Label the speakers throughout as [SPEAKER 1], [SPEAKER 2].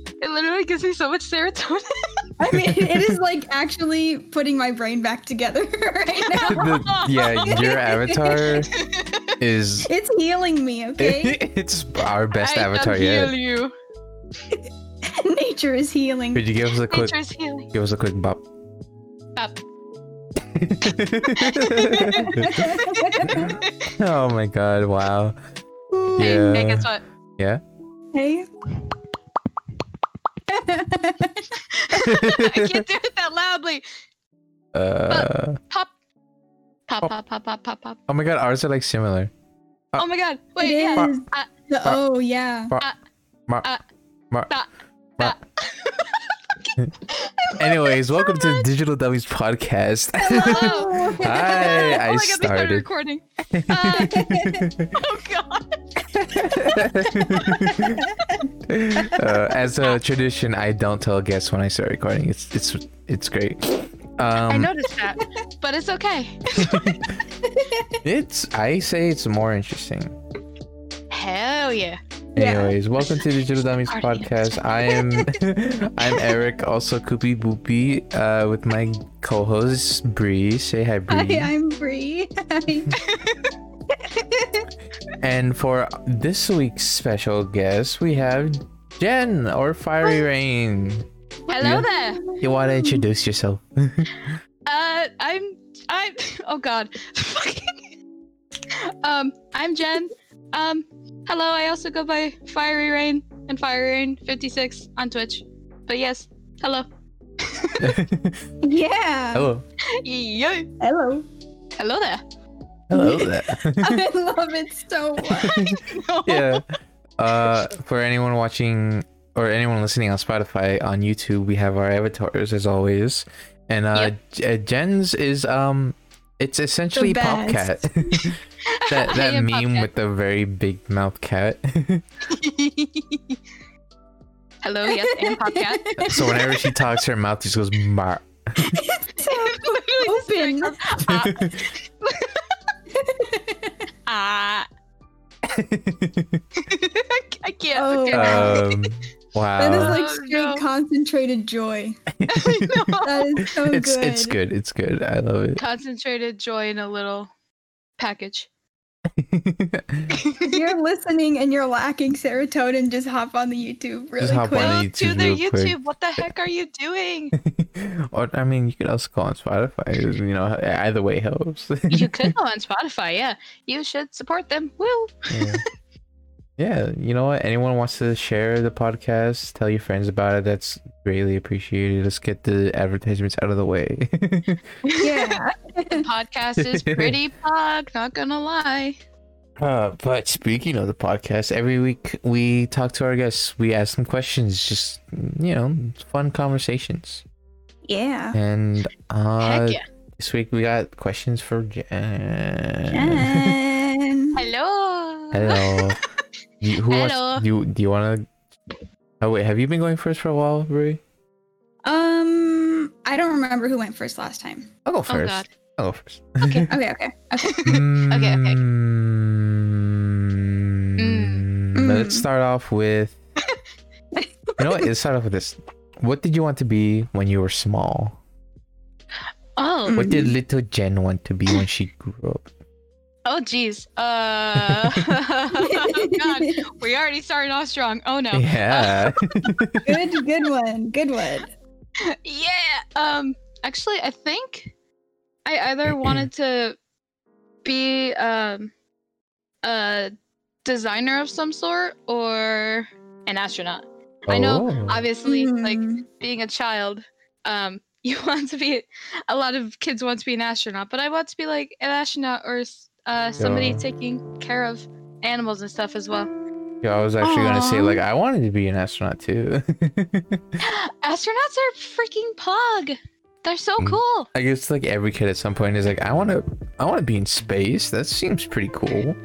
[SPEAKER 1] It literally gives me so much serotonin.
[SPEAKER 2] I mean, it is like actually putting my brain back together right now.
[SPEAKER 3] The- yeah, your avatar is
[SPEAKER 2] It's healing me, okay?
[SPEAKER 3] it's our best
[SPEAKER 1] I
[SPEAKER 3] avatar
[SPEAKER 1] can heal
[SPEAKER 3] yet.
[SPEAKER 1] you.
[SPEAKER 2] Nature is healing.
[SPEAKER 3] Could you give us a quick
[SPEAKER 1] Nature's healing.
[SPEAKER 3] give us a quick bop?
[SPEAKER 1] Up.
[SPEAKER 3] oh my god, wow.
[SPEAKER 1] Hey, hey,
[SPEAKER 3] Yeah.
[SPEAKER 1] guess what?
[SPEAKER 3] Yeah.
[SPEAKER 2] Hey.
[SPEAKER 1] I can't do it that loudly.
[SPEAKER 3] Uh,
[SPEAKER 1] Pop. Pop, pop, pop, pop, pop, pop.
[SPEAKER 3] oh my god, ours are like similar. Uh,
[SPEAKER 1] Oh my god. Wait,
[SPEAKER 2] It
[SPEAKER 1] yeah.
[SPEAKER 2] is.
[SPEAKER 1] Uh,
[SPEAKER 2] The oh yeah.
[SPEAKER 3] Mar-
[SPEAKER 1] Uh,
[SPEAKER 3] mar-
[SPEAKER 1] da-
[SPEAKER 3] mar-
[SPEAKER 1] da.
[SPEAKER 3] Anyways, welcome to Digital Dummies Podcast.
[SPEAKER 1] Hello.
[SPEAKER 3] Hi, I
[SPEAKER 1] oh my god, they started
[SPEAKER 3] started. Um,
[SPEAKER 1] recording. Uh, oh god.
[SPEAKER 3] uh, as a tradition, I don't tell guests when I start recording. It's it's it's great. Um,
[SPEAKER 1] I noticed that, but it's okay.
[SPEAKER 3] It's I say it's more interesting.
[SPEAKER 1] Hell yeah.
[SPEAKER 2] Yeah.
[SPEAKER 3] Anyways, welcome to Digital Dummies
[SPEAKER 1] Already
[SPEAKER 3] podcast. I am I'm Eric, also Koopy Boopy, uh, with my co-host Bree. Say hi, Bree.
[SPEAKER 2] Hi, I'm Bree. Hi.
[SPEAKER 3] And for this week's special guest, we have Jen or Fiery Rain.
[SPEAKER 1] Hello
[SPEAKER 3] Yeah.
[SPEAKER 1] there.
[SPEAKER 3] You want to introduce yourself?
[SPEAKER 1] Uh, I'm I'm oh god. um, I'm Jen. Um, hello. I also go by Fiery Rain and Fiery Rain 56 on Twitch. But yes, hello.
[SPEAKER 2] yeah.
[SPEAKER 3] Hello.
[SPEAKER 1] Yo,
[SPEAKER 2] Hello.
[SPEAKER 1] hello there.
[SPEAKER 3] Hello there.
[SPEAKER 2] I love it so much.
[SPEAKER 1] No.
[SPEAKER 3] yeah. Uh, for anyone watching or anyone listening on Spotify, on YouTube, we have our avatars as always, and uh, J- uh, Jen's is um, it's essentially
[SPEAKER 2] best.
[SPEAKER 3] Popcat. that
[SPEAKER 1] I
[SPEAKER 3] that
[SPEAKER 1] am
[SPEAKER 3] meme
[SPEAKER 1] Popcat.
[SPEAKER 3] with the very big mouth cat.
[SPEAKER 1] hello, yes, and Popcat.
[SPEAKER 3] so whenever she talks, her mouth just goes. "Mar."
[SPEAKER 1] Literally just uh,
[SPEAKER 3] Um,
[SPEAKER 1] like, Ah. I can't.
[SPEAKER 2] Oh,
[SPEAKER 1] okay.
[SPEAKER 2] wow.
[SPEAKER 3] Um,
[SPEAKER 2] That is
[SPEAKER 3] wow,
[SPEAKER 2] like
[SPEAKER 1] Oh,
[SPEAKER 2] straight
[SPEAKER 1] no.
[SPEAKER 2] concentrated joy.
[SPEAKER 1] No.
[SPEAKER 2] That is so
[SPEAKER 3] it's
[SPEAKER 2] good.
[SPEAKER 3] it's good, it's good. I love it.
[SPEAKER 1] Concentrated joy in a little package.
[SPEAKER 2] If you're listening and you're lacking serotonin, just hop on the YouTube really
[SPEAKER 3] Just hop
[SPEAKER 2] quick.
[SPEAKER 3] on
[SPEAKER 1] Go
[SPEAKER 3] YouTube
[SPEAKER 1] to their
[SPEAKER 3] real quick.
[SPEAKER 1] YouTube. What the heck are you doing?
[SPEAKER 3] or I mean, you could also go on Spotify. You know, either way helps.
[SPEAKER 1] you could go on Spotify. Yeah, you should support them. Woo!
[SPEAKER 3] yeah. yeah, you know what? Anyone wants to share the podcast, tell your friends about it. That's greatly appreciated. Let's get the advertisements out of the way.
[SPEAKER 2] Yeah.
[SPEAKER 1] The podcast is pretty pog. Not gonna lie.
[SPEAKER 3] uh, but speaking of the podcast, every week we talk to our guests. We ask them questions, just you know, fun conversations.
[SPEAKER 2] Yeah.
[SPEAKER 3] And uh,
[SPEAKER 1] heck yeah!
[SPEAKER 3] this week we got questions for Jen.
[SPEAKER 2] And
[SPEAKER 1] Hello.
[SPEAKER 3] Hello. you, who wants-
[SPEAKER 1] Hello.
[SPEAKER 3] you do you want to? Oh wait, have you been going first for a while, Rui?
[SPEAKER 2] um I don't remember who went first last time.
[SPEAKER 3] I'll go
[SPEAKER 1] Oh
[SPEAKER 3] first.
[SPEAKER 1] god.
[SPEAKER 3] I'll go first.
[SPEAKER 1] Okay.
[SPEAKER 2] Okay, okay.
[SPEAKER 1] okay.
[SPEAKER 3] Mm, Let's
[SPEAKER 2] Mm.
[SPEAKER 3] start off with. you know what? Let's start off with this. What did you want to be when you were small?
[SPEAKER 1] Oh.
[SPEAKER 3] What did little Jen want to be when she grew up?
[SPEAKER 1] Oh jeez. Uh. oh, god. We already started off strong. Oh no.
[SPEAKER 3] Yeah.
[SPEAKER 2] good good one. Good one.
[SPEAKER 1] yeah. Um. Actually, I think I either wanted to be um a designer of some sort or an astronaut. I know,
[SPEAKER 3] Oh.
[SPEAKER 1] Obviously, like
[SPEAKER 2] Mm.
[SPEAKER 1] being a child, um, you want to be. A lot of kids want to be an astronaut, but I want to be like an astronaut or s- uh, somebody
[SPEAKER 3] Yeah.
[SPEAKER 1] taking care of animals and stuff as well.
[SPEAKER 3] Yeah, I was actually gonna say
[SPEAKER 2] Aw.
[SPEAKER 3] like I wanted to be an astronaut too.
[SPEAKER 1] Astronauts are freaking pug. They're so
[SPEAKER 3] Mm.
[SPEAKER 1] cool.
[SPEAKER 3] I guess like every kid at some point is like I want to I want to be in space. That seems pretty cool.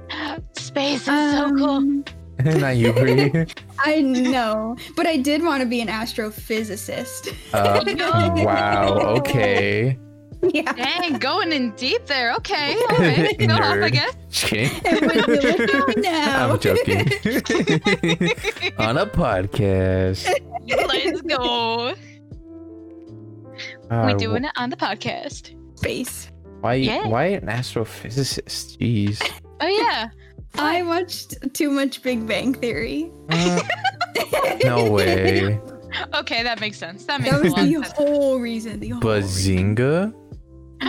[SPEAKER 1] Space is so cool.
[SPEAKER 2] Um,
[SPEAKER 3] Not you, Brie.
[SPEAKER 2] I know, but I did want to be an astrophysicist.
[SPEAKER 3] Uh,
[SPEAKER 1] No.
[SPEAKER 3] Wow. Okay.
[SPEAKER 2] Yeah.
[SPEAKER 1] Dang, going in deep there. Okay, all right. Go off, I
[SPEAKER 3] Nerd.
[SPEAKER 1] guess.
[SPEAKER 3] Just kidding.
[SPEAKER 2] And when you look out now.
[SPEAKER 3] I'm joking. On a podcast.
[SPEAKER 1] Let's go.
[SPEAKER 3] Uh,
[SPEAKER 1] We're doing it on the podcast.
[SPEAKER 2] Space.
[SPEAKER 3] Ah, Why?
[SPEAKER 1] Yeah.
[SPEAKER 3] Why an astrophysicist? Jeez.
[SPEAKER 1] Oh yeah.
[SPEAKER 2] I watched too much Big Bang Theory.
[SPEAKER 3] Uh, no way.
[SPEAKER 1] Okay, that makes sense. That makes
[SPEAKER 2] That was
[SPEAKER 1] a lot of
[SPEAKER 2] the
[SPEAKER 1] sense.
[SPEAKER 2] whole reason. The whole
[SPEAKER 3] Bazinga?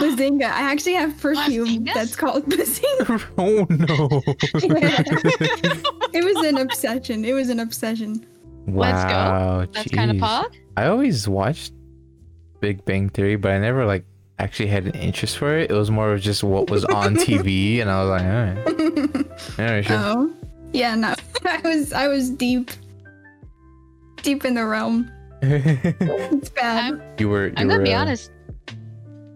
[SPEAKER 2] Bazinga. I actually have perfume
[SPEAKER 1] Bazingas?
[SPEAKER 2] that's called Bazinga.
[SPEAKER 3] Oh no.
[SPEAKER 2] It was an obsession. It was an obsession.
[SPEAKER 1] Let's go.
[SPEAKER 3] Wow,
[SPEAKER 1] That's kind of
[SPEAKER 3] jeez.
[SPEAKER 1] pog.
[SPEAKER 3] I always watched Big Bang Theory, but I never like actually had an interest for it. It was more of just what was on TV, and I was like, all right, all right, sure.
[SPEAKER 2] Oh. Yeah, no. I was I was deep deep in the realm. It's bad.
[SPEAKER 3] you were. You
[SPEAKER 1] I'm
[SPEAKER 3] were
[SPEAKER 1] gonna be
[SPEAKER 3] a
[SPEAKER 1] honest.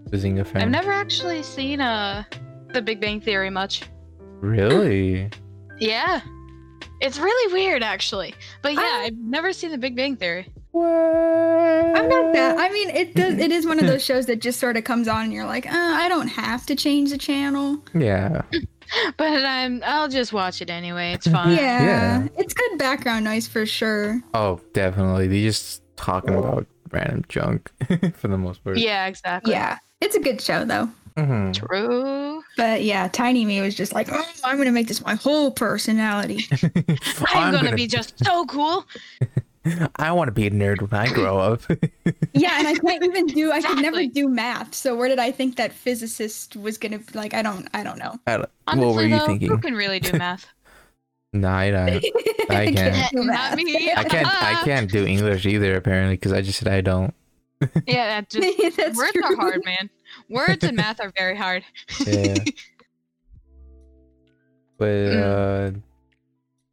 [SPEAKER 3] Bazinga fan.
[SPEAKER 1] I've never actually seen uh the Big Bang Theory much.
[SPEAKER 3] Really?
[SPEAKER 1] Yeah. It's really weird actually. But yeah, I've never seen the Big Bang Theory.
[SPEAKER 3] What?
[SPEAKER 2] I'm not that. I mean, it does. It is one of those shows that just sort of comes on, and you're like, uh, I don't have to change the channel.
[SPEAKER 3] Yeah.
[SPEAKER 1] But I'm I'll just watch it anyway. It's fine.
[SPEAKER 2] Yeah,
[SPEAKER 3] yeah.
[SPEAKER 2] it's good background noise for sure.
[SPEAKER 3] Oh, definitely. They just talking about random junk for the most part.
[SPEAKER 1] Yeah, exactly.
[SPEAKER 2] Yeah, it's a good show though.
[SPEAKER 3] Mhm.
[SPEAKER 1] True.
[SPEAKER 2] But yeah, Tiny Me was just like, oh, I'm gonna make this my whole personality.
[SPEAKER 1] I'm, gonna, be just so cool.
[SPEAKER 3] I want to be a nerd when I grow up.
[SPEAKER 2] yeah, and I can't even do. I could never
[SPEAKER 1] Exactly.
[SPEAKER 2] do math. So where did I think that physicist was gonna be? Like, I don't. I don't know.
[SPEAKER 3] I don't-
[SPEAKER 1] Honestly,
[SPEAKER 3] what were you
[SPEAKER 1] though, who
[SPEAKER 3] thinking?
[SPEAKER 1] can really do math?
[SPEAKER 3] Nah, I don't. I can't.
[SPEAKER 2] do
[SPEAKER 1] Not
[SPEAKER 2] math.
[SPEAKER 1] me.
[SPEAKER 3] I can't. I can't do English either. Apparently, because I just said I don't.
[SPEAKER 1] Yeah, that just
[SPEAKER 2] That's
[SPEAKER 1] words
[SPEAKER 2] true.
[SPEAKER 1] are hard, man. Words and math are very hard.
[SPEAKER 3] Yeah. but uh,
[SPEAKER 1] Mm.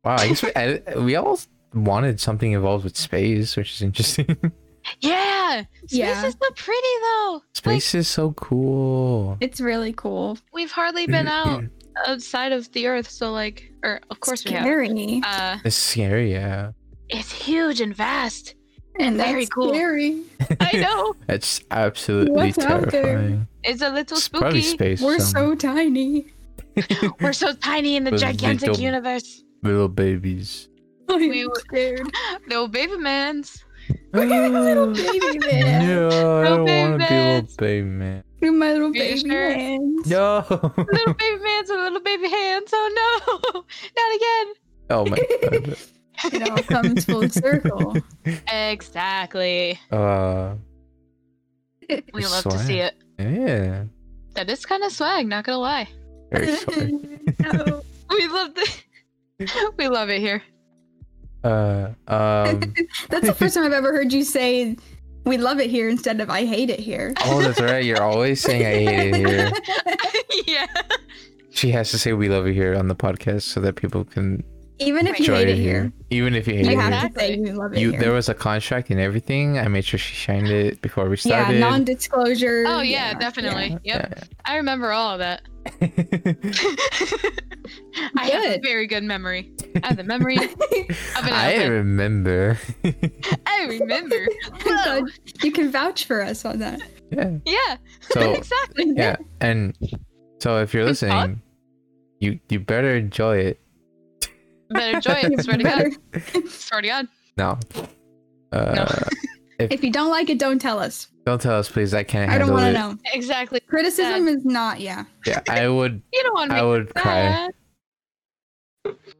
[SPEAKER 3] wow, I guess we, I, we all wanted something involved with space, which is interesting.
[SPEAKER 1] Yeah. Space
[SPEAKER 2] Yeah.
[SPEAKER 1] is so pretty though.
[SPEAKER 3] space is so cool.
[SPEAKER 2] It's really cool.
[SPEAKER 1] We've hardly been
[SPEAKER 3] Mm-hmm.
[SPEAKER 1] out outside of the Earth, so like, or of course we have.
[SPEAKER 2] scary.
[SPEAKER 1] Uh,
[SPEAKER 3] It's scary. Yeah.
[SPEAKER 1] it's huge and vast.
[SPEAKER 2] and that's
[SPEAKER 1] very cool.
[SPEAKER 2] Scary.
[SPEAKER 1] I know.
[SPEAKER 3] It's absolutely
[SPEAKER 2] What's out there?
[SPEAKER 3] terrifying.
[SPEAKER 1] It's a little
[SPEAKER 3] It's probably
[SPEAKER 1] spooky.
[SPEAKER 3] space.
[SPEAKER 2] We're
[SPEAKER 3] somewhere.
[SPEAKER 2] so tiny.
[SPEAKER 1] We're so tiny in the
[SPEAKER 3] Those
[SPEAKER 1] gigantic
[SPEAKER 3] little-
[SPEAKER 1] universe.
[SPEAKER 3] little babies.
[SPEAKER 2] I'm
[SPEAKER 1] We were-
[SPEAKER 2] scared.
[SPEAKER 1] No baby mans.
[SPEAKER 2] Look at my little
[SPEAKER 3] Ah.
[SPEAKER 2] baby man.
[SPEAKER 3] No, I
[SPEAKER 1] Little
[SPEAKER 3] don't want to be a little
[SPEAKER 1] babies.
[SPEAKER 3] baby man.
[SPEAKER 2] Look at my little
[SPEAKER 1] You
[SPEAKER 2] baby
[SPEAKER 1] sure?
[SPEAKER 2] hands.
[SPEAKER 3] No.
[SPEAKER 1] Little baby mans and little baby hands. Oh no, not
[SPEAKER 3] oh my god.
[SPEAKER 2] It all comes full circle.
[SPEAKER 1] again. Exactly.
[SPEAKER 3] Uh,
[SPEAKER 1] We
[SPEAKER 3] It's
[SPEAKER 1] love to see
[SPEAKER 3] swag.
[SPEAKER 1] it.
[SPEAKER 3] yeah.
[SPEAKER 1] That is kind of swag. Not gonna lie.
[SPEAKER 3] Very sorry.
[SPEAKER 2] No.
[SPEAKER 1] We love the. we love it here.
[SPEAKER 3] Uh, um.
[SPEAKER 2] That's the first time I've ever heard you say we love it here instead of I hate it here.
[SPEAKER 3] Oh, that's right. You're always saying I hate it here.
[SPEAKER 1] yeah.
[SPEAKER 3] She has to say we love you here on the podcast so that people can
[SPEAKER 2] Even if you
[SPEAKER 3] enjoy
[SPEAKER 2] hate
[SPEAKER 3] it
[SPEAKER 2] it
[SPEAKER 3] here.
[SPEAKER 2] here,
[SPEAKER 3] Even if you hate
[SPEAKER 2] you
[SPEAKER 3] it
[SPEAKER 1] Yeah.
[SPEAKER 3] here.
[SPEAKER 2] have to say you love it
[SPEAKER 3] You,
[SPEAKER 2] here.
[SPEAKER 3] there was a contract and everything. I made sure she signed it before we
[SPEAKER 2] yeah,
[SPEAKER 3] started.
[SPEAKER 2] non-disclosure.
[SPEAKER 1] Oh yeah, definitely. Yep. I remember all of that.
[SPEAKER 3] definitely.
[SPEAKER 1] I have a
[SPEAKER 2] Good.
[SPEAKER 1] very good memory. I have the memory of an
[SPEAKER 3] I
[SPEAKER 1] elephant.
[SPEAKER 3] remember.
[SPEAKER 1] I remember.
[SPEAKER 2] I'm glad you can vouch for us on that.
[SPEAKER 3] yeah.
[SPEAKER 1] yeah,
[SPEAKER 3] So
[SPEAKER 1] exactly.
[SPEAKER 3] yeah, and so if you're
[SPEAKER 1] Good thought.
[SPEAKER 3] listening, you you better enjoy it.
[SPEAKER 1] Better enjoy it. Swear to
[SPEAKER 2] Better-
[SPEAKER 1] God. Swear to God.
[SPEAKER 3] No. Uh,
[SPEAKER 2] If you don't like it, don't tell us.
[SPEAKER 3] Don't tell us, please. I can't
[SPEAKER 2] I don't
[SPEAKER 3] handle
[SPEAKER 2] want to
[SPEAKER 3] it.
[SPEAKER 2] know.
[SPEAKER 1] Exactly.
[SPEAKER 2] Criticism is not, yeah.
[SPEAKER 3] Yeah, I would.
[SPEAKER 1] You don't want to
[SPEAKER 3] I
[SPEAKER 1] make
[SPEAKER 3] would cry.
[SPEAKER 1] that.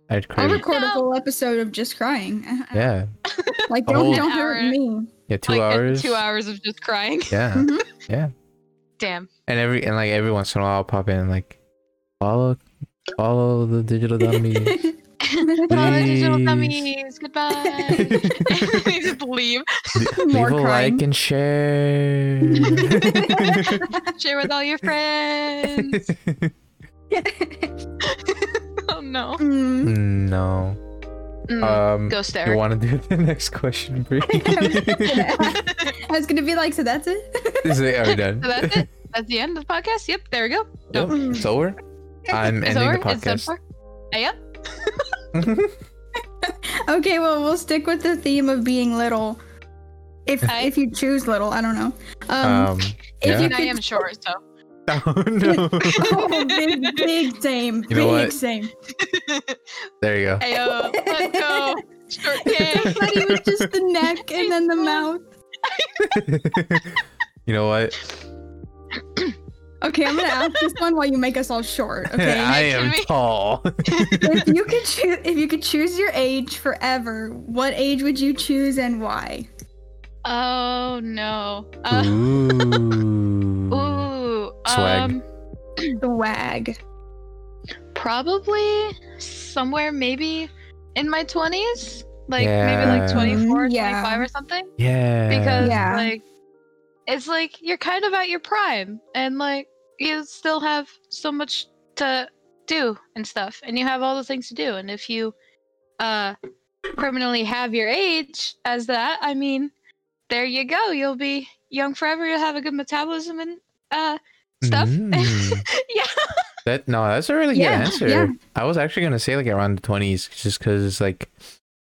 [SPEAKER 3] I'd
[SPEAKER 2] I'll
[SPEAKER 3] cry.
[SPEAKER 2] record a
[SPEAKER 1] No.
[SPEAKER 2] whole episode of just crying.
[SPEAKER 3] Yeah.
[SPEAKER 2] Like
[SPEAKER 3] A
[SPEAKER 2] don't
[SPEAKER 3] whole-
[SPEAKER 2] don't
[SPEAKER 1] An
[SPEAKER 2] hurt
[SPEAKER 1] hour.
[SPEAKER 2] me.
[SPEAKER 3] Yeah. Two
[SPEAKER 1] Like, uh,
[SPEAKER 3] hours.
[SPEAKER 1] Two hours of just crying.
[SPEAKER 3] Yeah.
[SPEAKER 2] Mhm.
[SPEAKER 1] Damn.
[SPEAKER 3] And every and like every once in a while, I'll pop in and like follow follow the digital dummy.
[SPEAKER 1] Follow the
[SPEAKER 3] Mm.
[SPEAKER 1] digital
[SPEAKER 3] Please.
[SPEAKER 1] dummies. Goodbye. they just leave.
[SPEAKER 2] More
[SPEAKER 3] Leave a
[SPEAKER 2] crying.
[SPEAKER 3] like and share.
[SPEAKER 1] Share with all your friends. Oh no.
[SPEAKER 2] Mm.
[SPEAKER 3] no.
[SPEAKER 1] Mm,
[SPEAKER 3] Um.
[SPEAKER 1] Ghost
[SPEAKER 3] You
[SPEAKER 1] there.
[SPEAKER 3] want to do the next question, Bree?
[SPEAKER 2] I was gonna be like, so that's it.
[SPEAKER 3] Is it? Are we done?
[SPEAKER 1] So that's it. That's the end of the podcast. Yep. There we go.
[SPEAKER 3] Yep, It's over. I'm
[SPEAKER 1] It's
[SPEAKER 3] ending
[SPEAKER 1] over.
[SPEAKER 3] the
[SPEAKER 1] It's done
[SPEAKER 3] podcast.
[SPEAKER 1] for. Uh, Yep.
[SPEAKER 2] Okay, well we'll stick with the theme of being little. If
[SPEAKER 1] I-
[SPEAKER 2] if you choose little, I don't know. Um,
[SPEAKER 3] Um,
[SPEAKER 2] if
[SPEAKER 3] yeah.
[SPEAKER 2] you
[SPEAKER 1] And I
[SPEAKER 2] could-
[SPEAKER 1] am short, so
[SPEAKER 3] oh, no.
[SPEAKER 2] oh, big big same,
[SPEAKER 3] You know
[SPEAKER 2] big
[SPEAKER 3] what?
[SPEAKER 2] same.
[SPEAKER 3] there you go.
[SPEAKER 1] Ayo, let's go. Short king.
[SPEAKER 2] I thought it was just the neck and then the mouth.
[SPEAKER 3] you know what?
[SPEAKER 2] Okay, I'm gonna ask this one while you make us all short. Okay.
[SPEAKER 3] I
[SPEAKER 1] you
[SPEAKER 3] am
[SPEAKER 1] kidding me?
[SPEAKER 3] tall.
[SPEAKER 2] if you could choose, if you could choose your age forever, what age would you choose and why?
[SPEAKER 1] Oh no. Uh,
[SPEAKER 3] Ooh.
[SPEAKER 1] ooh.
[SPEAKER 3] Swag.
[SPEAKER 1] Um,
[SPEAKER 2] The wag.
[SPEAKER 1] probably somewhere maybe in my 20s. Like maybe
[SPEAKER 3] Yeah.
[SPEAKER 1] like 24,
[SPEAKER 2] Mm, Yeah.
[SPEAKER 1] 25 or something.
[SPEAKER 3] Yeah.
[SPEAKER 1] Because
[SPEAKER 2] Yeah.
[SPEAKER 1] like it's like you're kind of at your prime and like you still have so much to do and stuff and you have all the things to do and if you uh criminally have your age as that, I mean, there you go. You'll be young forever. You'll have a good metabolism and uh stuff.
[SPEAKER 3] Mm.
[SPEAKER 1] Yeah.
[SPEAKER 3] That no, that's a really
[SPEAKER 2] Yeah,
[SPEAKER 3] good answer.
[SPEAKER 2] yeah.
[SPEAKER 3] I was actually gonna say like around the twenties, just because like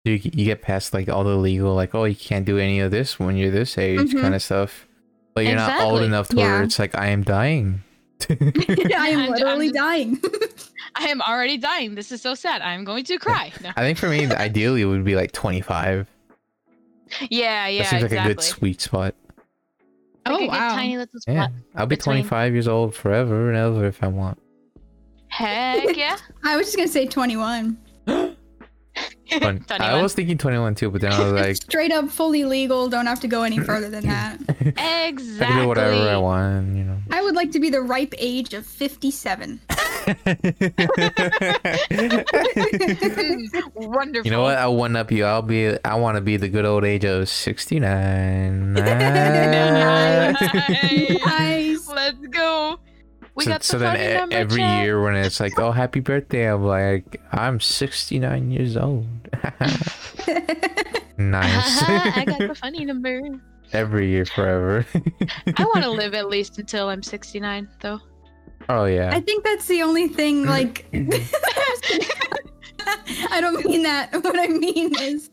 [SPEAKER 3] you you get past like all the legal like oh you can't do any of this when you're this age
[SPEAKER 2] Mhm.
[SPEAKER 3] kind of stuff. But you're not old
[SPEAKER 1] Mm-hmm. Exactly.
[SPEAKER 3] enough to where
[SPEAKER 2] Yeah.
[SPEAKER 3] it's like I am dying.
[SPEAKER 2] I
[SPEAKER 1] I'm-
[SPEAKER 2] am
[SPEAKER 1] I'm
[SPEAKER 2] literally
[SPEAKER 1] just-
[SPEAKER 2] dying.
[SPEAKER 1] I am already dying. This is so sad. I'm going to cry. No.
[SPEAKER 3] I think for me, ideally, it would be like 25.
[SPEAKER 1] Yeah, yeah,
[SPEAKER 3] that seems like
[SPEAKER 1] exactly.
[SPEAKER 3] a good sweet spot.
[SPEAKER 1] Like
[SPEAKER 2] Oh,
[SPEAKER 1] a good
[SPEAKER 2] wow.
[SPEAKER 1] tiny little spot.
[SPEAKER 3] Yeah, I'll be
[SPEAKER 1] Between-
[SPEAKER 3] 25 years old forever and ever if I want.
[SPEAKER 1] Heck yeah.
[SPEAKER 2] I was just gonna say 21.
[SPEAKER 3] Fun. I
[SPEAKER 1] 21.
[SPEAKER 3] was thinking 21 too, but then I was like,
[SPEAKER 2] Straight up, fully legal. Don't have to go any further than that.
[SPEAKER 1] Exactly.
[SPEAKER 3] I can do whatever I want, you know.
[SPEAKER 2] I would like to be the ripe age of 57.
[SPEAKER 1] Mm, Wonderful.
[SPEAKER 3] you know what? I'll one up you. I'll be. I want to be the good old age of 69.
[SPEAKER 2] Nice.
[SPEAKER 1] Nice.
[SPEAKER 2] Nice.
[SPEAKER 1] Let's go. We
[SPEAKER 3] so,
[SPEAKER 1] got the
[SPEAKER 3] so then
[SPEAKER 1] funny
[SPEAKER 3] e-
[SPEAKER 1] number
[SPEAKER 3] every
[SPEAKER 1] chat.
[SPEAKER 3] year when it's like, oh, happy birthday, I'm like, I'm 69 years old. nice.
[SPEAKER 1] I got the funny number.
[SPEAKER 3] every year forever.
[SPEAKER 1] I want to live at least until I'm 69, though.
[SPEAKER 3] oh
[SPEAKER 2] I
[SPEAKER 3] yeah.
[SPEAKER 2] think that's the only thing. Like, I don't mean that. What I mean is,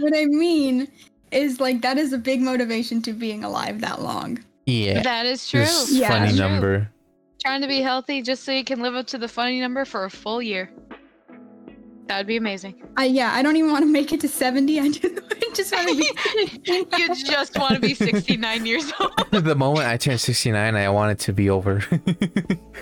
[SPEAKER 2] what I mean is like that is a big motivation to being alive that long.
[SPEAKER 3] Yeah.
[SPEAKER 1] That is true.
[SPEAKER 3] This
[SPEAKER 2] Yeah.
[SPEAKER 3] funny
[SPEAKER 1] True.
[SPEAKER 3] number.
[SPEAKER 1] Trying to be healthy just so you can live up to the funny number for a full year. That would be amazing.
[SPEAKER 2] I yeah, I don't even want to make it to 70. I just, I just want to be.
[SPEAKER 1] You just want to be 69 years old.
[SPEAKER 3] the moment I turned 69, I want it to be over.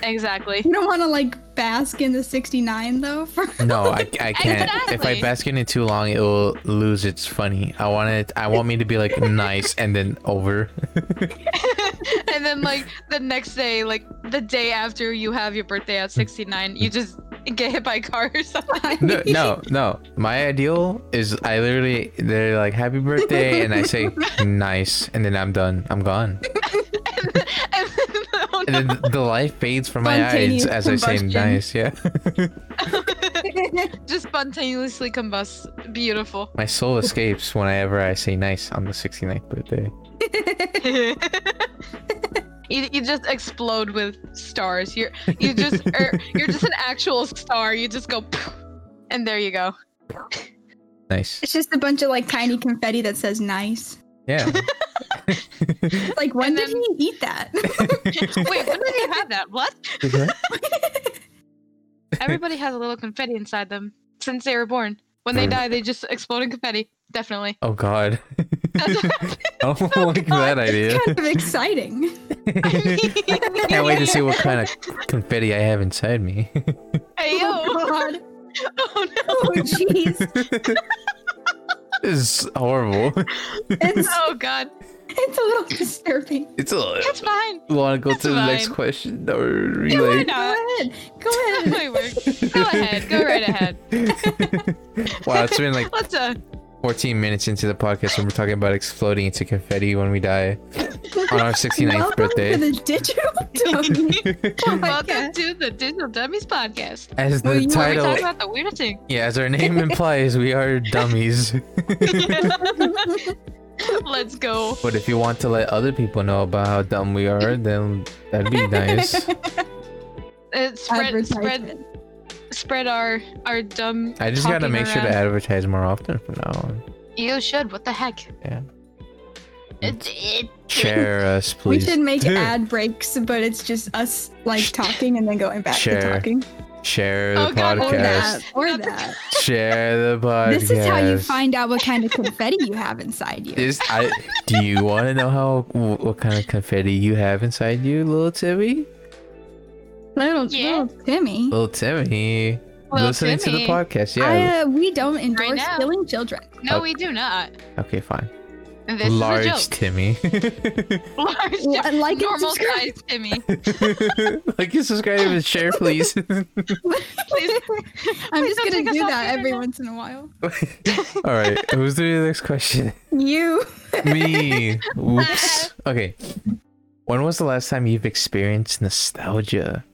[SPEAKER 1] Exactly.
[SPEAKER 2] You don't want to like bask in the 69 though. For
[SPEAKER 3] no, I, I can't. If I
[SPEAKER 1] Exactly.
[SPEAKER 3] bask in it too long, it will lose its funny. I want it. I want me to be like nice and then over.
[SPEAKER 1] and then like the next day, like the day after you have your birthday at 69, you just get hit by a car or something.
[SPEAKER 3] No, no, no. My ideal is I literally they're like happy birthday and I say nice and then I'm done. I'm gone.
[SPEAKER 1] And then, oh
[SPEAKER 3] And then the light fades from my eyes
[SPEAKER 2] Spontaneous
[SPEAKER 3] as I say
[SPEAKER 2] combustion.
[SPEAKER 3] nice. Yeah.
[SPEAKER 1] no, just spontaneously combusts. Beautiful.
[SPEAKER 3] My soul escapes whenever I say nice on the 69th birthday.
[SPEAKER 1] you, you just explode with stars. You're you just er, you're just an actual star. You just go, and there you go.
[SPEAKER 3] Nice.
[SPEAKER 2] It's just a bunch of like tiny confetti that says nice.
[SPEAKER 3] Yeah.
[SPEAKER 2] Like when
[SPEAKER 1] And
[SPEAKER 2] did
[SPEAKER 1] then-
[SPEAKER 2] he eat that?
[SPEAKER 1] Wait, when did you have that? What?
[SPEAKER 3] That's
[SPEAKER 1] Everybody has a little confetti inside them since they were born. When they
[SPEAKER 3] Mm.
[SPEAKER 1] die, they just explode in confetti. Definitely.
[SPEAKER 3] Oh god.
[SPEAKER 1] That's what
[SPEAKER 3] I don't
[SPEAKER 2] Oh,
[SPEAKER 3] like that idea.
[SPEAKER 2] It's kind of exciting.
[SPEAKER 3] Can't wait to see what kind of confetti I have inside me.
[SPEAKER 1] Hey, yo.
[SPEAKER 2] Oh god.
[SPEAKER 1] Oh, no.
[SPEAKER 2] Oh jeez.
[SPEAKER 3] this is horrible.
[SPEAKER 2] It's,
[SPEAKER 1] Oh, God.
[SPEAKER 2] it's a little disturbing.
[SPEAKER 3] It's a
[SPEAKER 1] That's fine.
[SPEAKER 3] want to go
[SPEAKER 1] That's
[SPEAKER 3] to the next
[SPEAKER 1] fine.
[SPEAKER 3] question or
[SPEAKER 1] Yeah, why
[SPEAKER 3] relay?
[SPEAKER 1] not?
[SPEAKER 2] Go ahead. Go
[SPEAKER 1] That might work.
[SPEAKER 2] ahead.
[SPEAKER 1] Go ahead. Go right ahead.
[SPEAKER 3] wow, it's been like
[SPEAKER 1] Let's uh.
[SPEAKER 3] 14 minutes into the podcast and we're talking about exploding into confetti when we die on our 69th
[SPEAKER 2] Welcome
[SPEAKER 3] birthday.
[SPEAKER 2] to the digital dummy. Oh my
[SPEAKER 1] Welcome
[SPEAKER 2] God.
[SPEAKER 1] to the Digital Dummies podcast.
[SPEAKER 3] As
[SPEAKER 2] Well,
[SPEAKER 3] the
[SPEAKER 1] Where we
[SPEAKER 2] you
[SPEAKER 3] title,
[SPEAKER 1] talk about the weirdest thing.
[SPEAKER 3] yeah, as our name implies, we are dummies.
[SPEAKER 1] Let's go.
[SPEAKER 3] But if you want to let other people know about how dumb we are, then that'd be nice.
[SPEAKER 1] Uh, spread, spread,
[SPEAKER 2] Advertisement.
[SPEAKER 1] spread our our dumb.
[SPEAKER 3] I just gotta
[SPEAKER 1] talking
[SPEAKER 3] make sure to
[SPEAKER 1] around.
[SPEAKER 3] advertise more often from now on.
[SPEAKER 1] You should. What the heck?
[SPEAKER 3] Share us,
[SPEAKER 2] We
[SPEAKER 3] please.
[SPEAKER 2] should make ad breaks, but it's just us like talking and then going back
[SPEAKER 3] Sure.
[SPEAKER 2] to talking.
[SPEAKER 3] Share the
[SPEAKER 1] Oh God,
[SPEAKER 2] Or
[SPEAKER 3] podcast.
[SPEAKER 2] that. Or that.
[SPEAKER 3] Share the podcast.
[SPEAKER 2] This is how you find out what kind of confetti you have inside you.
[SPEAKER 3] Is I do you want to know how wh- what kind of confetti you have inside you, little Timmy?
[SPEAKER 2] Little,
[SPEAKER 1] Yeah.
[SPEAKER 2] little Timmy.
[SPEAKER 3] Little Timmy,
[SPEAKER 1] Little
[SPEAKER 3] listening to
[SPEAKER 1] Timmy.
[SPEAKER 3] the podcast. Yeah.
[SPEAKER 2] I, uh, we don't endorse
[SPEAKER 1] now.
[SPEAKER 2] killing children.
[SPEAKER 1] No, we do not.
[SPEAKER 3] okay, fine.
[SPEAKER 1] And uh, this
[SPEAKER 3] Oh. Large
[SPEAKER 1] is a joke.
[SPEAKER 3] Timmy.
[SPEAKER 1] Large,
[SPEAKER 2] Well, and like and
[SPEAKER 1] normal
[SPEAKER 2] subscribe.
[SPEAKER 1] sized Timmy.
[SPEAKER 3] like and subscribe and share, please.
[SPEAKER 2] I'm
[SPEAKER 1] Please
[SPEAKER 2] just
[SPEAKER 1] don't
[SPEAKER 2] gonna
[SPEAKER 1] take us
[SPEAKER 2] do
[SPEAKER 1] off the
[SPEAKER 2] that every
[SPEAKER 1] internet.
[SPEAKER 2] once in a while.
[SPEAKER 3] All right. Who's doing the next question?
[SPEAKER 2] You.
[SPEAKER 3] Me. Whoops. Okay. When was the last time you've experienced nostalgia?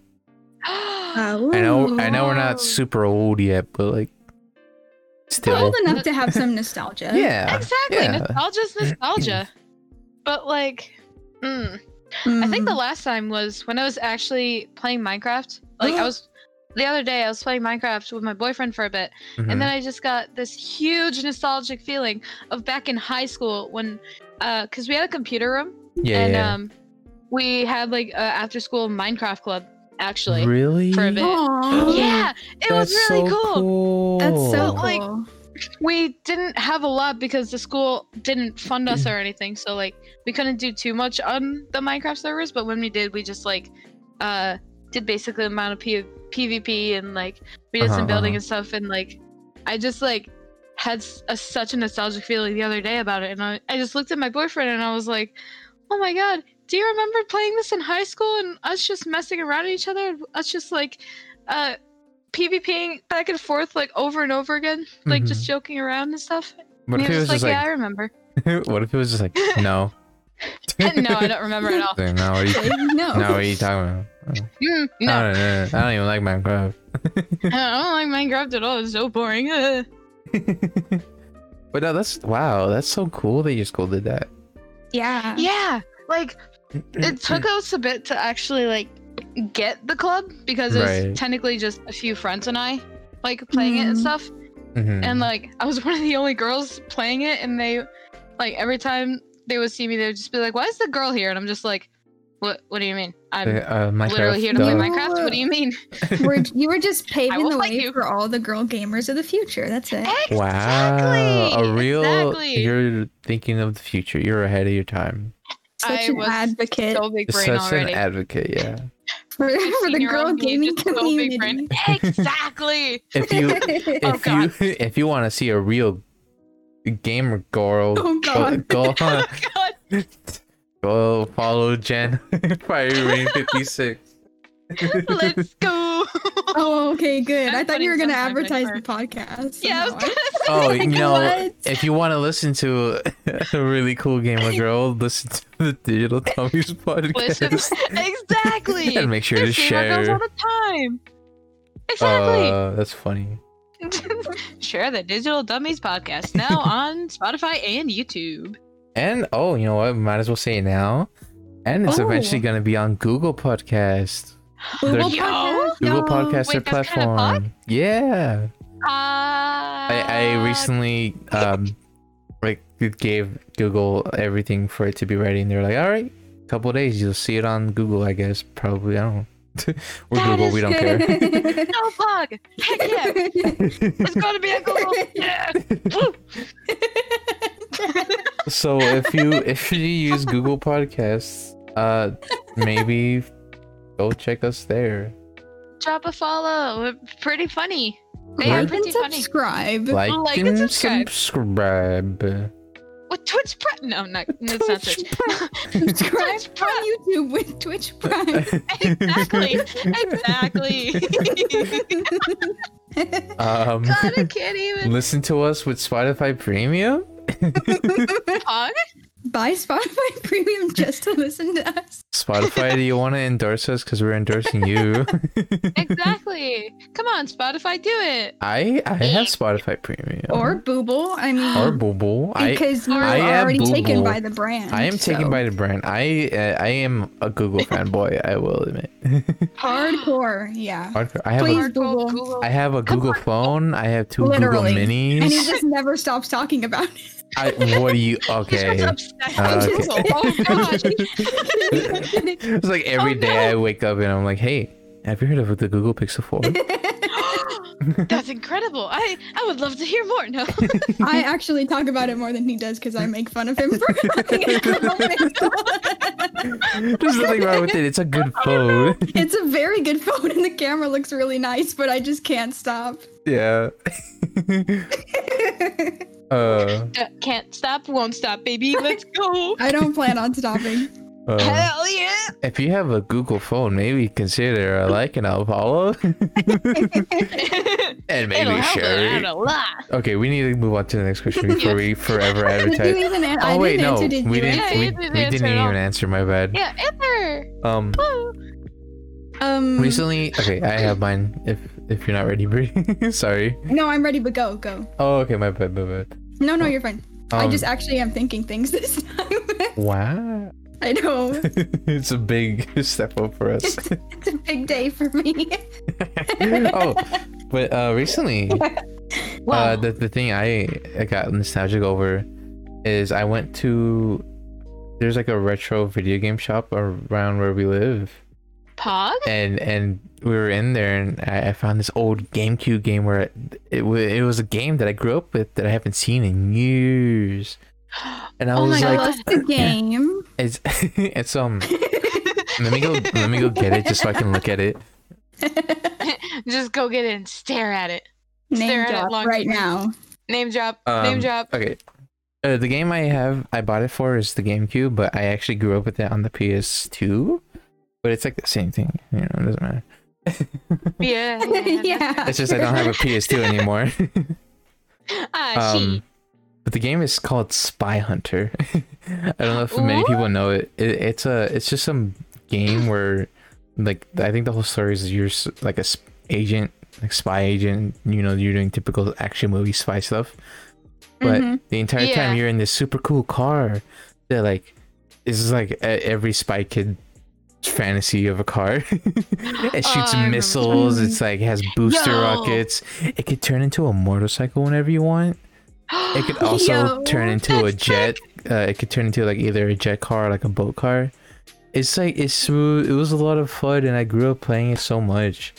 [SPEAKER 3] I know. I know we're not super old yet, but like,
[SPEAKER 2] We're
[SPEAKER 3] still.
[SPEAKER 2] old enough to have some nostalgia.
[SPEAKER 3] Yeah.
[SPEAKER 1] exactly.
[SPEAKER 3] Yeah.
[SPEAKER 1] Nostalgia's nostalgia. but like, mm, I think
[SPEAKER 3] Mm-hmm.
[SPEAKER 1] the last time was when I was actually playing Minecraft. Like I was the other day, I was playing Minecraft with my boyfriend for a bit,
[SPEAKER 3] Mm-hmm.
[SPEAKER 1] and then I just got this huge nostalgic feeling of back in high school when, uh, because we had a computer room
[SPEAKER 3] yeah.
[SPEAKER 1] and
[SPEAKER 3] yeah.
[SPEAKER 1] um, we had like a after school Minecraft club actually
[SPEAKER 3] really?
[SPEAKER 1] for a bit.
[SPEAKER 2] Mm-hmm. Aw.
[SPEAKER 1] Yeah, it was
[SPEAKER 3] That's
[SPEAKER 1] really
[SPEAKER 3] so
[SPEAKER 1] cool.
[SPEAKER 3] cool.
[SPEAKER 2] That's so
[SPEAKER 1] But, like,
[SPEAKER 2] cool.
[SPEAKER 1] We didn't have a lot because the school didn't fund us or anything, so like we couldn't do too much on the Minecraft servers. But when we did, we just like uh did basically the amount of P- PvP and like we did
[SPEAKER 3] Uh-huh,
[SPEAKER 1] some building
[SPEAKER 3] uh-huh.
[SPEAKER 1] and stuff. And like I just like had s- a, such a nostalgic feeling the other day about it, and I, I just looked at my boyfriend and I was like, "Oh my god, do you remember playing this in high school and us just messing around at each other? Us just like uh PvPing back and forth like over and over again, like just
[SPEAKER 3] Mm-hmm.
[SPEAKER 1] joking around and stuff.
[SPEAKER 3] What
[SPEAKER 1] and
[SPEAKER 3] if it
[SPEAKER 1] he
[SPEAKER 3] was just
[SPEAKER 1] yeah, I remember.
[SPEAKER 3] like? What if it was just like no?
[SPEAKER 1] no, I don't remember at all.
[SPEAKER 3] Like, no, what are you,
[SPEAKER 2] No.
[SPEAKER 3] no, what are you talking about?
[SPEAKER 1] Mm,
[SPEAKER 3] No.
[SPEAKER 1] no,
[SPEAKER 3] no, no, no, I don't even like Minecraft.
[SPEAKER 1] I don't like Minecraft at all. It's so boring. Uh,
[SPEAKER 3] But no, that's wow. That's so cool that your school did that.
[SPEAKER 2] Yeah.
[SPEAKER 1] yeah, like
[SPEAKER 3] Mm-hmm.
[SPEAKER 1] it took us a bit to actually like get the club because it was
[SPEAKER 3] Right. Mm-hmm.
[SPEAKER 1] technically just a few friends and I like playing it and
[SPEAKER 2] Mm.
[SPEAKER 1] stuff.
[SPEAKER 3] Mhm.
[SPEAKER 1] and like I was one of the only girls playing it, and they, like every time they would see me, they would just be like, "Why is the girl here?" And I'm just like, "What? What do you mean? I'm
[SPEAKER 3] uh, Minecraft,
[SPEAKER 1] literally here to play
[SPEAKER 3] duh.
[SPEAKER 2] my-
[SPEAKER 1] Minecraft. What do you mean?"
[SPEAKER 2] We're, you were just paving
[SPEAKER 1] will
[SPEAKER 2] the
[SPEAKER 1] fight
[SPEAKER 2] way
[SPEAKER 1] you.
[SPEAKER 2] for all the girl gamers of the future. That's it.
[SPEAKER 3] Wow,
[SPEAKER 1] Exactly,
[SPEAKER 3] a real.
[SPEAKER 1] exactly.
[SPEAKER 3] You're thinking of the future. You're ahead of your time.
[SPEAKER 2] Such
[SPEAKER 1] I
[SPEAKER 2] an
[SPEAKER 1] was
[SPEAKER 2] advocate
[SPEAKER 1] So big
[SPEAKER 3] You're
[SPEAKER 1] brain
[SPEAKER 3] such
[SPEAKER 1] already.
[SPEAKER 3] an advocate. Yeah.
[SPEAKER 2] for, for the
[SPEAKER 1] 16-year-old
[SPEAKER 2] girl
[SPEAKER 1] me,
[SPEAKER 2] gaming
[SPEAKER 1] just so big
[SPEAKER 2] community.
[SPEAKER 1] brain. exactly.
[SPEAKER 3] If you
[SPEAKER 1] Oh,
[SPEAKER 3] if
[SPEAKER 1] God.
[SPEAKER 3] you if you want to see a real gamer girl,
[SPEAKER 2] Oh, God.
[SPEAKER 3] go go,
[SPEAKER 1] God.
[SPEAKER 3] go follow Jen Fire Oh, Fifty Six.
[SPEAKER 1] Let's go.
[SPEAKER 2] oh, okay, good.
[SPEAKER 1] I'm
[SPEAKER 2] i thought
[SPEAKER 1] putting
[SPEAKER 2] you were going to
[SPEAKER 1] some time and
[SPEAKER 2] advertise the
[SPEAKER 1] effort.
[SPEAKER 2] podcast.
[SPEAKER 1] yeah, I was
[SPEAKER 2] somehow.
[SPEAKER 1] gonna say.
[SPEAKER 3] Oh,
[SPEAKER 2] Like,
[SPEAKER 3] you know,
[SPEAKER 2] what?
[SPEAKER 3] if you want to listen to a really cool gamer girl, listen to the Digital Dummies
[SPEAKER 1] Listen,
[SPEAKER 3] podcast.
[SPEAKER 1] exactly.
[SPEAKER 3] and make sure to
[SPEAKER 1] There's gamer girls all
[SPEAKER 3] share.
[SPEAKER 1] the time. Exactly.
[SPEAKER 3] Uh, that's funny. Uh.
[SPEAKER 1] share the Digital Dummies podcast now on Spotify and YouTube.
[SPEAKER 3] And oh, you know what? Might as well say it now. And it's eventually
[SPEAKER 2] Oh.
[SPEAKER 3] going to be on Google Podcast,
[SPEAKER 2] Google
[SPEAKER 1] Yo.
[SPEAKER 2] Podcast,
[SPEAKER 3] Google
[SPEAKER 2] y'all.
[SPEAKER 3] Podcast,
[SPEAKER 1] wait,
[SPEAKER 3] their
[SPEAKER 1] that's
[SPEAKER 3] platform.
[SPEAKER 1] kinda hot?
[SPEAKER 3] yeah.
[SPEAKER 1] Uh,
[SPEAKER 3] I, I recently um like gave Google everything for it to be ready, and they're like, "All right, couple of days, you'll see it on Google." I guess probably I don't. know. We're
[SPEAKER 1] That
[SPEAKER 3] Google,
[SPEAKER 1] is
[SPEAKER 3] we don't care.
[SPEAKER 1] No bug. Heck yeah. It's gonna be a Google. Yeah. Woo.
[SPEAKER 3] so if you if you use Google Podcasts, uh, maybe go check us there.
[SPEAKER 1] Drop a follow. We're pretty funny. They are
[SPEAKER 2] Like
[SPEAKER 1] pretty
[SPEAKER 2] and
[SPEAKER 1] funny.
[SPEAKER 2] subscribe.
[SPEAKER 3] Like,
[SPEAKER 1] Like
[SPEAKER 3] and
[SPEAKER 1] and
[SPEAKER 3] subscribe.
[SPEAKER 1] subscribe. With Twitch Prime. No, not. That's not Twitch.
[SPEAKER 2] subscribe
[SPEAKER 1] Twitch Prime.
[SPEAKER 2] on YouTube with Twitch Prime.
[SPEAKER 1] Exactly. Exactly.
[SPEAKER 3] Um,
[SPEAKER 1] God, I can't even.
[SPEAKER 3] listen to us with Spotify Premium.
[SPEAKER 1] Pog?
[SPEAKER 2] Buy Spotify Premium just to listen to us.
[SPEAKER 3] Spotify, do you want to endorse us? Because we're endorsing you.
[SPEAKER 1] Exactly. Come on, Spotify, do it.
[SPEAKER 3] I I have Spotify Premium.
[SPEAKER 2] Or Booble. I mean,
[SPEAKER 3] Uh-huh. or Booble. I
[SPEAKER 2] because we're
[SPEAKER 1] I
[SPEAKER 3] am
[SPEAKER 2] already taken
[SPEAKER 3] Booble.
[SPEAKER 2] by the brand.
[SPEAKER 3] I am taken
[SPEAKER 2] so.
[SPEAKER 3] by the brand. I uh, I am a Google fanboy. I will admit.
[SPEAKER 2] hardcore. Yeah.
[SPEAKER 3] Hardcore. I have
[SPEAKER 2] Please.
[SPEAKER 3] a
[SPEAKER 1] Google.
[SPEAKER 2] Google.
[SPEAKER 1] Google.
[SPEAKER 3] I have a Google phone. I have two
[SPEAKER 2] Literally.
[SPEAKER 3] Google
[SPEAKER 2] And he
[SPEAKER 3] Minis.
[SPEAKER 2] just never stops talking about it.
[SPEAKER 3] I, what do you? Okay.
[SPEAKER 1] She's upset.
[SPEAKER 3] Uh,
[SPEAKER 1] with
[SPEAKER 2] okay.
[SPEAKER 1] Google. Oh gosh.
[SPEAKER 3] It's like every
[SPEAKER 1] Oh,
[SPEAKER 3] day I wake up and I'm like, hey, have you heard of the Google Pixel 4?
[SPEAKER 1] That's incredible. I I would love to hear more. No.
[SPEAKER 2] I actually talk about it more than he does because I make fun of him for having an iPhone.
[SPEAKER 3] There's nothing wrong with it. It's a good phone.
[SPEAKER 2] It's a very good phone and the camera looks really nice, but I just can't stop.
[SPEAKER 3] yeah. uh,
[SPEAKER 1] Uh, can't stop, won't stop, baby. Let's go.
[SPEAKER 2] I don't plan on stopping.
[SPEAKER 3] uh,
[SPEAKER 1] Hell yeah.
[SPEAKER 3] if you have a Google phone, maybe consider uh, liking a follow and
[SPEAKER 1] It'll
[SPEAKER 3] maybe
[SPEAKER 1] help
[SPEAKER 3] share.
[SPEAKER 1] it
[SPEAKER 3] it.
[SPEAKER 1] out a lot.
[SPEAKER 3] Okay, we need to move on to the next question before we forever
[SPEAKER 2] Did you
[SPEAKER 3] advertise.
[SPEAKER 2] even an- I
[SPEAKER 3] Oh wait,
[SPEAKER 2] didn't
[SPEAKER 3] no, we
[SPEAKER 2] answer, did
[SPEAKER 3] didn't.
[SPEAKER 2] you?
[SPEAKER 1] Yeah,
[SPEAKER 3] we,
[SPEAKER 1] you didn't
[SPEAKER 3] we
[SPEAKER 1] answer
[SPEAKER 3] didn't
[SPEAKER 1] at all.
[SPEAKER 3] even answer. My bad.
[SPEAKER 1] Yeah, Amber.
[SPEAKER 3] Um,
[SPEAKER 1] Woo. Mm.
[SPEAKER 2] Um,
[SPEAKER 3] recently. Okay, I have mine. If if you're not ready, Bree. Sorry.
[SPEAKER 2] no, I'm ready, but go, go.
[SPEAKER 3] Oh, okay, my bad, my bad.
[SPEAKER 2] No, no, you're fine. I
[SPEAKER 3] Um,
[SPEAKER 2] just actually am thinking things this time.
[SPEAKER 3] Wow.
[SPEAKER 2] I know.
[SPEAKER 3] it's a big step up for us.
[SPEAKER 2] It's a big day for me.
[SPEAKER 3] oh, but uh, recently,
[SPEAKER 1] Wow.
[SPEAKER 3] uh, the, the thing I, I got nostalgic over is I went to there's like a retro video game shop around where we live,
[SPEAKER 1] Pog.
[SPEAKER 3] and and we were in there and I, I found this old GameCube game where it, it wa- it was a game that I grew up with that I haven't seen in years, and I
[SPEAKER 1] Oh
[SPEAKER 3] was
[SPEAKER 1] my
[SPEAKER 3] like,
[SPEAKER 1] God.
[SPEAKER 2] That's the game.
[SPEAKER 3] it's it's um. Let me go. Let me go get it just so I can look at it.
[SPEAKER 1] Just go get it and stare at it. Stare
[SPEAKER 2] Name
[SPEAKER 1] at it
[SPEAKER 2] drop
[SPEAKER 1] long-
[SPEAKER 2] right now.
[SPEAKER 1] Name drop.
[SPEAKER 3] Um,
[SPEAKER 1] name drop.
[SPEAKER 3] Okay. Uh, the game I have, I bought it for is the GameCube, but I actually grew up with it on the PS2. But it's like the same thing, you know. It doesn't matter.
[SPEAKER 1] Yeah.
[SPEAKER 2] yeah.
[SPEAKER 3] It's just I don't have a PS2 anymore.
[SPEAKER 1] Ah, she.
[SPEAKER 3] um, but the game is called Spy Hunter. I don't know if many
[SPEAKER 1] Ooh.
[SPEAKER 3] people know it. it. It's a, it's just some game where, like, I think the whole story is you're s- like a s- agent, like spy agent. You know, you're doing typical action movie spy stuff. But
[SPEAKER 2] Mhm.
[SPEAKER 3] the entire
[SPEAKER 1] Mm-hmm. Yeah.
[SPEAKER 3] time you're in this super cool car. That like, this is like e- every spy kid fantasy of a car. it
[SPEAKER 1] Oh,
[SPEAKER 3] shoots
[SPEAKER 1] I remember. Mm-hmm.
[SPEAKER 3] missiles. It's like has booster
[SPEAKER 1] Yo.
[SPEAKER 3] rockets. It could turn into a motorcycle whenever you want. Um, It could also
[SPEAKER 2] Yo,
[SPEAKER 3] turn into a
[SPEAKER 1] that's sick.
[SPEAKER 3] jet. Uh, it could turn into like either a jet car or like a boat car. It's like it's smooth. It was a lot of fun, and I grew up playing it so much.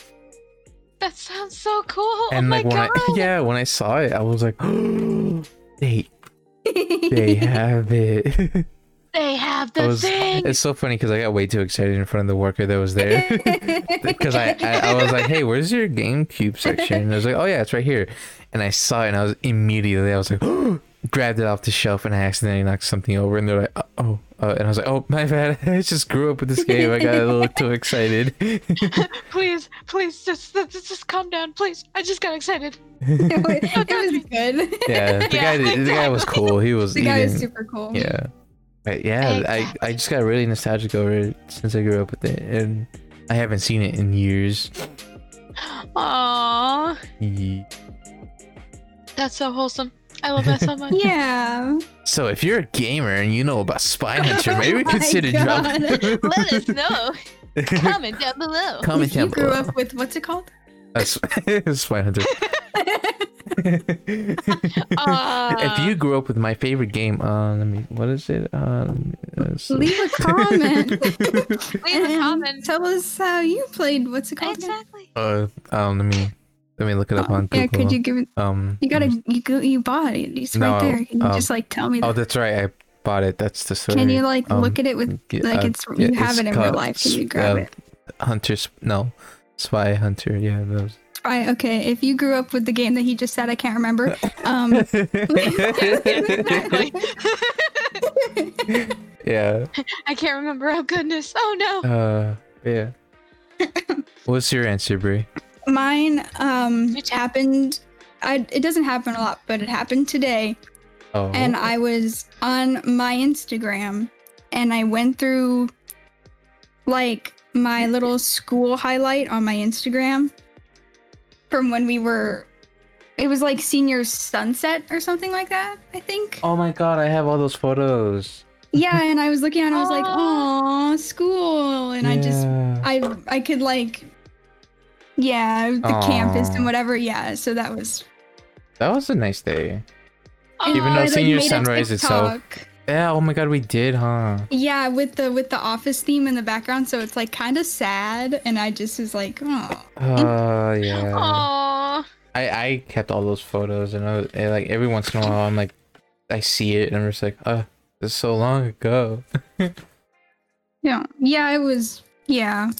[SPEAKER 1] that sounds so cool.
[SPEAKER 3] and
[SPEAKER 1] oh my
[SPEAKER 3] like when
[SPEAKER 1] god.
[SPEAKER 3] I yeah, when I saw it, I was like, they they have it.
[SPEAKER 1] They have
[SPEAKER 3] I
[SPEAKER 1] the
[SPEAKER 3] was-
[SPEAKER 1] thing.
[SPEAKER 3] it's so funny because I got way too excited in front of the worker that was there because I, I I was like, hey, where's your GameCube section? And I was like, oh yeah, it's right here. And I saw it, and I was immediately I was like, grabbed it off the shelf, and I accidentally knocked something over, and they're like, "Uh, oh. Uh, and I was like, oh my bad, I just grew up with this game. I got a little too excited.
[SPEAKER 1] please, please, just, just, just calm down, please. I just got excited.
[SPEAKER 2] it was good.
[SPEAKER 3] Yeah,
[SPEAKER 1] Yeah,
[SPEAKER 3] the guy, the guy was cool. He was.
[SPEAKER 2] The
[SPEAKER 3] he
[SPEAKER 2] guy is
[SPEAKER 3] didn't-
[SPEAKER 2] super cool.
[SPEAKER 3] Yeah. But yeah, I, I just got really nostalgic over it since I grew up with it, and I haven't seen it in years.
[SPEAKER 1] Aww,
[SPEAKER 3] Ye-
[SPEAKER 1] that's so wholesome. I love that so much.
[SPEAKER 2] Yeah.
[SPEAKER 3] So if you're a gamer and you know about Spy Hunter, maybe
[SPEAKER 2] Oh my
[SPEAKER 3] consider dropping.
[SPEAKER 2] God.
[SPEAKER 1] Let us know. Comment down below.
[SPEAKER 3] Comment
[SPEAKER 2] you
[SPEAKER 3] down
[SPEAKER 2] grew
[SPEAKER 3] below.
[SPEAKER 2] up with what's it called?
[SPEAKER 3] Uh, Sp- Spy Hunter.
[SPEAKER 1] Uh,
[SPEAKER 3] if you grew up with my favorite game, uh, let me. What is it? Uh, let me- uh, so-
[SPEAKER 2] Leave a comment.
[SPEAKER 1] leave a
[SPEAKER 2] and
[SPEAKER 1] comment.
[SPEAKER 2] Tell us how you played what's it called? again?
[SPEAKER 1] Exactly.
[SPEAKER 3] uh, um, let me let me look it up on Google.
[SPEAKER 2] Uh, yeah, could you give it
[SPEAKER 3] Um,
[SPEAKER 2] you gotta you go you bought it. It's right
[SPEAKER 3] No,
[SPEAKER 2] there. Can you
[SPEAKER 3] um,
[SPEAKER 2] just like tell me
[SPEAKER 3] Oh,
[SPEAKER 2] that?
[SPEAKER 3] that's right. I bought it. That's the story.
[SPEAKER 2] Can you like
[SPEAKER 3] um,
[SPEAKER 2] look at it with
[SPEAKER 3] G-
[SPEAKER 2] like
[SPEAKER 3] uh,
[SPEAKER 2] it's
[SPEAKER 3] yeah,
[SPEAKER 2] you have
[SPEAKER 3] it's
[SPEAKER 2] it in real
[SPEAKER 3] called
[SPEAKER 2] life? Can you
[SPEAKER 3] sp-
[SPEAKER 2] grab
[SPEAKER 3] uh,
[SPEAKER 2] it?
[SPEAKER 3] Hunter. sp- No, Spy Hunter. Yeah, those.
[SPEAKER 2] Right, okay. If you grew up with the game that he just said, I can't remember. Um
[SPEAKER 1] Exactly.
[SPEAKER 3] yeah.
[SPEAKER 1] I can't remember. Oh goodness. Oh no.
[SPEAKER 3] Uh, yeah. What's your answer, Brie?
[SPEAKER 2] mine um
[SPEAKER 1] You too.
[SPEAKER 2] happened I it doesn't happen a lot, but it happened today.
[SPEAKER 3] Oh.
[SPEAKER 2] and I was on my Instagram and I went through like my little school highlight on my Instagram from when we were it was like senior sunset or something like that, I think.
[SPEAKER 3] Oh my god, I have all those photos.
[SPEAKER 2] Yeah, and I was looking and I was like,
[SPEAKER 1] Aw.
[SPEAKER 2] "Oh, school." And I just I I could like yeah, the campus
[SPEAKER 3] Aw.
[SPEAKER 2] and whatever. Yeah, so that was
[SPEAKER 3] That was a nice day.
[SPEAKER 1] Oh,
[SPEAKER 3] Even
[SPEAKER 2] I,
[SPEAKER 3] though
[SPEAKER 2] like,
[SPEAKER 3] Senior
[SPEAKER 2] made a
[SPEAKER 3] Sunrise itself-
[SPEAKER 2] TikTok.
[SPEAKER 3] Yeah. Oh my god, we did, huh?
[SPEAKER 2] Yeah, with the with the office theme in the background, so it's like kind of sad, and I just was like, oh,
[SPEAKER 3] Oh yeah.
[SPEAKER 1] Aw.
[SPEAKER 3] I I kept all those photos, and I was, and, like every once in a while, I'm like, I see it, and I'm just like, oh, this is so long ago.
[SPEAKER 2] yeah, yeah, it was, yeah,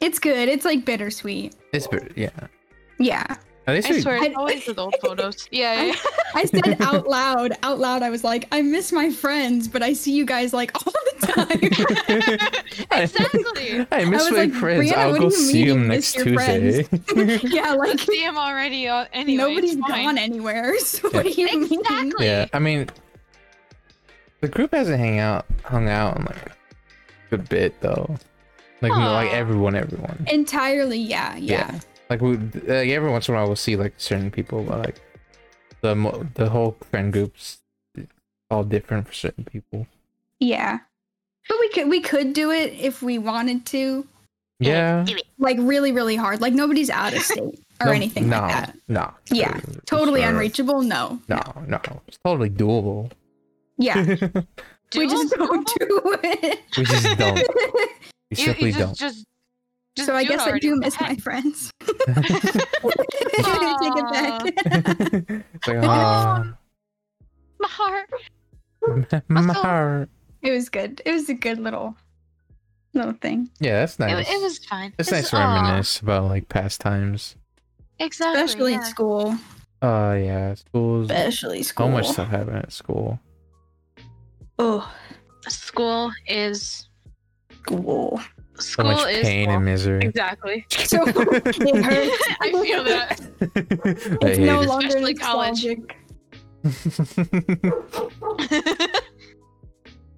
[SPEAKER 2] it's good. It's like bittersweet.
[SPEAKER 3] It's br- yeah.
[SPEAKER 2] Yeah,
[SPEAKER 3] At least
[SPEAKER 1] I
[SPEAKER 3] we-
[SPEAKER 1] swear, it's
[SPEAKER 2] I-
[SPEAKER 1] always with old photos. Yeah, yeah.
[SPEAKER 2] I said out loud, out loud, I was like, I miss my friends, but I see you guys like all the time.
[SPEAKER 3] I-
[SPEAKER 1] exactly.
[SPEAKER 3] I miss
[SPEAKER 2] was
[SPEAKER 3] my
[SPEAKER 2] like,
[SPEAKER 3] friends.
[SPEAKER 2] "Brianna,
[SPEAKER 3] I'll
[SPEAKER 2] what
[SPEAKER 3] go
[SPEAKER 2] do you
[SPEAKER 3] see
[SPEAKER 2] mean you
[SPEAKER 3] them next
[SPEAKER 2] miss your
[SPEAKER 3] Tuesday.
[SPEAKER 2] yeah, like
[SPEAKER 1] See him already. Uh, anyway,
[SPEAKER 2] nobody's
[SPEAKER 1] it's fine.
[SPEAKER 2] gone anywhere. So what do you mean?
[SPEAKER 1] Exactly.
[SPEAKER 3] yeah. I mean, the group hasn't hang out hung out in like a good bit though. Like no, like
[SPEAKER 1] Aw.
[SPEAKER 3] everyone, everyone.
[SPEAKER 2] Entirely, yeah, yeah,
[SPEAKER 3] Like we like every once in a while we'll see like certain people, but like the mo- the whole friend groups all different for certain people.
[SPEAKER 2] yeah. But we could we could do it if we wanted to.
[SPEAKER 3] Yeah.
[SPEAKER 2] like really really hard like nobody's out of state or
[SPEAKER 3] No-
[SPEAKER 2] anything
[SPEAKER 3] no,
[SPEAKER 2] like that
[SPEAKER 3] No.
[SPEAKER 2] Yeah,
[SPEAKER 3] it's
[SPEAKER 2] totally
[SPEAKER 3] not-
[SPEAKER 2] unreachable no
[SPEAKER 3] No, no, it's totally doable.
[SPEAKER 2] yeah
[SPEAKER 1] Do
[SPEAKER 2] we just
[SPEAKER 1] it.
[SPEAKER 2] don't do it
[SPEAKER 3] we just don't. We
[SPEAKER 1] You,
[SPEAKER 3] simply
[SPEAKER 1] you just,
[SPEAKER 3] don't.
[SPEAKER 1] just, just
[SPEAKER 2] so i
[SPEAKER 1] do it
[SPEAKER 2] guess i
[SPEAKER 1] already.
[SPEAKER 2] do
[SPEAKER 1] What the
[SPEAKER 2] miss
[SPEAKER 1] heck?
[SPEAKER 2] my friends take it back
[SPEAKER 3] it's like, ah,
[SPEAKER 1] my heart.
[SPEAKER 3] my
[SPEAKER 1] Also-
[SPEAKER 3] heart.
[SPEAKER 2] it was good it was a good little little thing
[SPEAKER 3] Yeah, that's
[SPEAKER 1] It-
[SPEAKER 3] nice.
[SPEAKER 1] It, was fine.
[SPEAKER 3] it's
[SPEAKER 1] This
[SPEAKER 3] nice
[SPEAKER 1] is-
[SPEAKER 3] to
[SPEAKER 1] aw.
[SPEAKER 3] reminisce about like past times.
[SPEAKER 1] Exactly.
[SPEAKER 2] especially
[SPEAKER 1] yeah.
[SPEAKER 2] at school
[SPEAKER 3] Oh yeah, school's
[SPEAKER 2] especially school
[SPEAKER 3] so much stuff happened at school.
[SPEAKER 2] oh
[SPEAKER 1] School is
[SPEAKER 2] school
[SPEAKER 3] So
[SPEAKER 1] school
[SPEAKER 3] much
[SPEAKER 1] is
[SPEAKER 3] pain
[SPEAKER 1] school.
[SPEAKER 3] and misery.
[SPEAKER 1] exactly.
[SPEAKER 2] so it hurts
[SPEAKER 1] I feel that.
[SPEAKER 3] I
[SPEAKER 2] it's
[SPEAKER 3] hate
[SPEAKER 2] no
[SPEAKER 3] it.
[SPEAKER 2] longer
[SPEAKER 1] Especially college.
[SPEAKER 2] nostalgic.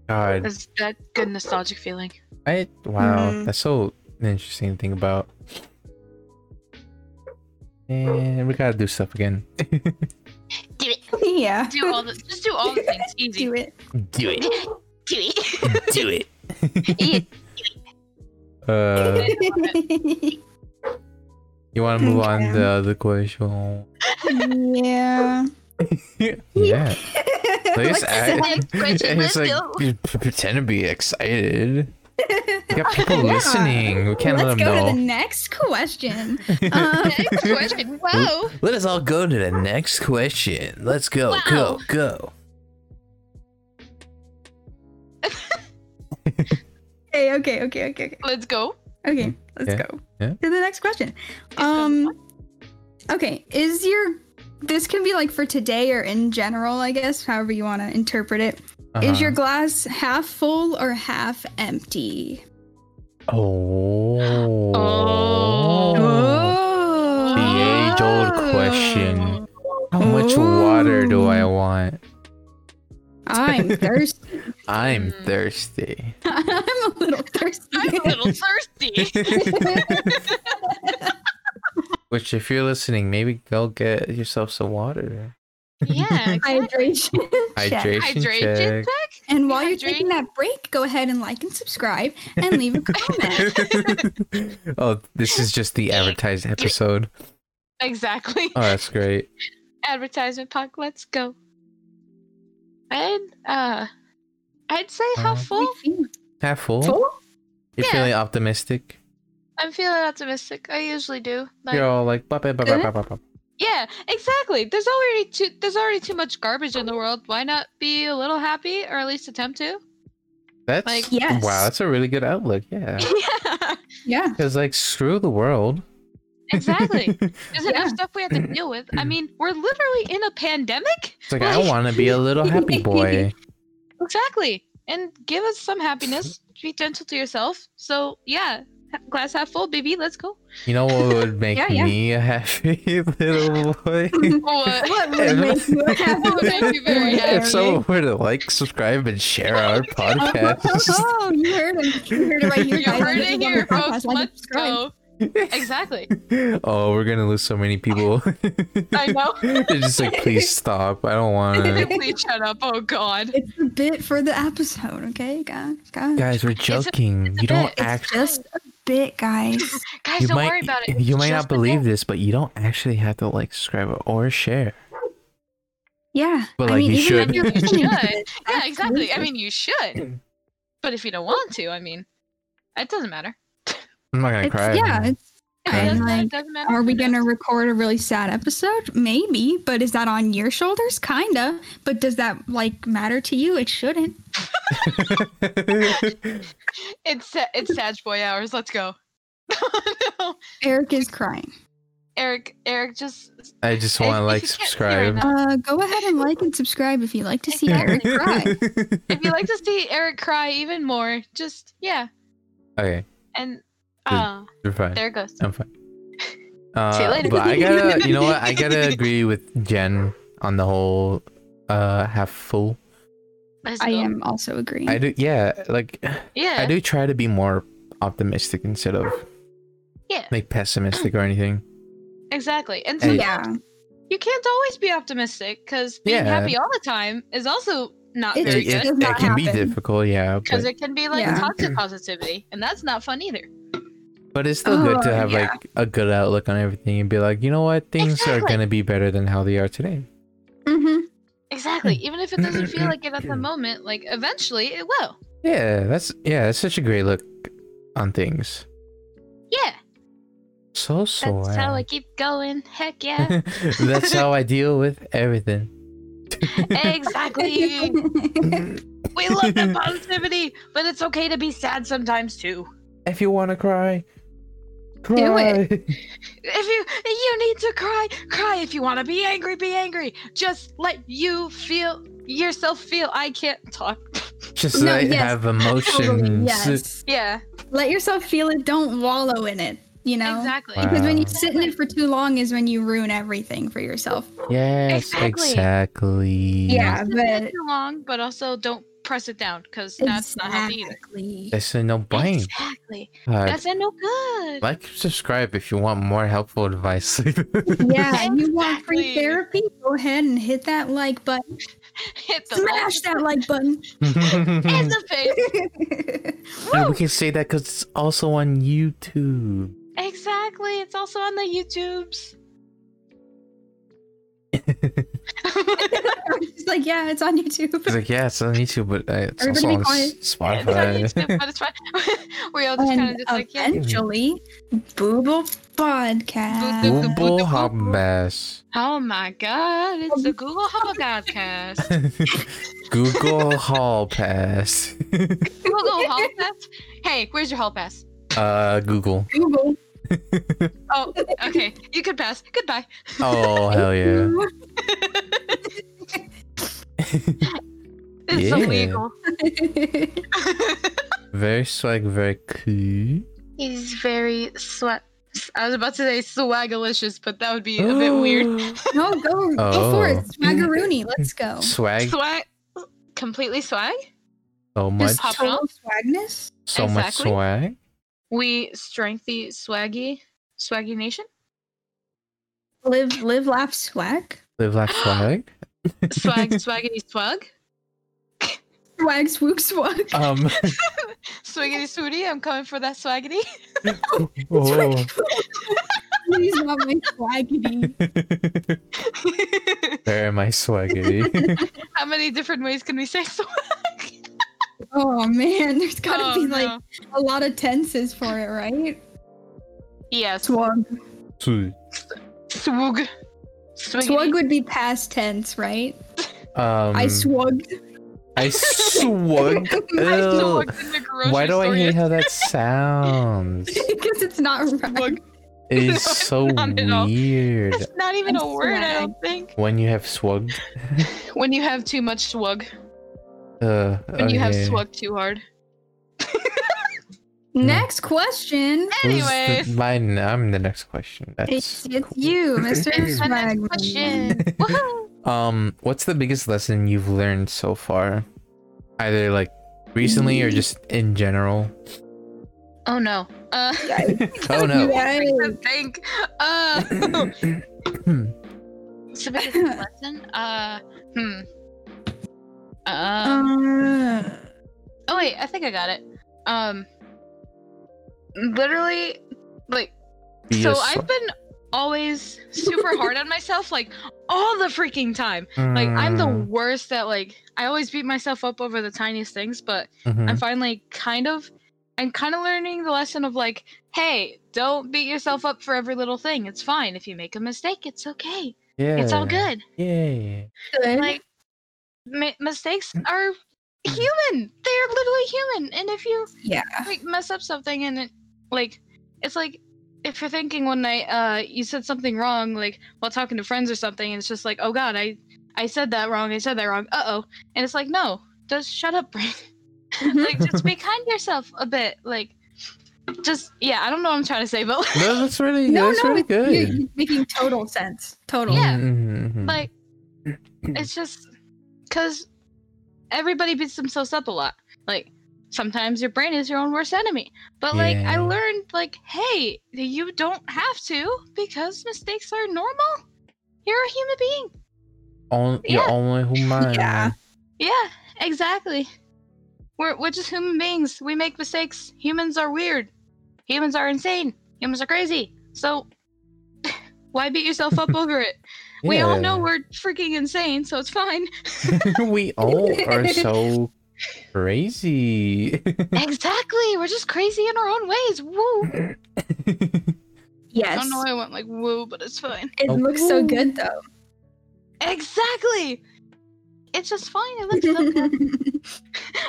[SPEAKER 3] God,
[SPEAKER 1] It's that good nostalgic feeling.
[SPEAKER 3] I wow,
[SPEAKER 2] Mhm.
[SPEAKER 3] that's so interesting to think about. And we gotta do stuff again.
[SPEAKER 1] Do it.
[SPEAKER 2] yeah
[SPEAKER 1] Do all the. Just do all the things. Easy.
[SPEAKER 2] do it
[SPEAKER 3] Do it.
[SPEAKER 1] Do it.
[SPEAKER 3] Do it.
[SPEAKER 1] Eat.
[SPEAKER 3] Uh, you want to move on
[SPEAKER 2] Okay.
[SPEAKER 3] to the other question?
[SPEAKER 2] yeah
[SPEAKER 3] Yeah. They
[SPEAKER 2] Like
[SPEAKER 3] just
[SPEAKER 1] next
[SPEAKER 3] act-
[SPEAKER 1] question, let's
[SPEAKER 3] it's like
[SPEAKER 1] go.
[SPEAKER 3] you p- pretend to be excited. We got people
[SPEAKER 2] Yeah.
[SPEAKER 3] listening. We can't let
[SPEAKER 2] Let's
[SPEAKER 3] them
[SPEAKER 2] go
[SPEAKER 3] know.
[SPEAKER 2] to the next question. Um,
[SPEAKER 1] Next question. Whoa.
[SPEAKER 3] Let us all go to the next question. Let's go,
[SPEAKER 1] go, Wow.
[SPEAKER 3] go.
[SPEAKER 2] okay, okay, okay, okay, okay.
[SPEAKER 1] Let's go.
[SPEAKER 2] Okay, let's
[SPEAKER 3] Yeah,
[SPEAKER 2] go
[SPEAKER 3] yeah.
[SPEAKER 2] to the next question.
[SPEAKER 1] go.
[SPEAKER 2] Um, okay, is your this can be like for today or in general, I guess, however you want to interpret it. Is
[SPEAKER 3] Uh-huh.
[SPEAKER 2] your glass half full or half empty?
[SPEAKER 3] Uh-huh. oh,
[SPEAKER 2] Oh,
[SPEAKER 3] the age-old question. How much water do I want?
[SPEAKER 2] I'm thirsty.
[SPEAKER 3] I'm
[SPEAKER 2] Hmm.
[SPEAKER 1] Mm.
[SPEAKER 3] thirsty.
[SPEAKER 2] I'm a little thirsty.
[SPEAKER 1] I'm a little thirsty.
[SPEAKER 3] Which, if you're listening, maybe go get yourself some water.
[SPEAKER 1] yeah. Exactly.
[SPEAKER 2] Hydration. check.
[SPEAKER 3] Hydration,
[SPEAKER 1] Hydration
[SPEAKER 3] check.
[SPEAKER 1] check.
[SPEAKER 2] And while you're
[SPEAKER 1] Dehydrate.
[SPEAKER 2] taking that break, go ahead and like and subscribe and leave a comment.
[SPEAKER 3] oh, this is just the advertised episode.
[SPEAKER 1] Exactly.
[SPEAKER 3] Oh, that's great.
[SPEAKER 1] Advertisement puck. Let's go. I'd uh, I'd say how
[SPEAKER 3] Uh-huh.
[SPEAKER 1] full.
[SPEAKER 3] Half full.
[SPEAKER 2] Full?
[SPEAKER 3] You're
[SPEAKER 1] Yeah.
[SPEAKER 3] feeling optimistic.
[SPEAKER 1] I'm feeling optimistic. I usually do. Like,
[SPEAKER 3] You're all like, bop, bop, bop, bop,
[SPEAKER 2] Good.
[SPEAKER 3] bop, bop, bop.
[SPEAKER 1] yeah, exactly. There's already too there's already too much garbage in the world. Why not be a little happy or at least attempt to?
[SPEAKER 3] That's
[SPEAKER 1] Like-
[SPEAKER 2] Yes.
[SPEAKER 3] wow. That's a really good outlook. Yeah,
[SPEAKER 1] yeah,
[SPEAKER 2] Yeah.
[SPEAKER 3] because like screw the world.
[SPEAKER 1] exactly. There's
[SPEAKER 2] Yeah.
[SPEAKER 1] enough stuff we have to deal with.
[SPEAKER 3] Mm.
[SPEAKER 1] I mean, we're literally in a pandemic.
[SPEAKER 3] It's like I want to be a little happy boy.
[SPEAKER 1] Exactly. And give us some happiness. Be gentle to yourself. So yeah, ha- glass half full, baby. Let's go.
[SPEAKER 3] You know what would make
[SPEAKER 2] Yeah, yeah.
[SPEAKER 3] me a happy little boy?
[SPEAKER 1] What?
[SPEAKER 2] What would make you
[SPEAKER 1] What would
[SPEAKER 2] happy?
[SPEAKER 1] make you very happy? Oh
[SPEAKER 3] if someone were to like, subscribe, and share our podcast.
[SPEAKER 2] Oh, you heard it. You heard it right here.
[SPEAKER 1] You
[SPEAKER 2] guys.
[SPEAKER 1] heard
[SPEAKER 2] This
[SPEAKER 1] it
[SPEAKER 2] is on the
[SPEAKER 1] here,
[SPEAKER 2] podcast.
[SPEAKER 1] folks.
[SPEAKER 2] Like and
[SPEAKER 1] Let's
[SPEAKER 2] subscribe.
[SPEAKER 1] go. Exactly.
[SPEAKER 3] oh, we're gonna lose so many people.
[SPEAKER 1] I know.
[SPEAKER 3] They're just like, please stop. I don't want to.
[SPEAKER 1] Please shut up. Oh God.
[SPEAKER 2] It's a bit for the episode, okay, guys? Guys,
[SPEAKER 3] Guys, we're
[SPEAKER 1] a-
[SPEAKER 3] joking. you don't
[SPEAKER 1] bit.
[SPEAKER 3] act.
[SPEAKER 2] just a bit, guys.
[SPEAKER 1] Guys,
[SPEAKER 3] You
[SPEAKER 1] don't
[SPEAKER 3] might,
[SPEAKER 1] worry about it.
[SPEAKER 3] you
[SPEAKER 1] It's
[SPEAKER 3] might
[SPEAKER 1] just
[SPEAKER 3] not
[SPEAKER 1] a bit.
[SPEAKER 3] believe this, but you don't actually have to like subscribe or share.
[SPEAKER 2] Yeah.
[SPEAKER 3] But
[SPEAKER 2] I
[SPEAKER 3] like
[SPEAKER 2] mean,
[SPEAKER 3] you
[SPEAKER 2] even
[SPEAKER 3] should.
[SPEAKER 2] if you're paying for
[SPEAKER 1] Yeah,
[SPEAKER 2] it,
[SPEAKER 1] Yeah,
[SPEAKER 2] that's
[SPEAKER 1] exactly. I
[SPEAKER 2] crazy.
[SPEAKER 1] mean, you should, but if you don't want to, I mean, it doesn't matter.
[SPEAKER 3] I'm not gonna
[SPEAKER 2] It's-
[SPEAKER 3] cry.
[SPEAKER 2] yeah, it's,
[SPEAKER 1] It
[SPEAKER 3] Right.
[SPEAKER 1] doesn't, matter.
[SPEAKER 2] Like,
[SPEAKER 1] it doesn't matter.
[SPEAKER 2] are we
[SPEAKER 1] It does-
[SPEAKER 2] gonna record a really sad episode? Maybe, but is that on your shoulders? Kinda. But does that like matter to you? It shouldn't.
[SPEAKER 1] It's sa- it's Sag Boy hours. Let's go. no.
[SPEAKER 2] Eric is crying.
[SPEAKER 1] Eric, Eric, just
[SPEAKER 3] I just
[SPEAKER 1] If-
[SPEAKER 3] want
[SPEAKER 1] if
[SPEAKER 3] to
[SPEAKER 1] you
[SPEAKER 3] like
[SPEAKER 1] can't hear
[SPEAKER 3] subscribe.
[SPEAKER 1] enough-
[SPEAKER 2] Uh, go ahead and like and subscribe if you like to see Eric cry.
[SPEAKER 1] if you like to see Eric cry even more, just yeah,
[SPEAKER 3] okay,
[SPEAKER 1] and
[SPEAKER 3] Good.
[SPEAKER 1] uh,
[SPEAKER 3] you're fine.
[SPEAKER 1] there it goes.
[SPEAKER 3] I'm fine. Uh,
[SPEAKER 1] See you later.
[SPEAKER 3] But I gotta, you know what? I gotta agree with Jen on the whole uh half full.
[SPEAKER 1] Let's
[SPEAKER 2] I
[SPEAKER 1] go.
[SPEAKER 2] am also agreeing.
[SPEAKER 3] I do, yeah. Like I
[SPEAKER 1] Yeah,
[SPEAKER 3] do try to be more optimistic instead of
[SPEAKER 1] Yeah.
[SPEAKER 3] like pessimistic or anything.
[SPEAKER 1] exactly. And so
[SPEAKER 3] Hey.
[SPEAKER 2] yeah,
[SPEAKER 1] you can't always be optimistic because being
[SPEAKER 3] Yeah.
[SPEAKER 1] happy all the time is also not
[SPEAKER 2] It-
[SPEAKER 1] very
[SPEAKER 3] It,
[SPEAKER 2] just
[SPEAKER 1] good
[SPEAKER 3] it,
[SPEAKER 2] does
[SPEAKER 3] it
[SPEAKER 2] not
[SPEAKER 3] can be
[SPEAKER 2] happen.
[SPEAKER 3] difficult, yeah.
[SPEAKER 1] because
[SPEAKER 3] But,
[SPEAKER 1] it can be like
[SPEAKER 2] Yeah.
[SPEAKER 1] toxic positivity, and that's not fun either.
[SPEAKER 3] but it's still good to
[SPEAKER 2] Oh,
[SPEAKER 3] have
[SPEAKER 1] yeah.
[SPEAKER 3] like a good outlook on everything and be like, you know what, things are
[SPEAKER 1] Exactly.
[SPEAKER 3] gonna be better than how they are today.
[SPEAKER 2] hmm
[SPEAKER 1] Exactly. Even if it doesn't feel like it at the moment, like eventually it will.
[SPEAKER 3] Yeah, that's yeah, that's such a great look on things.
[SPEAKER 1] Yeah.
[SPEAKER 3] So so
[SPEAKER 1] That's how I keep going. Heck yeah.
[SPEAKER 3] That's how I deal with everything.
[SPEAKER 1] exactly.
[SPEAKER 2] Mm-hmm.
[SPEAKER 1] We love the positivity, but it's okay to be sad sometimes too.
[SPEAKER 3] If you want to cry, cry.
[SPEAKER 2] it.
[SPEAKER 1] If you you need to cry, cry. If you want to be angry, be angry. Just let you feel yourself feel. I can't talk.
[SPEAKER 3] Just
[SPEAKER 2] No,
[SPEAKER 3] let it
[SPEAKER 2] yes,
[SPEAKER 3] have emotions.
[SPEAKER 2] Totally, yes.
[SPEAKER 1] Yeah.
[SPEAKER 2] Let yourself feel it. Don't wallow in it. You know.
[SPEAKER 1] Exactly.
[SPEAKER 3] Wow.
[SPEAKER 2] Because when you sit in it for too long is when you ruin everything for yourself.
[SPEAKER 3] Yes,
[SPEAKER 1] Exactly.
[SPEAKER 3] exactly.
[SPEAKER 2] Yeah,
[SPEAKER 1] Don't sit
[SPEAKER 2] but-
[SPEAKER 1] too long, but also don't press it down because that's not healthy either.
[SPEAKER 2] Exactly.
[SPEAKER 3] That's a no brain.
[SPEAKER 1] Exactly.
[SPEAKER 3] God.
[SPEAKER 1] That's a no good.
[SPEAKER 3] like subscribe if you want more helpful advice.
[SPEAKER 2] Yeah, you want free
[SPEAKER 1] Exactly.
[SPEAKER 2] therapy? Go ahead and hit that like button.
[SPEAKER 1] Hit the like.
[SPEAKER 2] Smash that like button.
[SPEAKER 1] in
[SPEAKER 3] and
[SPEAKER 1] the face.
[SPEAKER 3] we can say that because it's also on YouTube.
[SPEAKER 1] Exactly. It's also on the YouTubes.
[SPEAKER 2] I'm just like, yeah, it's on
[SPEAKER 3] It's
[SPEAKER 2] YouTube.
[SPEAKER 3] like yeah, it's on YouTube, but uh, it's
[SPEAKER 2] Everybody be
[SPEAKER 3] also on
[SPEAKER 2] quiet.
[SPEAKER 3] S-
[SPEAKER 1] It's on YouTube,
[SPEAKER 3] Spotify.
[SPEAKER 1] but it's fine. we all just kind of
[SPEAKER 2] And oh,
[SPEAKER 1] just like, yeah.
[SPEAKER 2] eventually, Booble Podcast.
[SPEAKER 3] Google hot mess.
[SPEAKER 1] Oh my god, it's the Google Home Podcast.
[SPEAKER 3] Google Hall Pass.
[SPEAKER 1] Google Hall Pass? Hey, where's your Hall Pass?
[SPEAKER 3] Uh, Google.
[SPEAKER 2] Google.
[SPEAKER 1] Oh, okay. You could pass. Goodbye.
[SPEAKER 3] Oh hell yeah.
[SPEAKER 1] It's
[SPEAKER 3] Yeah.
[SPEAKER 1] illegal.
[SPEAKER 3] Very swag, very cool.
[SPEAKER 1] He's very sweat. I was about to say swagalicious, but that would be a bit weird.
[SPEAKER 2] no, go, go for
[SPEAKER 3] Oh.
[SPEAKER 2] it. Swaggeroony. Let's go.
[SPEAKER 3] Swag
[SPEAKER 1] Swag? Completely swag?
[SPEAKER 3] so much,
[SPEAKER 2] Just
[SPEAKER 1] pop-
[SPEAKER 2] total swagness.
[SPEAKER 3] so much
[SPEAKER 1] Exactly.
[SPEAKER 3] swag.
[SPEAKER 1] We strengthy swaggy, swaggy nation?
[SPEAKER 2] Live, live, laugh, swag.
[SPEAKER 3] Live like swag.
[SPEAKER 1] Swag, swaggity swag?
[SPEAKER 2] Swag, swoog, swag.
[SPEAKER 3] Um.
[SPEAKER 1] Swiggity swooty, I'm coming for that swaggity. Oh,
[SPEAKER 3] whoa.
[SPEAKER 2] Please, not my swaggity.
[SPEAKER 3] Where am I swaggity?
[SPEAKER 1] How many different ways can we say swag?
[SPEAKER 2] Oh man, there's gotta
[SPEAKER 1] Oh,
[SPEAKER 2] be like
[SPEAKER 1] no.
[SPEAKER 2] a lot of tenses for it, right?
[SPEAKER 1] Yes.
[SPEAKER 2] Swag.
[SPEAKER 3] Sweet.
[SPEAKER 1] Swoog. Swiggity.
[SPEAKER 2] Swag would be past tense, right?
[SPEAKER 3] um,
[SPEAKER 2] I swag.
[SPEAKER 3] I swag.
[SPEAKER 1] I
[SPEAKER 3] Ew.
[SPEAKER 1] swagged in the grocery
[SPEAKER 3] Why do I
[SPEAKER 1] store
[SPEAKER 3] hate
[SPEAKER 1] yesterday.
[SPEAKER 3] how that sounds?
[SPEAKER 2] because it's not right.
[SPEAKER 1] No,
[SPEAKER 3] It's
[SPEAKER 1] it's
[SPEAKER 3] so
[SPEAKER 1] not at all.
[SPEAKER 3] weird
[SPEAKER 1] It's not even
[SPEAKER 2] I
[SPEAKER 1] a word, I don't think.
[SPEAKER 3] when you have swag.
[SPEAKER 1] When you have too much swag.
[SPEAKER 3] Uh,
[SPEAKER 1] When you have
[SPEAKER 3] okay.
[SPEAKER 1] swag too hard.
[SPEAKER 2] Next question.
[SPEAKER 3] Who's the-
[SPEAKER 1] Anyways.
[SPEAKER 3] mine. I'm the next question.
[SPEAKER 2] It's
[SPEAKER 3] That's
[SPEAKER 2] it's you, Mr.
[SPEAKER 1] It's my next
[SPEAKER 2] Swagman.
[SPEAKER 1] question. Woohoo!
[SPEAKER 3] um. What's the biggest lesson you've learned so far? Either like recently
[SPEAKER 2] Mm.
[SPEAKER 3] or just in general.
[SPEAKER 1] Oh no. Uh,
[SPEAKER 3] Oh no.
[SPEAKER 1] I think. Uh, it's the biggest lesson. Uh, hmm. Um,
[SPEAKER 2] Uh,
[SPEAKER 1] Oh wait, I think I got it. Um literally like
[SPEAKER 3] Be
[SPEAKER 1] so
[SPEAKER 3] a swa-
[SPEAKER 1] I've been always super hard on myself, like all the freaking time. Like I'm the
[SPEAKER 3] mm,
[SPEAKER 1] worst at like I always beat myself up over the tiniest things, but
[SPEAKER 3] Mhm.
[SPEAKER 1] I'm finally kind of I'm kind of learning the lesson of like, hey, don't beat yourself up for every little thing. It's fine if you make a mistake. It's okay.
[SPEAKER 3] yeah.
[SPEAKER 1] It's all good.
[SPEAKER 3] Yeah.
[SPEAKER 1] Like mi- mistakes are human. They're literally human. And if you
[SPEAKER 2] yeah.
[SPEAKER 1] like mess up something and it, like it's like if you're thinking one night uh you said something wrong like while talking to friends or something and it's just like oh god i i said that wrong i said that wrong uh-oh and it's like no just shut up Brandon.
[SPEAKER 2] Mhm.
[SPEAKER 1] like just be kind to yourself a bit like just yeah i don't know what i'm trying to say but like,
[SPEAKER 3] No, that's really
[SPEAKER 2] No,
[SPEAKER 3] that's
[SPEAKER 2] no,
[SPEAKER 3] really
[SPEAKER 2] it's
[SPEAKER 3] good.
[SPEAKER 2] you- you're making total sense. Total.
[SPEAKER 1] Yeah.
[SPEAKER 3] Mhm, mhm.
[SPEAKER 1] like it's just because everybody beats themselves up a lot like sometimes your brain is your own worst enemy but like i
[SPEAKER 3] Yeah.
[SPEAKER 1] learned like hey you don't have to because mistakes are normal you're a human being
[SPEAKER 3] On, You're
[SPEAKER 1] yeah.
[SPEAKER 3] only human.
[SPEAKER 2] Yeah.
[SPEAKER 1] yeah exactly we're, we're just human beings we make mistakes humans are weird humans are insane humans are crazy so why beat yourself up over it we all know we're freaking insane so it's fine
[SPEAKER 3] Yeah. we all Oh, are so crazy.
[SPEAKER 1] Exactly. We're just crazy in our own ways. Woo. I
[SPEAKER 2] Yes.
[SPEAKER 1] don't know why I went like woo, but it's fine.
[SPEAKER 2] It
[SPEAKER 3] Oh.
[SPEAKER 2] looks so good though.
[SPEAKER 1] Exactly. It's just fine. It looks so good.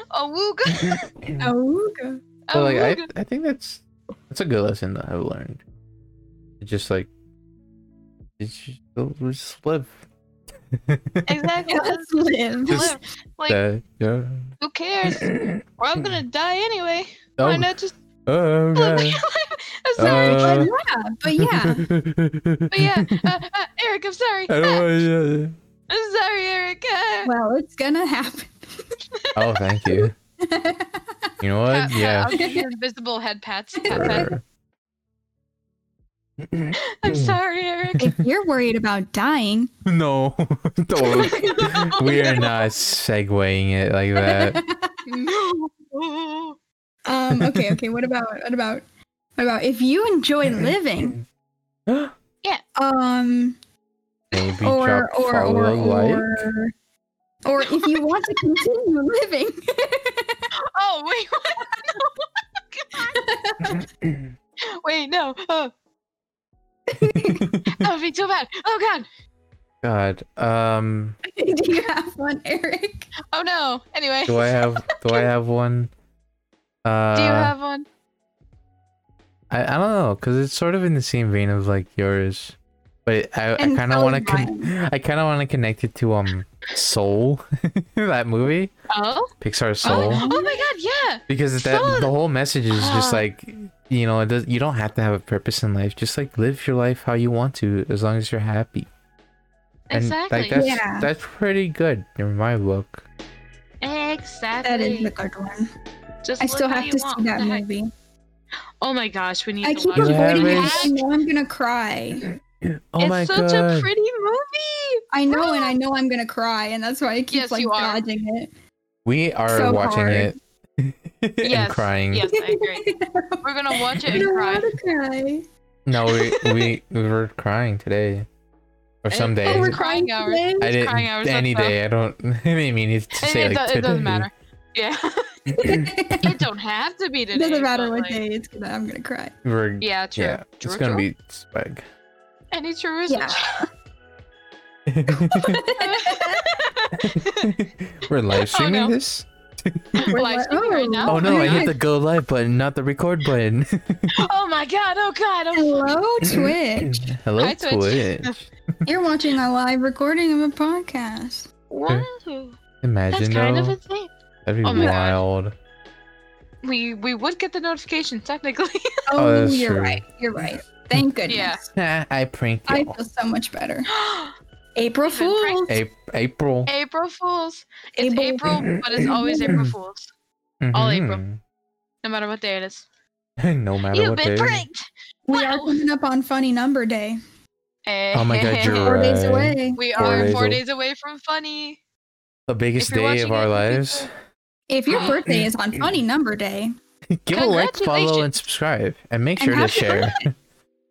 [SPEAKER 1] A woo good.
[SPEAKER 2] oh, okay.
[SPEAKER 1] A
[SPEAKER 3] But like
[SPEAKER 1] woo
[SPEAKER 3] I,
[SPEAKER 1] good.
[SPEAKER 3] I think that's that's a good lesson that I've learned. It's Just like it's just, we'll just live.
[SPEAKER 1] Exactly.
[SPEAKER 2] Let's live.
[SPEAKER 3] Just-
[SPEAKER 1] Live. Like,
[SPEAKER 3] Uh, yeah.
[SPEAKER 1] who cares? We're all gonna die anyway. Why
[SPEAKER 3] Oh, Uh,
[SPEAKER 1] not just
[SPEAKER 3] oh,
[SPEAKER 1] live?
[SPEAKER 3] right.
[SPEAKER 1] I'm sorry.
[SPEAKER 2] But yeah, but yeah.
[SPEAKER 1] but yeah, uh, uh, Eric, I'm sorry.
[SPEAKER 3] I
[SPEAKER 1] Ah,
[SPEAKER 3] don't wanna-
[SPEAKER 1] I'm sorry, Eric. Ah.
[SPEAKER 2] Well, it's gonna happen.
[SPEAKER 3] Oh, thank you. You know
[SPEAKER 1] Pat, pat,
[SPEAKER 3] what? Yeah.
[SPEAKER 1] uh, I'll give you invisible head pats. Pat, pat.
[SPEAKER 3] sure.
[SPEAKER 1] I'm sorry, Eric.
[SPEAKER 2] If you're worried about dying,
[SPEAKER 3] No, don't. we are not segueing it like that.
[SPEAKER 1] No.
[SPEAKER 2] um, okay, okay. What about what about what about if you enjoy living? Um,
[SPEAKER 3] Maybe
[SPEAKER 2] or
[SPEAKER 3] drop
[SPEAKER 2] or
[SPEAKER 3] follow
[SPEAKER 2] or,
[SPEAKER 3] like.
[SPEAKER 2] or or if you want to continue living,
[SPEAKER 1] Oh wait, what? wait, no. Oh. that would be too bad. Oh god.
[SPEAKER 3] God, um,
[SPEAKER 2] do you have one, Eric?
[SPEAKER 1] Oh no. Anyway,
[SPEAKER 3] do I have do I have one? Uh,
[SPEAKER 1] do you have one?
[SPEAKER 3] I, I don't know, cause it's sort of in the same vein of like yours, but I, I
[SPEAKER 2] And
[SPEAKER 3] kind of
[SPEAKER 2] so
[SPEAKER 3] want to
[SPEAKER 2] is
[SPEAKER 3] con- I kind of want to connect it to um Soul, that movie
[SPEAKER 1] Oh.
[SPEAKER 3] Pixar
[SPEAKER 1] Oh.
[SPEAKER 3] Soul,
[SPEAKER 1] oh my god. Yeah.
[SPEAKER 3] because that
[SPEAKER 1] Soul.
[SPEAKER 3] the whole message is just
[SPEAKER 1] Ah.
[SPEAKER 3] like you know it does, you don't have to have a purpose in life, just like live your life how you want to as long as you're happy. And
[SPEAKER 1] Exactly.
[SPEAKER 3] like that's
[SPEAKER 2] Yeah.
[SPEAKER 3] that's pretty good in my book.
[SPEAKER 1] exactly.
[SPEAKER 2] That is the good one.
[SPEAKER 1] Just
[SPEAKER 2] I
[SPEAKER 1] live
[SPEAKER 2] still
[SPEAKER 1] how
[SPEAKER 2] have
[SPEAKER 1] you
[SPEAKER 2] to
[SPEAKER 1] want.
[SPEAKER 2] see that
[SPEAKER 1] What the heck?
[SPEAKER 2] movie.
[SPEAKER 1] Oh my gosh, we need
[SPEAKER 2] I
[SPEAKER 1] to
[SPEAKER 2] keep
[SPEAKER 1] watch
[SPEAKER 3] You
[SPEAKER 2] avoiding
[SPEAKER 3] haven't?
[SPEAKER 2] it. I know I'm gonna cry.
[SPEAKER 3] Oh
[SPEAKER 1] it's
[SPEAKER 3] my
[SPEAKER 1] such
[SPEAKER 3] god.
[SPEAKER 1] a pretty movie.
[SPEAKER 2] I know, and I know I'm gonna cry, and that's why I keep
[SPEAKER 1] Yes,
[SPEAKER 2] like
[SPEAKER 1] you are.
[SPEAKER 2] dodging it.
[SPEAKER 3] We are
[SPEAKER 2] So
[SPEAKER 3] watching
[SPEAKER 2] hard.
[SPEAKER 3] it and
[SPEAKER 1] Yes,
[SPEAKER 3] crying.
[SPEAKER 1] Yes, I agree. We're gonna watch it
[SPEAKER 2] I
[SPEAKER 1] and
[SPEAKER 2] don't
[SPEAKER 1] cry.
[SPEAKER 2] want to cry.
[SPEAKER 3] No, we, we we were crying today
[SPEAKER 1] Eh,
[SPEAKER 3] or someday.
[SPEAKER 1] oh,
[SPEAKER 2] Oh, we're
[SPEAKER 1] It's crying
[SPEAKER 2] crying
[SPEAKER 1] hour.
[SPEAKER 2] today?
[SPEAKER 3] I didn't
[SPEAKER 1] crying hours, that's
[SPEAKER 3] any
[SPEAKER 1] all.
[SPEAKER 3] day. I don't. I didn't mean it to
[SPEAKER 1] It,
[SPEAKER 3] say
[SPEAKER 1] it
[SPEAKER 3] like
[SPEAKER 1] do- it doesn't
[SPEAKER 3] today.
[SPEAKER 1] matter. Yeah. it don't have to be
[SPEAKER 2] It
[SPEAKER 1] today.
[SPEAKER 2] doesn't matter
[SPEAKER 1] but,
[SPEAKER 2] what
[SPEAKER 1] like,
[SPEAKER 2] day. It's gonna. I'm gonna cry.
[SPEAKER 3] We're, yeah,
[SPEAKER 1] Yeah, true.
[SPEAKER 3] it's
[SPEAKER 1] True,
[SPEAKER 3] gonna
[SPEAKER 1] true.
[SPEAKER 3] be swag.
[SPEAKER 1] Any truism.
[SPEAKER 2] Yeah.
[SPEAKER 3] we're live streaming
[SPEAKER 1] Oh, no.
[SPEAKER 3] this.
[SPEAKER 2] We're
[SPEAKER 1] Live
[SPEAKER 2] like,
[SPEAKER 1] streaming right now?
[SPEAKER 3] Oh, no! I hit
[SPEAKER 2] God.
[SPEAKER 3] the go live button, not the record button.
[SPEAKER 1] oh my god, oh god, oh
[SPEAKER 2] Hello, Twitch.
[SPEAKER 3] Hello,
[SPEAKER 1] Hi,
[SPEAKER 3] Twitch.
[SPEAKER 1] Twitch.
[SPEAKER 2] You're watching a live recording of a podcast.
[SPEAKER 1] wow. That's
[SPEAKER 3] Imagine
[SPEAKER 1] kind
[SPEAKER 3] though,
[SPEAKER 1] of a thing.
[SPEAKER 3] that'd be
[SPEAKER 1] Oh my God.
[SPEAKER 3] wild.
[SPEAKER 1] We we would get the notification technically.
[SPEAKER 2] Oh,
[SPEAKER 3] Oh, that's
[SPEAKER 2] you're
[SPEAKER 3] true.
[SPEAKER 2] right. You're right. Thank goodness.
[SPEAKER 1] Yeah.
[SPEAKER 3] Ah, I pranked
[SPEAKER 2] I
[SPEAKER 3] you.
[SPEAKER 2] feel so much better. April
[SPEAKER 1] We've been
[SPEAKER 2] Fool's.
[SPEAKER 1] pranked.
[SPEAKER 3] A- April.
[SPEAKER 1] April Fools. It's
[SPEAKER 2] April-
[SPEAKER 1] April, but it's always April Fools. all April. No matter what day it is.
[SPEAKER 3] April. Mm-hmm. no matter
[SPEAKER 1] You've
[SPEAKER 3] what
[SPEAKER 1] been
[SPEAKER 3] day.
[SPEAKER 1] pranked.
[SPEAKER 2] We are
[SPEAKER 1] Wow.
[SPEAKER 2] coming up on Funny Number Day.
[SPEAKER 3] Oh my God, you're
[SPEAKER 2] Four days
[SPEAKER 3] Right.
[SPEAKER 2] away.
[SPEAKER 1] We
[SPEAKER 3] Four
[SPEAKER 1] are
[SPEAKER 3] days
[SPEAKER 1] four
[SPEAKER 3] aw-
[SPEAKER 1] days away from funny.
[SPEAKER 3] The biggest
[SPEAKER 1] If you're
[SPEAKER 3] day of
[SPEAKER 1] watching
[SPEAKER 3] our
[SPEAKER 1] it,
[SPEAKER 3] lives.
[SPEAKER 2] If your birthday is on Funny Number Day,
[SPEAKER 3] Give a like, follow, and
[SPEAKER 1] Congratulations.
[SPEAKER 3] subscribe, and make
[SPEAKER 2] And
[SPEAKER 3] sure to
[SPEAKER 2] happy
[SPEAKER 3] share.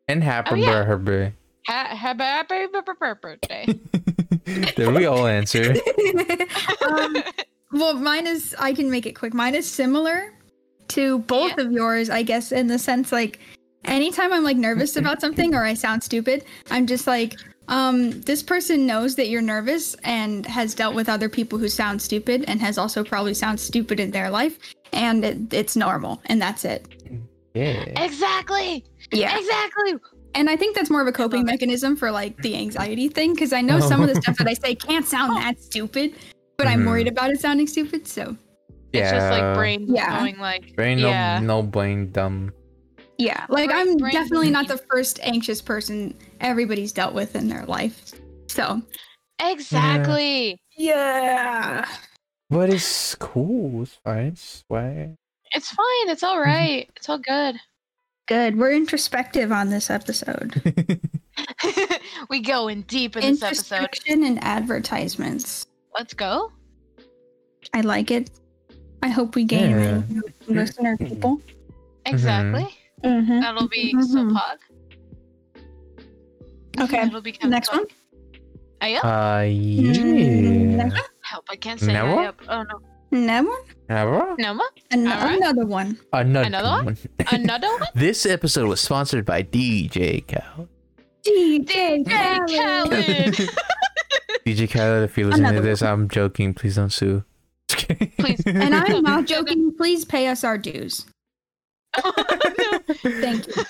[SPEAKER 3] and happy
[SPEAKER 1] Oh, yeah.
[SPEAKER 3] birthday.
[SPEAKER 1] Ha- ha- Happy b- b- b- birthday.
[SPEAKER 3] Did we all answer?
[SPEAKER 2] um, well, mine is, I can make it quick. Mine is similar to both of yours, I guess, in the sense like anytime I'm like nervous about something or I sound stupid, I'm just like, um, this person knows that you're nervous and has dealt with other people who sound stupid and has also probably sound stupid in their life. And it, it's normal. And that's it.
[SPEAKER 3] Yeah.
[SPEAKER 1] exactly.
[SPEAKER 2] Yeah.
[SPEAKER 1] Exactly.
[SPEAKER 2] And I think that's more of a coping
[SPEAKER 1] love it.
[SPEAKER 2] mechanism for like the anxiety thing because I know some of the stuff that I say can't sound that stupid, but I'm
[SPEAKER 3] Mhm.
[SPEAKER 2] worried about it sounding stupid. So
[SPEAKER 1] It's just
[SPEAKER 3] Yeah.
[SPEAKER 1] like brain
[SPEAKER 2] Yeah.
[SPEAKER 1] going like
[SPEAKER 3] Brain
[SPEAKER 1] Yeah.
[SPEAKER 3] no no brain dumb.
[SPEAKER 2] yeah, like
[SPEAKER 1] Right,
[SPEAKER 2] I'm
[SPEAKER 1] brain
[SPEAKER 2] definitely not the first anxious person everybody's dealt with in their life. So
[SPEAKER 1] exactly.
[SPEAKER 2] yeah,
[SPEAKER 3] But it's cool. It's fine. It's why.
[SPEAKER 1] It's fine. It's all right. It's all good.
[SPEAKER 2] good. We're introspective on this episode.
[SPEAKER 1] we go in deep in this episode.
[SPEAKER 2] Introspection and advertisements.
[SPEAKER 1] Let's go.
[SPEAKER 2] I like it. I hope we gain
[SPEAKER 3] Yeah. Mm-hmm.
[SPEAKER 2] new listener people.
[SPEAKER 1] Exactly.
[SPEAKER 2] Mm-hmm.
[SPEAKER 1] That'll be so
[SPEAKER 2] Mhm.
[SPEAKER 1] pog.
[SPEAKER 2] Okay,
[SPEAKER 1] It'll be kind
[SPEAKER 2] next
[SPEAKER 1] of
[SPEAKER 2] one.
[SPEAKER 1] Ayup.
[SPEAKER 3] Uh,
[SPEAKER 2] Mm,
[SPEAKER 3] yeah.
[SPEAKER 2] never-
[SPEAKER 1] Help. I can't say
[SPEAKER 3] Noah?
[SPEAKER 1] Ayup. Oh no.
[SPEAKER 2] Never.
[SPEAKER 3] Never?
[SPEAKER 1] Noma.
[SPEAKER 2] An-
[SPEAKER 1] Alright.
[SPEAKER 2] Another one.
[SPEAKER 3] Another,
[SPEAKER 1] Another one? Another one.
[SPEAKER 3] This episode was sponsored by DJ Cal.
[SPEAKER 2] DJ Khaled.
[SPEAKER 1] Khaled.
[SPEAKER 3] DJ Khaled, if you're listening
[SPEAKER 2] Another
[SPEAKER 3] to this, I'm joking. Please don't sue. Just kidding.
[SPEAKER 1] Please.
[SPEAKER 2] And I'm not joking. Please pay us our dues. Thank you.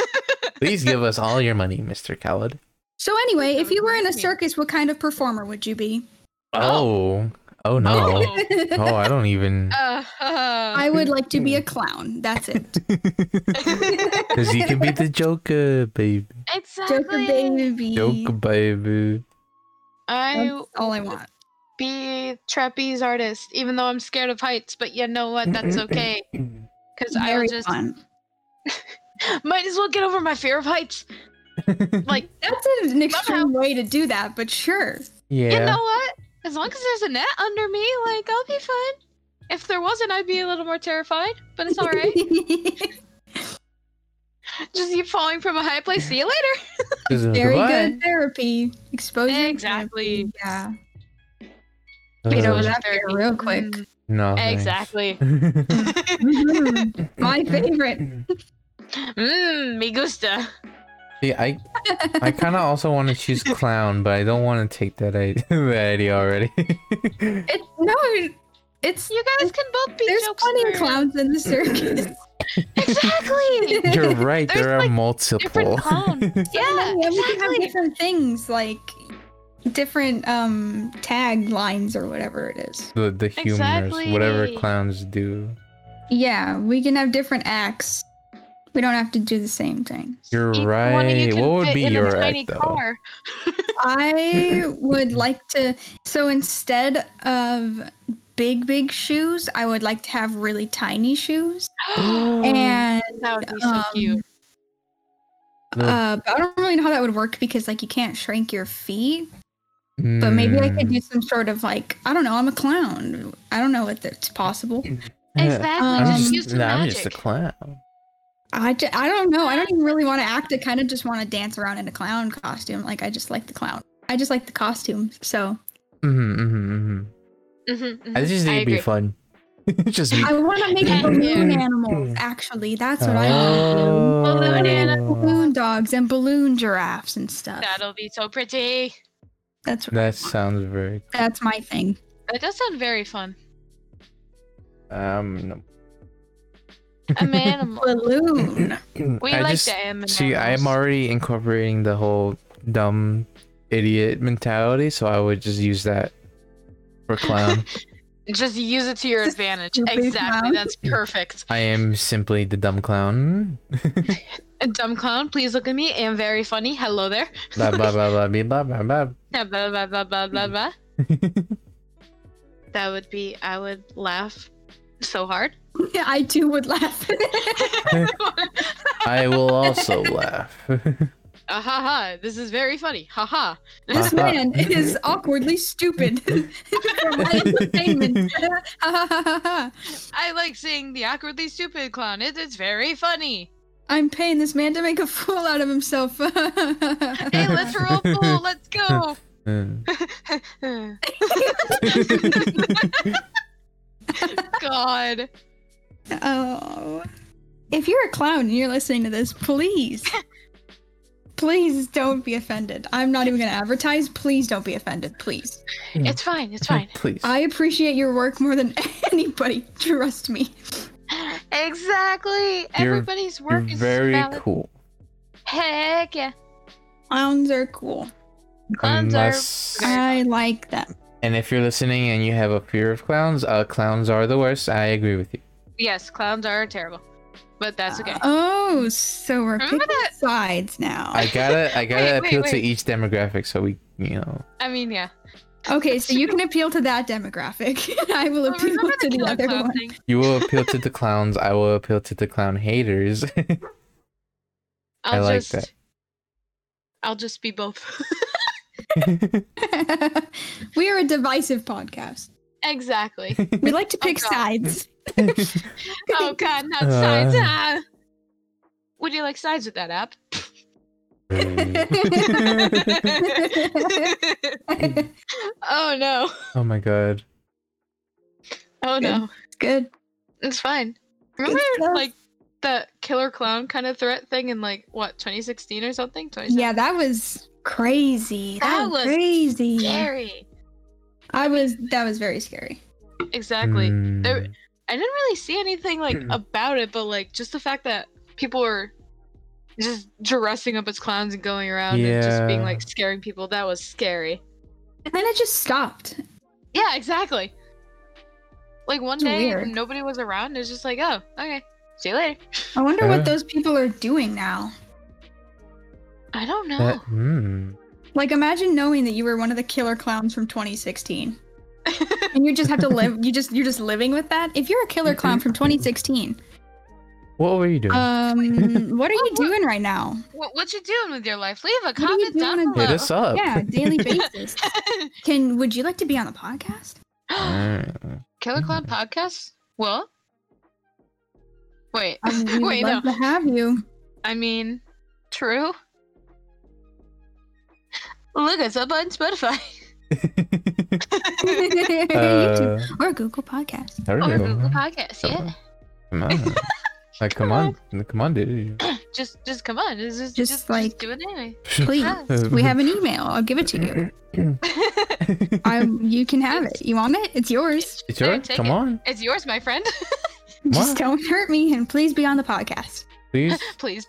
[SPEAKER 3] Please give us all your money, Mr. Khaled.
[SPEAKER 2] So anyway, if you were in a
[SPEAKER 1] Amazing.
[SPEAKER 2] circus, what kind of performer would you be?
[SPEAKER 3] Oh. Oh, no.
[SPEAKER 2] I
[SPEAKER 3] Oh, I don't even.
[SPEAKER 1] Uh,
[SPEAKER 2] would like to be a clown. That's it.
[SPEAKER 3] Because Hmm. you can be the Joker, baby.
[SPEAKER 2] Joker
[SPEAKER 1] exactly.
[SPEAKER 2] baby.
[SPEAKER 3] Joker, baby.
[SPEAKER 1] I
[SPEAKER 2] That's all I want.
[SPEAKER 1] be trapeze artist, even though I'm scared of heights. But you know what? That's okay. Because I
[SPEAKER 2] Very
[SPEAKER 1] will just
[SPEAKER 2] fun.
[SPEAKER 1] might as well get over my fear of heights. Like
[SPEAKER 2] That's an extreme way to do that, but sure.
[SPEAKER 3] yeah.
[SPEAKER 1] you know what? As long as there's a net under me, like I'll be fine. If there wasn't, I'd be a little more terrified. But it's all right. just keep falling from a high place. See you later.
[SPEAKER 3] This is
[SPEAKER 2] Very
[SPEAKER 3] what?
[SPEAKER 2] good therapy. Exposure.
[SPEAKER 1] Exactly.
[SPEAKER 2] therapy. Yeah.
[SPEAKER 3] Uh,
[SPEAKER 2] Get over
[SPEAKER 1] Exposure
[SPEAKER 2] that fear
[SPEAKER 1] therapy.
[SPEAKER 2] real quick.
[SPEAKER 1] Mm,
[SPEAKER 3] No. thanks.
[SPEAKER 1] Exactly.
[SPEAKER 2] Mhm.
[SPEAKER 1] Mm-hmm.
[SPEAKER 2] My favorite.
[SPEAKER 1] Mmm, me gusta.
[SPEAKER 3] See, I, I kind of also want to choose clown, but I don't want to take that, I- that idea already.
[SPEAKER 2] It, no, it's
[SPEAKER 1] You guys can both be
[SPEAKER 2] there's
[SPEAKER 1] jokes.
[SPEAKER 2] funny clowns in the circus.
[SPEAKER 1] Exactly.
[SPEAKER 3] You're right.
[SPEAKER 1] There's,
[SPEAKER 3] there are
[SPEAKER 1] like,
[SPEAKER 3] multiple.
[SPEAKER 1] Different clown. Yeah,
[SPEAKER 2] we can have
[SPEAKER 1] exactly.
[SPEAKER 2] different things like different um taglines or whatever it is.
[SPEAKER 3] the the humors,
[SPEAKER 1] Exactly.
[SPEAKER 3] whatever clowns do.
[SPEAKER 2] Yeah, we can have different acts. We don't have to do the same thing.
[SPEAKER 3] You're
[SPEAKER 1] Each one of you
[SPEAKER 3] right.
[SPEAKER 1] can
[SPEAKER 3] What would
[SPEAKER 1] fit
[SPEAKER 3] be
[SPEAKER 1] in a
[SPEAKER 3] your
[SPEAKER 1] tiny
[SPEAKER 3] act though?
[SPEAKER 1] car.
[SPEAKER 2] I would like to so instead of big big shoes, I would like to have really tiny shoes. And
[SPEAKER 1] that would be so
[SPEAKER 2] um,
[SPEAKER 1] cute.
[SPEAKER 2] uh but I don't really know how that would work because like you can't shrink your feet. But maybe I could
[SPEAKER 3] Mm.
[SPEAKER 2] do some sort of like I don't know. I'm a clown. I don't know if it's possible.
[SPEAKER 3] Hmm.
[SPEAKER 1] Exactly.
[SPEAKER 2] I'm
[SPEAKER 3] I'm
[SPEAKER 1] just,
[SPEAKER 3] just,
[SPEAKER 1] use the
[SPEAKER 3] nah, I'm
[SPEAKER 1] magic.
[SPEAKER 3] just a clown.
[SPEAKER 2] I, ju- I don't know. I don't even really want to act. I kind of just want to dance around in a clown costume. Like I just like the clown. I just like the costume. So
[SPEAKER 3] hmm hmm
[SPEAKER 1] Mhm, mhm.
[SPEAKER 3] I just
[SPEAKER 1] I
[SPEAKER 3] need to be
[SPEAKER 1] agree.
[SPEAKER 3] fun. just be.
[SPEAKER 2] I want to make balloon
[SPEAKER 1] Yeah.
[SPEAKER 2] animals. Actually, that's what I want to do.
[SPEAKER 1] Balloon
[SPEAKER 3] Oh,
[SPEAKER 2] Balloon dogs and balloon giraffes and stuff.
[SPEAKER 1] That'll be so pretty.
[SPEAKER 2] That's what I
[SPEAKER 3] That
[SPEAKER 2] want.
[SPEAKER 3] sounds very.
[SPEAKER 2] that's my thing.
[SPEAKER 1] That does sound very fun.
[SPEAKER 3] Um, no.
[SPEAKER 1] I'm an animal.
[SPEAKER 2] Balloon.
[SPEAKER 1] We
[SPEAKER 3] I
[SPEAKER 1] like
[SPEAKER 3] just,
[SPEAKER 1] the M.
[SPEAKER 3] See, I'm already incorporating the whole dumb idiot mentality, so I would just use that for clown.
[SPEAKER 1] just use it to your advantage.
[SPEAKER 2] Stupid
[SPEAKER 1] Exactly.
[SPEAKER 2] clown.
[SPEAKER 1] That's perfect.
[SPEAKER 3] I am simply the dumb clown.
[SPEAKER 1] A dumb clown, please look at me. I am very funny. Hello there.
[SPEAKER 3] blah blah blah blah blah blah blah. blah.
[SPEAKER 1] Blah, blah, blah, blah, blah, blah, blah. That would be, I would laugh so hard.
[SPEAKER 2] I too would laugh.
[SPEAKER 3] I will also laugh.
[SPEAKER 1] Ah, ha, ha. This is very funny. Ha ha.
[SPEAKER 2] this man is awkwardly stupid for my entertainment.
[SPEAKER 1] I like seeing the awkwardly stupid clown. It is very funny.
[SPEAKER 2] I'm paying this man to make a fool out of himself.
[SPEAKER 1] Hey, literal fool, let's go.
[SPEAKER 3] Mm.
[SPEAKER 1] God.
[SPEAKER 2] oh. If you're a clown and you're listening to this, please, please don't be offended. I'm not even going to advertise. Please don't be offended. Please.
[SPEAKER 1] It's fine, it's fine.
[SPEAKER 3] Please.
[SPEAKER 2] I appreciate your work more than anybody. Trust me.
[SPEAKER 1] Exactly. Everybody's
[SPEAKER 3] You're
[SPEAKER 1] work is
[SPEAKER 3] very
[SPEAKER 1] valid.
[SPEAKER 3] cool.
[SPEAKER 1] Heck yeah.
[SPEAKER 2] Clowns are cool.
[SPEAKER 1] Clowns are-
[SPEAKER 3] Unless-
[SPEAKER 2] I like them.
[SPEAKER 3] and if you're listening and you have a fear of clowns, uh, clowns are the worst. I agree with you.
[SPEAKER 1] Yes, clowns are terrible. But that's okay.
[SPEAKER 2] Oh, so we're
[SPEAKER 1] Remember
[SPEAKER 2] picking
[SPEAKER 1] that-
[SPEAKER 2] sides now.
[SPEAKER 3] I gotta, I gotta
[SPEAKER 1] Wait, wait,
[SPEAKER 3] appeal to
[SPEAKER 1] wait.
[SPEAKER 3] each demographic, so we, you know,
[SPEAKER 1] I mean, yeah.
[SPEAKER 2] Okay, so you can appeal to that demographic. I will
[SPEAKER 1] But
[SPEAKER 2] appeal
[SPEAKER 1] remember
[SPEAKER 2] to the
[SPEAKER 1] killer
[SPEAKER 2] other
[SPEAKER 1] clown
[SPEAKER 2] one.
[SPEAKER 1] thing?
[SPEAKER 3] you will appeal to the clowns. I will appeal to the clown haters. I
[SPEAKER 1] I'll
[SPEAKER 3] like
[SPEAKER 1] just
[SPEAKER 3] that.
[SPEAKER 1] I'll just be both.
[SPEAKER 2] we are a divisive podcast.
[SPEAKER 1] exactly.
[SPEAKER 2] We like to pick
[SPEAKER 1] God.
[SPEAKER 2] sides.
[SPEAKER 1] Oh god, not sides.
[SPEAKER 3] Uh.
[SPEAKER 1] ah. Would you like sides with that app? oh no.
[SPEAKER 3] oh my god.
[SPEAKER 1] Oh no.
[SPEAKER 2] Good.
[SPEAKER 1] It's fine. Remember
[SPEAKER 2] stuff.
[SPEAKER 1] like the killer clown kind of threat thing in like what 2016 or something? 2017?
[SPEAKER 2] Yeah, that was crazy. That,
[SPEAKER 1] That
[SPEAKER 2] was
[SPEAKER 1] was
[SPEAKER 2] crazy.
[SPEAKER 1] Scary.
[SPEAKER 2] I was. That was very scary.
[SPEAKER 1] Exactly.
[SPEAKER 3] Mm.
[SPEAKER 1] There- I didn't really see anything like
[SPEAKER 3] Hmm.
[SPEAKER 1] about it, but like just the fact that people were just dressing up as clowns and going around and just being
[SPEAKER 3] Yeah.
[SPEAKER 1] like scaring people, that was scary.
[SPEAKER 2] And then it just stopped.
[SPEAKER 1] Yeah, exactly. Like one
[SPEAKER 2] It's
[SPEAKER 1] day
[SPEAKER 2] weird.
[SPEAKER 1] nobody was around, it's just like, oh, okay. See you later.
[SPEAKER 2] I wonder
[SPEAKER 3] Uh.
[SPEAKER 2] what those people are doing now.
[SPEAKER 1] I don't know.
[SPEAKER 3] That- mm.
[SPEAKER 2] Like, imagine knowing that you were one of the killer clowns from 2016. and you just have to live you just you're just living with that if you're a killer clown from 2016
[SPEAKER 3] What were you doing?
[SPEAKER 1] Uh,
[SPEAKER 2] um what are you
[SPEAKER 1] What- what-
[SPEAKER 2] doing right now
[SPEAKER 1] what, what you doing with your life? Leave a
[SPEAKER 2] are you
[SPEAKER 1] comment down
[SPEAKER 2] doing
[SPEAKER 1] below.
[SPEAKER 3] Hit us up.
[SPEAKER 2] yeah daily basis can would you like to be on the podcast
[SPEAKER 3] Mm.
[SPEAKER 1] Killer Clown podcast? Well, wait.
[SPEAKER 2] i would
[SPEAKER 1] Wait,
[SPEAKER 2] love to have you
[SPEAKER 1] I mean, true. Look us up on Spotify
[SPEAKER 2] YouTube
[SPEAKER 3] Uh,
[SPEAKER 2] or google podcast
[SPEAKER 3] I don't
[SPEAKER 1] or
[SPEAKER 3] know.
[SPEAKER 1] Google Podcasts. Yeah,
[SPEAKER 3] Come on. Like, come on. Come on, dude.
[SPEAKER 1] just just come on, just just,
[SPEAKER 2] Just
[SPEAKER 1] just,
[SPEAKER 2] like-
[SPEAKER 1] do it anyway.
[SPEAKER 2] please
[SPEAKER 1] Ah.
[SPEAKER 2] we have an email i'll give it to you i Um, you can have it you want it it's yours
[SPEAKER 3] It's
[SPEAKER 1] There,
[SPEAKER 3] yours.
[SPEAKER 1] take
[SPEAKER 3] Come
[SPEAKER 1] it.
[SPEAKER 3] on.
[SPEAKER 1] It's yours, my friend.
[SPEAKER 2] just
[SPEAKER 3] What?
[SPEAKER 2] don't hurt me and please be on the podcast
[SPEAKER 3] Please.
[SPEAKER 1] Please,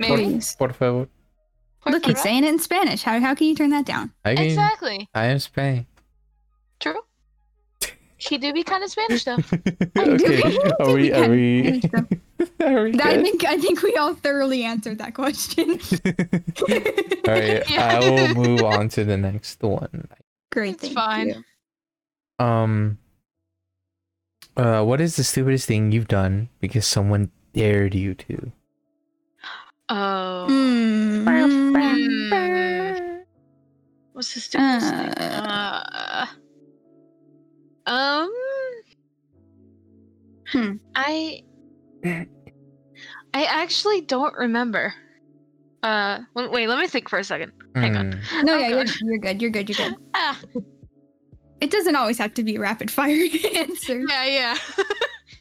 [SPEAKER 3] Por,
[SPEAKER 1] maybe.
[SPEAKER 3] por favor.
[SPEAKER 1] Por
[SPEAKER 2] look he's
[SPEAKER 1] favor.
[SPEAKER 2] saying it in spanish how, how can you turn that down
[SPEAKER 3] I can,
[SPEAKER 1] exactly
[SPEAKER 3] I am Spain.
[SPEAKER 1] true. He do be kind of Spanish though.
[SPEAKER 3] okay. Are we? Are we? Are we?
[SPEAKER 2] That- I
[SPEAKER 3] Good?
[SPEAKER 2] think I think we all thoroughly answered that question.
[SPEAKER 3] All right.
[SPEAKER 1] Yeah.
[SPEAKER 3] I will move on to the next one.
[SPEAKER 2] Great,
[SPEAKER 1] It's
[SPEAKER 2] thank
[SPEAKER 1] fine.
[SPEAKER 2] you.
[SPEAKER 3] Um. Uh, what is the stupidest thing you've done because someone dared you to?
[SPEAKER 1] Oh,
[SPEAKER 2] Hmm.
[SPEAKER 1] Hmm. what's the stupidest thing? Uh, um,
[SPEAKER 2] Hmm.
[SPEAKER 1] I I actually don't remember. Uh, wait, wait, let me think for a second. Hang on.
[SPEAKER 3] Hmm.
[SPEAKER 2] No,
[SPEAKER 1] Oh,
[SPEAKER 2] yeah, you're,
[SPEAKER 1] God.
[SPEAKER 2] you're good. You're good. You're good.
[SPEAKER 1] Ah,
[SPEAKER 2] It doesn't always have to be rapid fire answers.
[SPEAKER 1] yeah, yeah.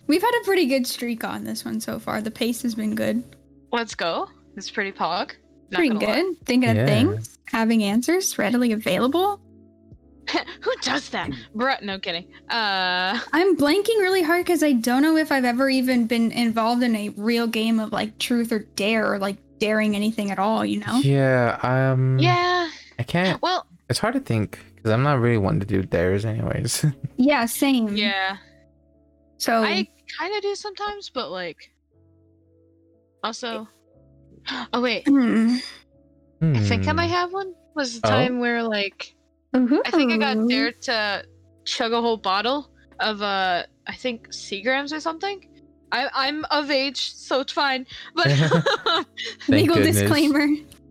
[SPEAKER 2] We've had a pretty good streak on this one so far. The pace has been good.
[SPEAKER 1] Let's go. It's pretty pog. Not
[SPEAKER 2] pretty
[SPEAKER 1] gonna lie.
[SPEAKER 2] good. Thinking
[SPEAKER 3] Yeah.
[SPEAKER 2] of things, having answers readily available.
[SPEAKER 1] Who does that? Bruh, no kidding. Uh,
[SPEAKER 2] I'm blanking really hard because I don't know if I've ever even been involved in a real game of like truth or dare or like daring anything at all. You know?
[SPEAKER 3] Yeah. Um.
[SPEAKER 1] yeah.
[SPEAKER 3] I can't.
[SPEAKER 1] Well,
[SPEAKER 3] It's hard to think because I'm not really one to do dares, anyways.
[SPEAKER 2] Yeah. Same.
[SPEAKER 1] yeah.
[SPEAKER 2] So
[SPEAKER 1] I kind of do sometimes, but like, also. Oh wait,
[SPEAKER 2] Hmm.
[SPEAKER 1] I think I
[SPEAKER 3] Hmm.
[SPEAKER 1] might have one. Was the
[SPEAKER 3] Oh.
[SPEAKER 1] time where like I think I got dared to chug a whole bottle of uh I think Seagrams or something. I, I'm of age, so it's fine. But
[SPEAKER 3] Thank
[SPEAKER 2] Legal
[SPEAKER 3] goodness.
[SPEAKER 2] disclaimer.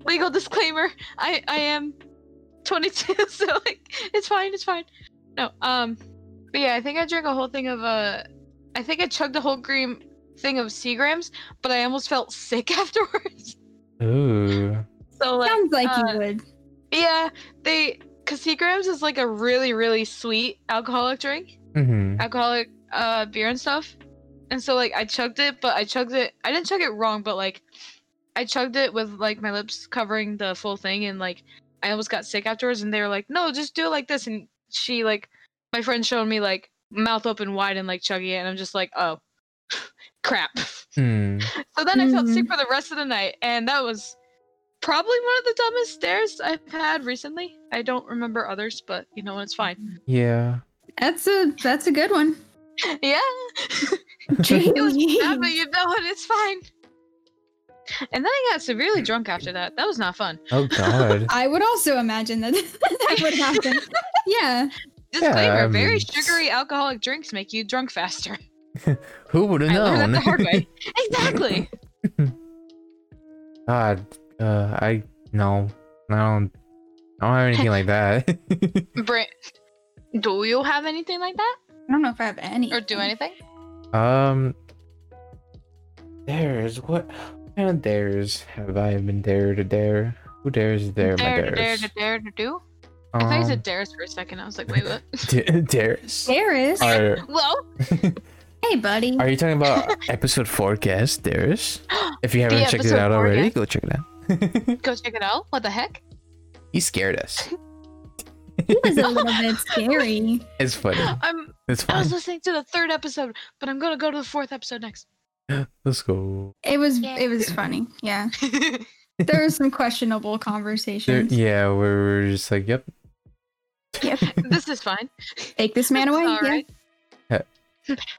[SPEAKER 1] legal disclaimer i i am 22 so like it's fine it's fine no um but yeah i think i drank a whole thing of uh i think i chugged a whole green thing of Seagrams, but I almost felt sick afterwards.
[SPEAKER 3] Hmm. Ooh.
[SPEAKER 1] So like,
[SPEAKER 2] Sounds like
[SPEAKER 1] uh,
[SPEAKER 2] you would.
[SPEAKER 1] yeah, they because Seagrams is like a really really sweet alcoholic drink,
[SPEAKER 3] Mm-hmm.
[SPEAKER 1] alcoholic uh beer and stuff. And so like I chugged it, but I chugged it. I didn't chug it wrong, but like I chugged it with like my lips covering the full thing, and like I almost got sick afterwards. And they were like, "No, just do it like this." And she like my friend showed me like mouth open wide and like chugging it, and I'm just like, "Oh, crap."
[SPEAKER 3] Mm.
[SPEAKER 1] So then I felt sick for the rest of the night, and that was probably one of the dumbest stares I've had recently. I don't remember others, but you know it's fine.
[SPEAKER 3] Yeah.
[SPEAKER 2] That's a that's a good one.
[SPEAKER 1] yeah,
[SPEAKER 2] Jeez.
[SPEAKER 1] it was bad, but you know it, it's fine. And then I got severely drunk after that. That was not fun.
[SPEAKER 3] Oh God.
[SPEAKER 2] I would also imagine that that would happen. yeah.
[SPEAKER 1] Disclaimer:
[SPEAKER 3] I
[SPEAKER 1] very
[SPEAKER 3] mean,
[SPEAKER 1] sugary alcoholic drinks make you drunk faster.
[SPEAKER 3] Who would have
[SPEAKER 1] I
[SPEAKER 3] known?
[SPEAKER 1] learned that the hard way. Exactly.
[SPEAKER 3] God. Uh, I no. I don't. I don't have anything like that.
[SPEAKER 1] Brent, do you have anything like that,
[SPEAKER 2] I don't know if I have any.
[SPEAKER 1] or do anything?
[SPEAKER 3] Um, dares. What what kind of dares have I been dare to dare? Who dares dare my
[SPEAKER 1] Dare to dare
[SPEAKER 3] dares?
[SPEAKER 1] to dare to do. I thought you
[SPEAKER 3] Um,
[SPEAKER 1] said dares for a second. I was like, wait, what?
[SPEAKER 3] da- dares.
[SPEAKER 2] Darius.
[SPEAKER 3] Are
[SPEAKER 1] well,
[SPEAKER 2] hey, buddy.
[SPEAKER 3] Are you talking about episode four guest dares? If you haven't checked it
[SPEAKER 1] episode
[SPEAKER 3] out
[SPEAKER 1] four
[SPEAKER 3] already,
[SPEAKER 1] guest.
[SPEAKER 3] go check it out.
[SPEAKER 1] go check it out. What the heck?
[SPEAKER 3] He scared us.
[SPEAKER 2] He was a little bit scary.
[SPEAKER 3] It's funny.
[SPEAKER 1] I'm.
[SPEAKER 3] It's
[SPEAKER 1] I
[SPEAKER 3] fun.
[SPEAKER 1] was listening to the third episode, but I'm gonna go to the fourth episode next.
[SPEAKER 3] Let's go.
[SPEAKER 2] It was
[SPEAKER 1] Yeah.
[SPEAKER 2] it was funny. Yeah.
[SPEAKER 1] yeah,
[SPEAKER 2] There were some questionable
[SPEAKER 3] There,
[SPEAKER 2] conversations.
[SPEAKER 3] yeah, we're, we're just like, yep.
[SPEAKER 1] this is fine.
[SPEAKER 2] Take this man
[SPEAKER 1] It's
[SPEAKER 2] away.
[SPEAKER 1] all right.
[SPEAKER 3] Yeah.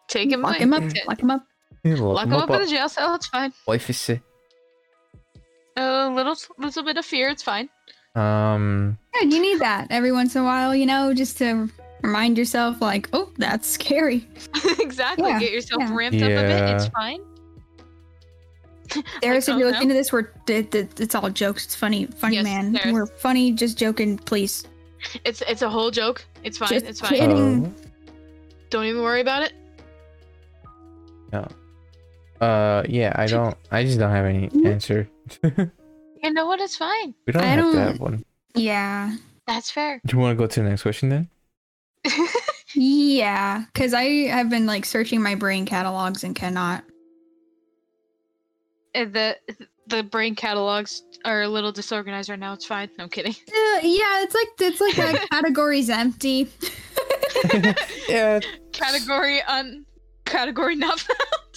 [SPEAKER 1] Take
[SPEAKER 2] Yeah.
[SPEAKER 1] him
[SPEAKER 2] Lock
[SPEAKER 1] away.
[SPEAKER 2] him up.
[SPEAKER 1] Yeah.
[SPEAKER 2] Lock him up.
[SPEAKER 1] Lock him up in a jail cell. It's fine.
[SPEAKER 3] Wife is sick.
[SPEAKER 1] A little, little bit of fear. It's fine.
[SPEAKER 3] Um,
[SPEAKER 2] Yeah, you need that every once in a while, you know, just to remind yourself, like, oh, that's scary.
[SPEAKER 1] exactly.
[SPEAKER 2] Yeah,
[SPEAKER 1] Get yourself
[SPEAKER 2] yeah.
[SPEAKER 1] ramped up a bit. It's
[SPEAKER 3] Yeah.
[SPEAKER 1] fine.
[SPEAKER 2] Darius,
[SPEAKER 1] Like,
[SPEAKER 2] if you
[SPEAKER 1] oh,
[SPEAKER 2] look
[SPEAKER 1] no.
[SPEAKER 2] into this, we're it, it- it's all jokes. It's funny, funny
[SPEAKER 1] Yes,
[SPEAKER 2] man.
[SPEAKER 1] Darius.
[SPEAKER 2] We're funny, just joking. Please,
[SPEAKER 1] It's it's a whole joke. It's fine.
[SPEAKER 2] Just
[SPEAKER 1] it's fine.
[SPEAKER 2] kidding. Hitting-
[SPEAKER 1] Don't even worry about it.
[SPEAKER 3] oh, uh, yeah, I don't, I just don't have any
[SPEAKER 1] Mm-hmm.
[SPEAKER 3] answer.
[SPEAKER 1] You know what? It's fine.
[SPEAKER 3] We don't
[SPEAKER 2] I
[SPEAKER 3] have to
[SPEAKER 2] don't-
[SPEAKER 3] have one.
[SPEAKER 2] yeah,
[SPEAKER 1] That's fair.
[SPEAKER 3] Do you want to go to the next question then?
[SPEAKER 2] yeah. Because I have been like searching my brain catalogs and cannot.
[SPEAKER 1] Uh, the the brain catalogs are a little disorganized right now. It's fine. No, I'm kidding.
[SPEAKER 2] Uh, yeah, it's like it's like that category's empty.
[SPEAKER 3] yeah.
[SPEAKER 1] Category un category not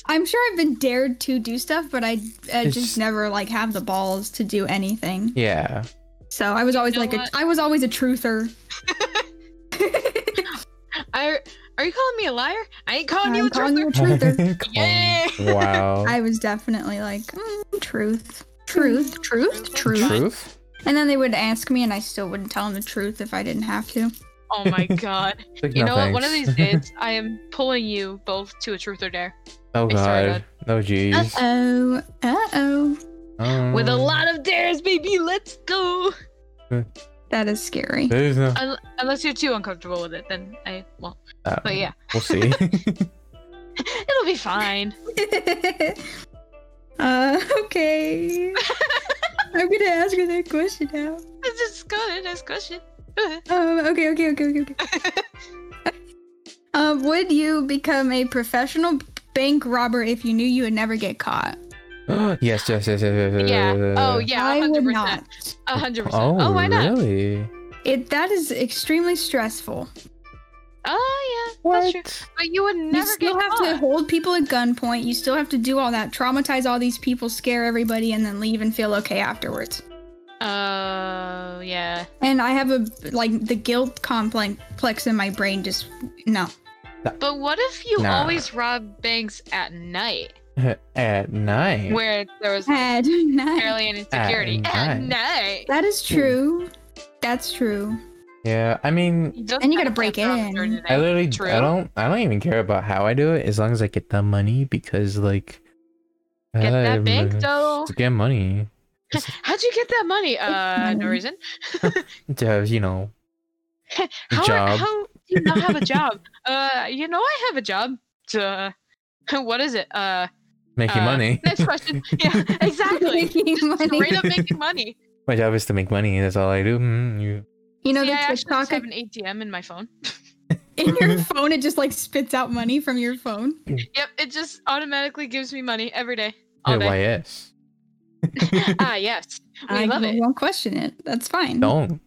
[SPEAKER 2] I'm sure I've been dared to do stuff, but I, I
[SPEAKER 3] It's-
[SPEAKER 2] just never like have the balls to do anything.
[SPEAKER 3] Yeah.
[SPEAKER 2] So I was always
[SPEAKER 1] You know
[SPEAKER 2] like a,
[SPEAKER 1] what?
[SPEAKER 2] I was always a truther.
[SPEAKER 1] I are you calling me a liar? I ain't calling you a
[SPEAKER 2] I'm Um, calling you
[SPEAKER 1] truther.
[SPEAKER 2] a truther.
[SPEAKER 1] Yeah.
[SPEAKER 3] Wow.
[SPEAKER 2] I was definitely like mm, truth,
[SPEAKER 1] Mm.
[SPEAKER 2] truth, truth, truth,
[SPEAKER 3] Truth?
[SPEAKER 2] And then they would ask me, and I still wouldn't tell them the truth if I didn't have to.
[SPEAKER 1] Oh my god!
[SPEAKER 3] Like,
[SPEAKER 1] You
[SPEAKER 3] no
[SPEAKER 1] know what? One of
[SPEAKER 3] thanks.
[SPEAKER 1] these days, I am pulling you both to a truth or dare
[SPEAKER 3] Oh
[SPEAKER 1] I started.
[SPEAKER 3] god. Oh
[SPEAKER 2] Uh
[SPEAKER 3] jeez.
[SPEAKER 2] oh, uh oh.
[SPEAKER 1] with a
[SPEAKER 3] Um,
[SPEAKER 1] lot of dares, baby. Let's go.
[SPEAKER 2] That is scary.
[SPEAKER 3] There's no.
[SPEAKER 1] Un- unless you're too uncomfortable with it, then I won't.
[SPEAKER 3] uh,
[SPEAKER 1] But yeah,
[SPEAKER 3] We'll see.
[SPEAKER 1] it'll be fine.
[SPEAKER 2] uh, okay. I'm gonna ask her that question now.
[SPEAKER 1] This is good. Nice question.
[SPEAKER 2] Um, okay, okay, okay, okay, okay. um, would you become a professional bank robber if you knew you would never get caught?
[SPEAKER 3] yes, yes, yes, yes, yes, yes,
[SPEAKER 1] yeah.
[SPEAKER 3] yes,
[SPEAKER 1] Oh
[SPEAKER 3] yes.
[SPEAKER 1] yeah.
[SPEAKER 2] I
[SPEAKER 1] 100%.
[SPEAKER 2] would not.
[SPEAKER 1] A hundred percent.
[SPEAKER 3] Oh,
[SPEAKER 1] Oh, why not?
[SPEAKER 3] Really?
[SPEAKER 2] It that is extremely stressful.
[SPEAKER 1] Oh yeah. That's true.
[SPEAKER 3] What?
[SPEAKER 1] But you would never
[SPEAKER 2] you still
[SPEAKER 1] get
[SPEAKER 2] have to
[SPEAKER 1] caught.
[SPEAKER 2] hold people at gunpoint. You still have to do all that, traumatize all these people, scare everybody, and then leave and feel okay afterwards.
[SPEAKER 1] Oh yeah.
[SPEAKER 2] And I have a like the guilt complex in my brain. Just no.
[SPEAKER 1] But what if you
[SPEAKER 3] Nah.
[SPEAKER 1] always rob banks at night,
[SPEAKER 3] At night.
[SPEAKER 1] where there was
[SPEAKER 2] Bad night.
[SPEAKER 1] barely any security
[SPEAKER 3] At
[SPEAKER 1] at night?
[SPEAKER 2] That is true. That's true.
[SPEAKER 3] Yeah. I mean,
[SPEAKER 1] You don't
[SPEAKER 2] And you
[SPEAKER 1] have
[SPEAKER 2] gotta break
[SPEAKER 1] to rob
[SPEAKER 2] in.
[SPEAKER 1] during the
[SPEAKER 3] I
[SPEAKER 1] night.
[SPEAKER 3] literally,
[SPEAKER 1] True.
[SPEAKER 3] I don't, I don't even care about how I do it as long as I get the money because like.
[SPEAKER 1] Get that
[SPEAKER 3] I'm-
[SPEAKER 1] bank though.
[SPEAKER 3] To get money,
[SPEAKER 1] How'd you get that money? Uh, no reason.
[SPEAKER 3] to have, you know,
[SPEAKER 1] How,
[SPEAKER 3] Job.
[SPEAKER 1] how do you not have a job? uh, you know I have a job. Duh. What is it? Uh,
[SPEAKER 3] making
[SPEAKER 1] Uh,
[SPEAKER 3] money.
[SPEAKER 1] Next question. Yeah, exactly.
[SPEAKER 2] Making
[SPEAKER 1] Just
[SPEAKER 2] money.
[SPEAKER 1] straight up making money.
[SPEAKER 3] My job is to make money. That's all I do. Mm, you-
[SPEAKER 2] You know
[SPEAKER 1] See, I
[SPEAKER 2] the
[SPEAKER 1] actually
[SPEAKER 2] TikTok
[SPEAKER 1] just have an ATM in my phone.
[SPEAKER 2] in your phone it just like spits out money from your phone.
[SPEAKER 1] Yep, it just automatically gives me money every day. All day.
[SPEAKER 3] YS.
[SPEAKER 1] ah, yes. We
[SPEAKER 2] I
[SPEAKER 1] love it.
[SPEAKER 2] won't question it. That's fine.
[SPEAKER 3] Don't.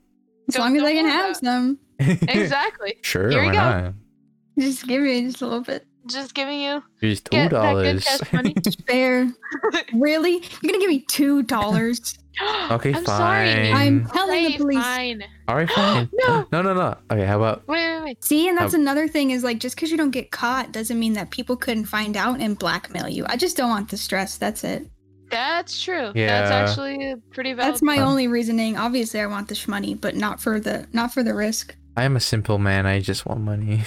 [SPEAKER 2] as
[SPEAKER 1] Don't-
[SPEAKER 2] long as I
[SPEAKER 1] don't
[SPEAKER 2] can
[SPEAKER 1] worry
[SPEAKER 2] have
[SPEAKER 1] about
[SPEAKER 2] some.
[SPEAKER 1] Exactly.
[SPEAKER 3] Sure,
[SPEAKER 1] Here
[SPEAKER 3] why
[SPEAKER 1] you go.
[SPEAKER 3] not?
[SPEAKER 2] Just give me just a little bit.
[SPEAKER 1] Just giving you
[SPEAKER 3] Here's two
[SPEAKER 1] get that good
[SPEAKER 3] dollars.
[SPEAKER 1] cash money.
[SPEAKER 2] Fair. really? You're gonna give me two dollars?
[SPEAKER 3] Okay,
[SPEAKER 1] I'm
[SPEAKER 3] fine.
[SPEAKER 1] sorry.
[SPEAKER 2] I'm telling
[SPEAKER 1] Okay,
[SPEAKER 2] the police.
[SPEAKER 1] fine.
[SPEAKER 3] All right, fine.
[SPEAKER 1] No.
[SPEAKER 3] no, no, no. Okay, how about
[SPEAKER 1] Wait, wait, wait.
[SPEAKER 2] See, and that's another thing is like just because you don't get caught doesn't mean that people couldn't find out and blackmail you. I just don't want the stress. That's it.
[SPEAKER 1] That's true. That's
[SPEAKER 3] Yeah.
[SPEAKER 1] actually a pretty valid.
[SPEAKER 2] That's my
[SPEAKER 3] Huh.
[SPEAKER 2] only reasoning. Obviously, I want the shmoney, but not for the not for the risk.
[SPEAKER 3] I am a simple man. I just want money.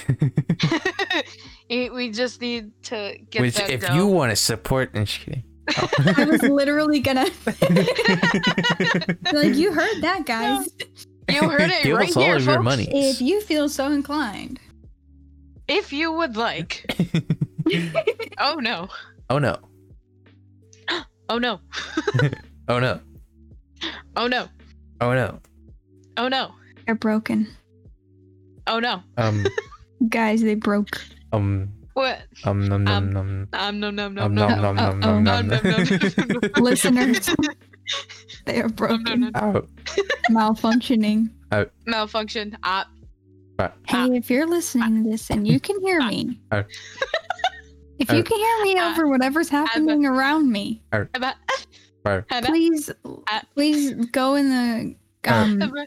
[SPEAKER 1] Eh, we just need to get
[SPEAKER 3] Which,
[SPEAKER 1] that
[SPEAKER 3] if
[SPEAKER 1] dough.
[SPEAKER 3] you want to support, and just kidding.
[SPEAKER 2] I was literally gonna like you heard that, guys.
[SPEAKER 1] You heard it
[SPEAKER 3] Give
[SPEAKER 1] right
[SPEAKER 3] us all
[SPEAKER 1] here,
[SPEAKER 3] of your
[SPEAKER 1] folks.
[SPEAKER 3] money.
[SPEAKER 2] If you feel so inclined,
[SPEAKER 1] If you would like. oh no.
[SPEAKER 3] oh no!
[SPEAKER 1] Oh no.
[SPEAKER 3] Oh no!
[SPEAKER 1] Oh no.
[SPEAKER 3] Oh no!
[SPEAKER 1] Oh no.
[SPEAKER 2] they're broken,
[SPEAKER 1] Oh no.
[SPEAKER 3] Um,
[SPEAKER 2] guys. They broke.
[SPEAKER 3] um,
[SPEAKER 1] What?
[SPEAKER 3] um, num, num,
[SPEAKER 1] Um,
[SPEAKER 3] num,
[SPEAKER 1] Um, no, no, no,
[SPEAKER 3] um,
[SPEAKER 1] no,
[SPEAKER 3] nom,
[SPEAKER 1] no.
[SPEAKER 3] nom, nom,
[SPEAKER 2] oh,
[SPEAKER 1] nom,
[SPEAKER 3] nom, nom,
[SPEAKER 1] nom, nom,
[SPEAKER 3] nom.
[SPEAKER 2] Listeners, they are
[SPEAKER 1] Um, no,
[SPEAKER 2] broken,
[SPEAKER 1] no, no.
[SPEAKER 3] Ow.
[SPEAKER 2] malfunctioning.
[SPEAKER 1] Malfunction. Ah.
[SPEAKER 2] Hey, if you're listening to this and you can hear me,
[SPEAKER 3] Uh,
[SPEAKER 2] if
[SPEAKER 3] uh,
[SPEAKER 2] you can hear me
[SPEAKER 1] uh,
[SPEAKER 2] over whatever's happening around me,
[SPEAKER 1] Aba-
[SPEAKER 3] Right.
[SPEAKER 1] Haba-
[SPEAKER 2] please,
[SPEAKER 1] uh,
[SPEAKER 2] please go in the
[SPEAKER 1] Ah.
[SPEAKER 3] uh,
[SPEAKER 2] um,
[SPEAKER 1] haba-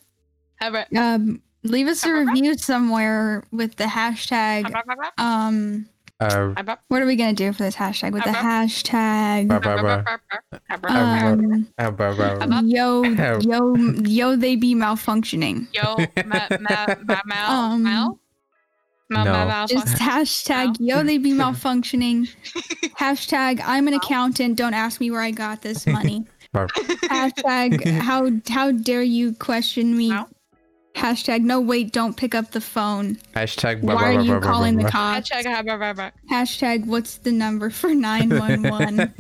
[SPEAKER 1] haba-
[SPEAKER 2] um leave us a review somewhere with the hashtag
[SPEAKER 1] haba- haba-
[SPEAKER 2] um.
[SPEAKER 3] Uh,
[SPEAKER 1] haba-
[SPEAKER 2] What are we gonna do for this hashtag with the hashtag?
[SPEAKER 1] haba-
[SPEAKER 3] Barbara.
[SPEAKER 1] haba- haba-
[SPEAKER 2] Um,
[SPEAKER 3] uh, Barbara.
[SPEAKER 1] Haba-
[SPEAKER 2] yo, yo, yo, they be malfunctioning.
[SPEAKER 1] Yo, ma, ma, ma, mal,
[SPEAKER 2] Um,
[SPEAKER 1] mal, mal,
[SPEAKER 3] No.
[SPEAKER 1] mal, mal,
[SPEAKER 2] Just hashtag yo they be malfunctioning. hashtag I'm an accountant. Don't ask me where I got this money.
[SPEAKER 3] Barb.
[SPEAKER 2] hashtag how how dare you question me.
[SPEAKER 1] Ow.
[SPEAKER 2] Hashtag no wait don't pick up the phone.
[SPEAKER 3] Hashtag
[SPEAKER 2] Why
[SPEAKER 3] Barbara,
[SPEAKER 2] are you
[SPEAKER 3] Barbara,
[SPEAKER 2] calling the
[SPEAKER 3] Barbara.
[SPEAKER 2] cops?
[SPEAKER 1] Hashtag haba- haba-
[SPEAKER 2] Hashtag what's the number for nine one one?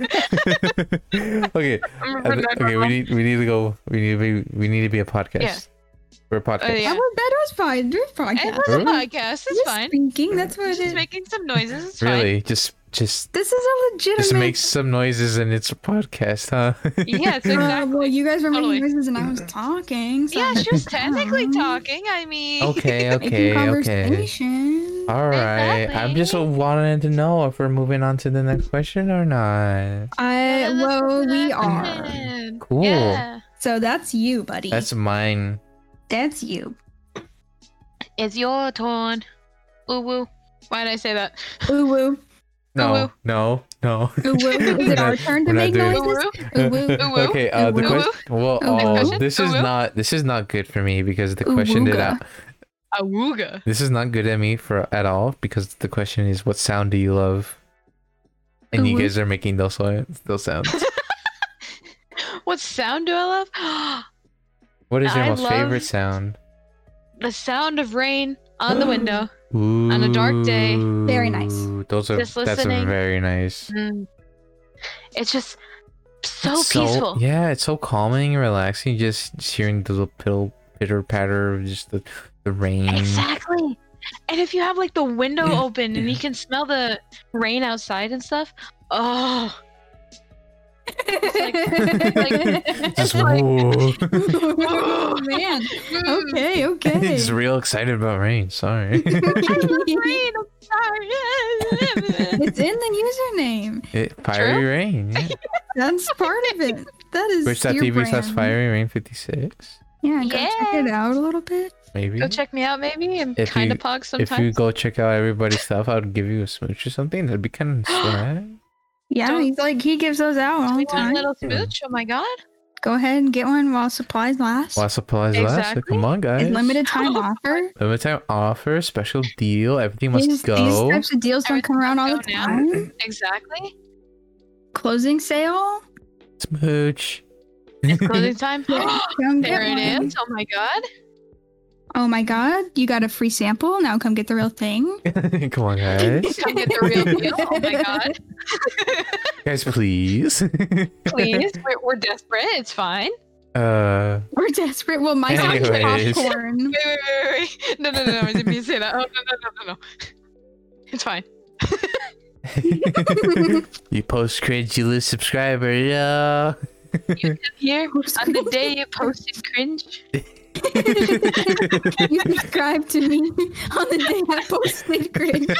[SPEAKER 3] okay.
[SPEAKER 1] I'm
[SPEAKER 3] Uh,
[SPEAKER 1] gonna-
[SPEAKER 3] okay, we need we need to go. We need to be we need to be a podcast.
[SPEAKER 1] Yeah.
[SPEAKER 3] We're a podcast.
[SPEAKER 1] Oh, yeah.
[SPEAKER 2] That was that was fine. This
[SPEAKER 1] It
[SPEAKER 2] podcast.
[SPEAKER 1] was a
[SPEAKER 3] Really?
[SPEAKER 1] podcast. It's
[SPEAKER 2] Just
[SPEAKER 1] fine.
[SPEAKER 2] Speaking. That's what it
[SPEAKER 1] She's
[SPEAKER 2] is.
[SPEAKER 1] making some noises. It's
[SPEAKER 3] Really, just just
[SPEAKER 2] this is a legitimate.
[SPEAKER 3] just make some noises and it's a podcast, huh?
[SPEAKER 1] fine. Yeah, it's
[SPEAKER 2] Uh,
[SPEAKER 1] exactly.
[SPEAKER 2] well, you guys were
[SPEAKER 1] Totally.
[SPEAKER 2] making noises and I was talking. So
[SPEAKER 1] yeah, she was technically
[SPEAKER 2] Um,
[SPEAKER 1] talking. I mean,
[SPEAKER 3] okay,
[SPEAKER 2] making
[SPEAKER 3] okay, okay.
[SPEAKER 2] conversation.
[SPEAKER 3] All right. I'm just
[SPEAKER 1] Exactly.
[SPEAKER 3] wanting to know if we're moving on to the next question or not.
[SPEAKER 2] I
[SPEAKER 1] Yeah, that's
[SPEAKER 2] well, we
[SPEAKER 1] what
[SPEAKER 2] are.
[SPEAKER 1] happened.
[SPEAKER 3] Cool.
[SPEAKER 1] Yeah.
[SPEAKER 2] So that's you, buddy.
[SPEAKER 3] That's mine.
[SPEAKER 2] that's you.
[SPEAKER 1] It's your turn. Ooh, woo. Why did I say that?
[SPEAKER 2] Ooh woo,
[SPEAKER 3] No,
[SPEAKER 1] Woo-woo.
[SPEAKER 3] no, no.
[SPEAKER 2] ooh woo. Is it our turn to
[SPEAKER 3] We're
[SPEAKER 2] make
[SPEAKER 3] not doing it.
[SPEAKER 1] Ooh,
[SPEAKER 2] noises?
[SPEAKER 1] woo.
[SPEAKER 2] Ooh woo,
[SPEAKER 1] Ooh-woo.
[SPEAKER 3] okay, uh, the
[SPEAKER 2] Ooh-woo.
[SPEAKER 3] question. Well,
[SPEAKER 2] Ooh-woo.
[SPEAKER 3] oh,
[SPEAKER 2] Discussion?
[SPEAKER 3] this is
[SPEAKER 1] Ooh-woo.
[SPEAKER 3] not. This is not good for me because the question did.
[SPEAKER 2] Ooh-wooga.
[SPEAKER 3] out-
[SPEAKER 1] Awooga.
[SPEAKER 3] This is not good at me for at all because the question is, what sound do you love? And you
[SPEAKER 2] Ooh-woo.
[SPEAKER 3] guys are making those sounds. Those sounds.
[SPEAKER 1] What sound do I love?
[SPEAKER 3] What is your
[SPEAKER 1] I
[SPEAKER 3] most favorite
[SPEAKER 1] love-
[SPEAKER 3] sound?
[SPEAKER 1] the sound of rain on the window.
[SPEAKER 3] Ooh,
[SPEAKER 1] a dark day.
[SPEAKER 2] Very nice.
[SPEAKER 3] Those are
[SPEAKER 1] Just
[SPEAKER 3] that's a
[SPEAKER 1] listening.
[SPEAKER 3] very nice.
[SPEAKER 1] Mm. It's just so
[SPEAKER 3] It's so-
[SPEAKER 1] peaceful.
[SPEAKER 3] Yeah, it's so calming and relaxing. Just just hearing the little piddle, pitter patter of just the, the rain.
[SPEAKER 1] Exactly. And if you have like the window open and you can smell the rain outside and stuff, oh,
[SPEAKER 3] Just,
[SPEAKER 1] It's like-
[SPEAKER 3] whoa.
[SPEAKER 2] Oh, man.
[SPEAKER 1] mm,
[SPEAKER 2] Okay, okay.
[SPEAKER 3] just real excited about rain. Sorry.
[SPEAKER 1] rain. I'm sorry.
[SPEAKER 2] it's in the username.
[SPEAKER 3] It- fiery rain. Yeah.
[SPEAKER 2] That's part of it. That is your
[SPEAKER 3] Twitch.tv slash
[SPEAKER 2] brand.
[SPEAKER 3] fiery rain 56.
[SPEAKER 2] Yeah, go check it out a little bit.
[SPEAKER 3] Maybe.
[SPEAKER 1] Go check me out, maybe. I'm
[SPEAKER 3] If
[SPEAKER 1] kind
[SPEAKER 3] you-
[SPEAKER 1] of pog
[SPEAKER 3] if you
[SPEAKER 1] sometimes.
[SPEAKER 3] go check out everybody's stuff, I would give you a smooch or something. That'd be kind of swag.
[SPEAKER 2] Yeah,
[SPEAKER 1] Don't-
[SPEAKER 2] he's like he gives those out all
[SPEAKER 1] One
[SPEAKER 2] the time.
[SPEAKER 1] little smooch. Oh my god.
[SPEAKER 2] Go ahead and get one while supplies last.
[SPEAKER 3] While supplies last, so
[SPEAKER 1] Exactly.
[SPEAKER 3] come on, guys.
[SPEAKER 2] It's limited time
[SPEAKER 1] Oh,
[SPEAKER 2] offer.
[SPEAKER 3] Limited time offer, special deal. Everything must
[SPEAKER 2] These, these
[SPEAKER 3] go.
[SPEAKER 2] types of deals don't come around all the
[SPEAKER 1] Everything
[SPEAKER 2] time.
[SPEAKER 1] go Exactly.
[SPEAKER 2] Closing sale.
[SPEAKER 3] Smooch.
[SPEAKER 1] Closing time.
[SPEAKER 2] Come get
[SPEAKER 1] there it
[SPEAKER 2] one.
[SPEAKER 1] is. Oh my god.
[SPEAKER 2] Oh my god, you got a free sample. Now come get the real thing.
[SPEAKER 3] Come on, guys.
[SPEAKER 1] Come get the real deal. Oh my god.
[SPEAKER 3] guys, please.
[SPEAKER 1] Please. We're, we're desperate. It's fine.
[SPEAKER 3] uh,
[SPEAKER 2] We're desperate. Well, my sound
[SPEAKER 3] Anyways.
[SPEAKER 2] popcorn.
[SPEAKER 1] Wait, wait, wait, wait, wait. No, no, no, no. I didn't mean to say that. Oh, no, no, no, no, no. It's fine.
[SPEAKER 3] you post credulous subscriber, yeah.
[SPEAKER 1] Here, on the day you posted cringe.
[SPEAKER 2] you subscribe to me on the day I posted cringe.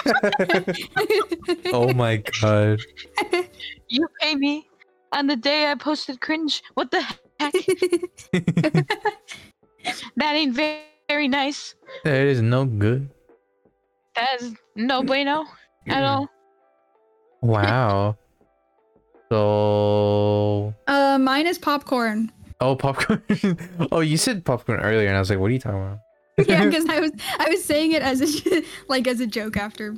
[SPEAKER 3] oh my god.
[SPEAKER 1] You pay me on the day I posted cringe. What the heck? That ain't very, very nice.
[SPEAKER 3] That is no good.
[SPEAKER 1] That is
[SPEAKER 3] Mm.
[SPEAKER 1] no bueno at all.
[SPEAKER 3] Wow. So,
[SPEAKER 2] uh, mine is popcorn.
[SPEAKER 3] oh, popcorn. oh, you said popcorn earlier, and I was like, "What are you talking about?"
[SPEAKER 2] Yeah, because I was I was saying it as a like as a joke after,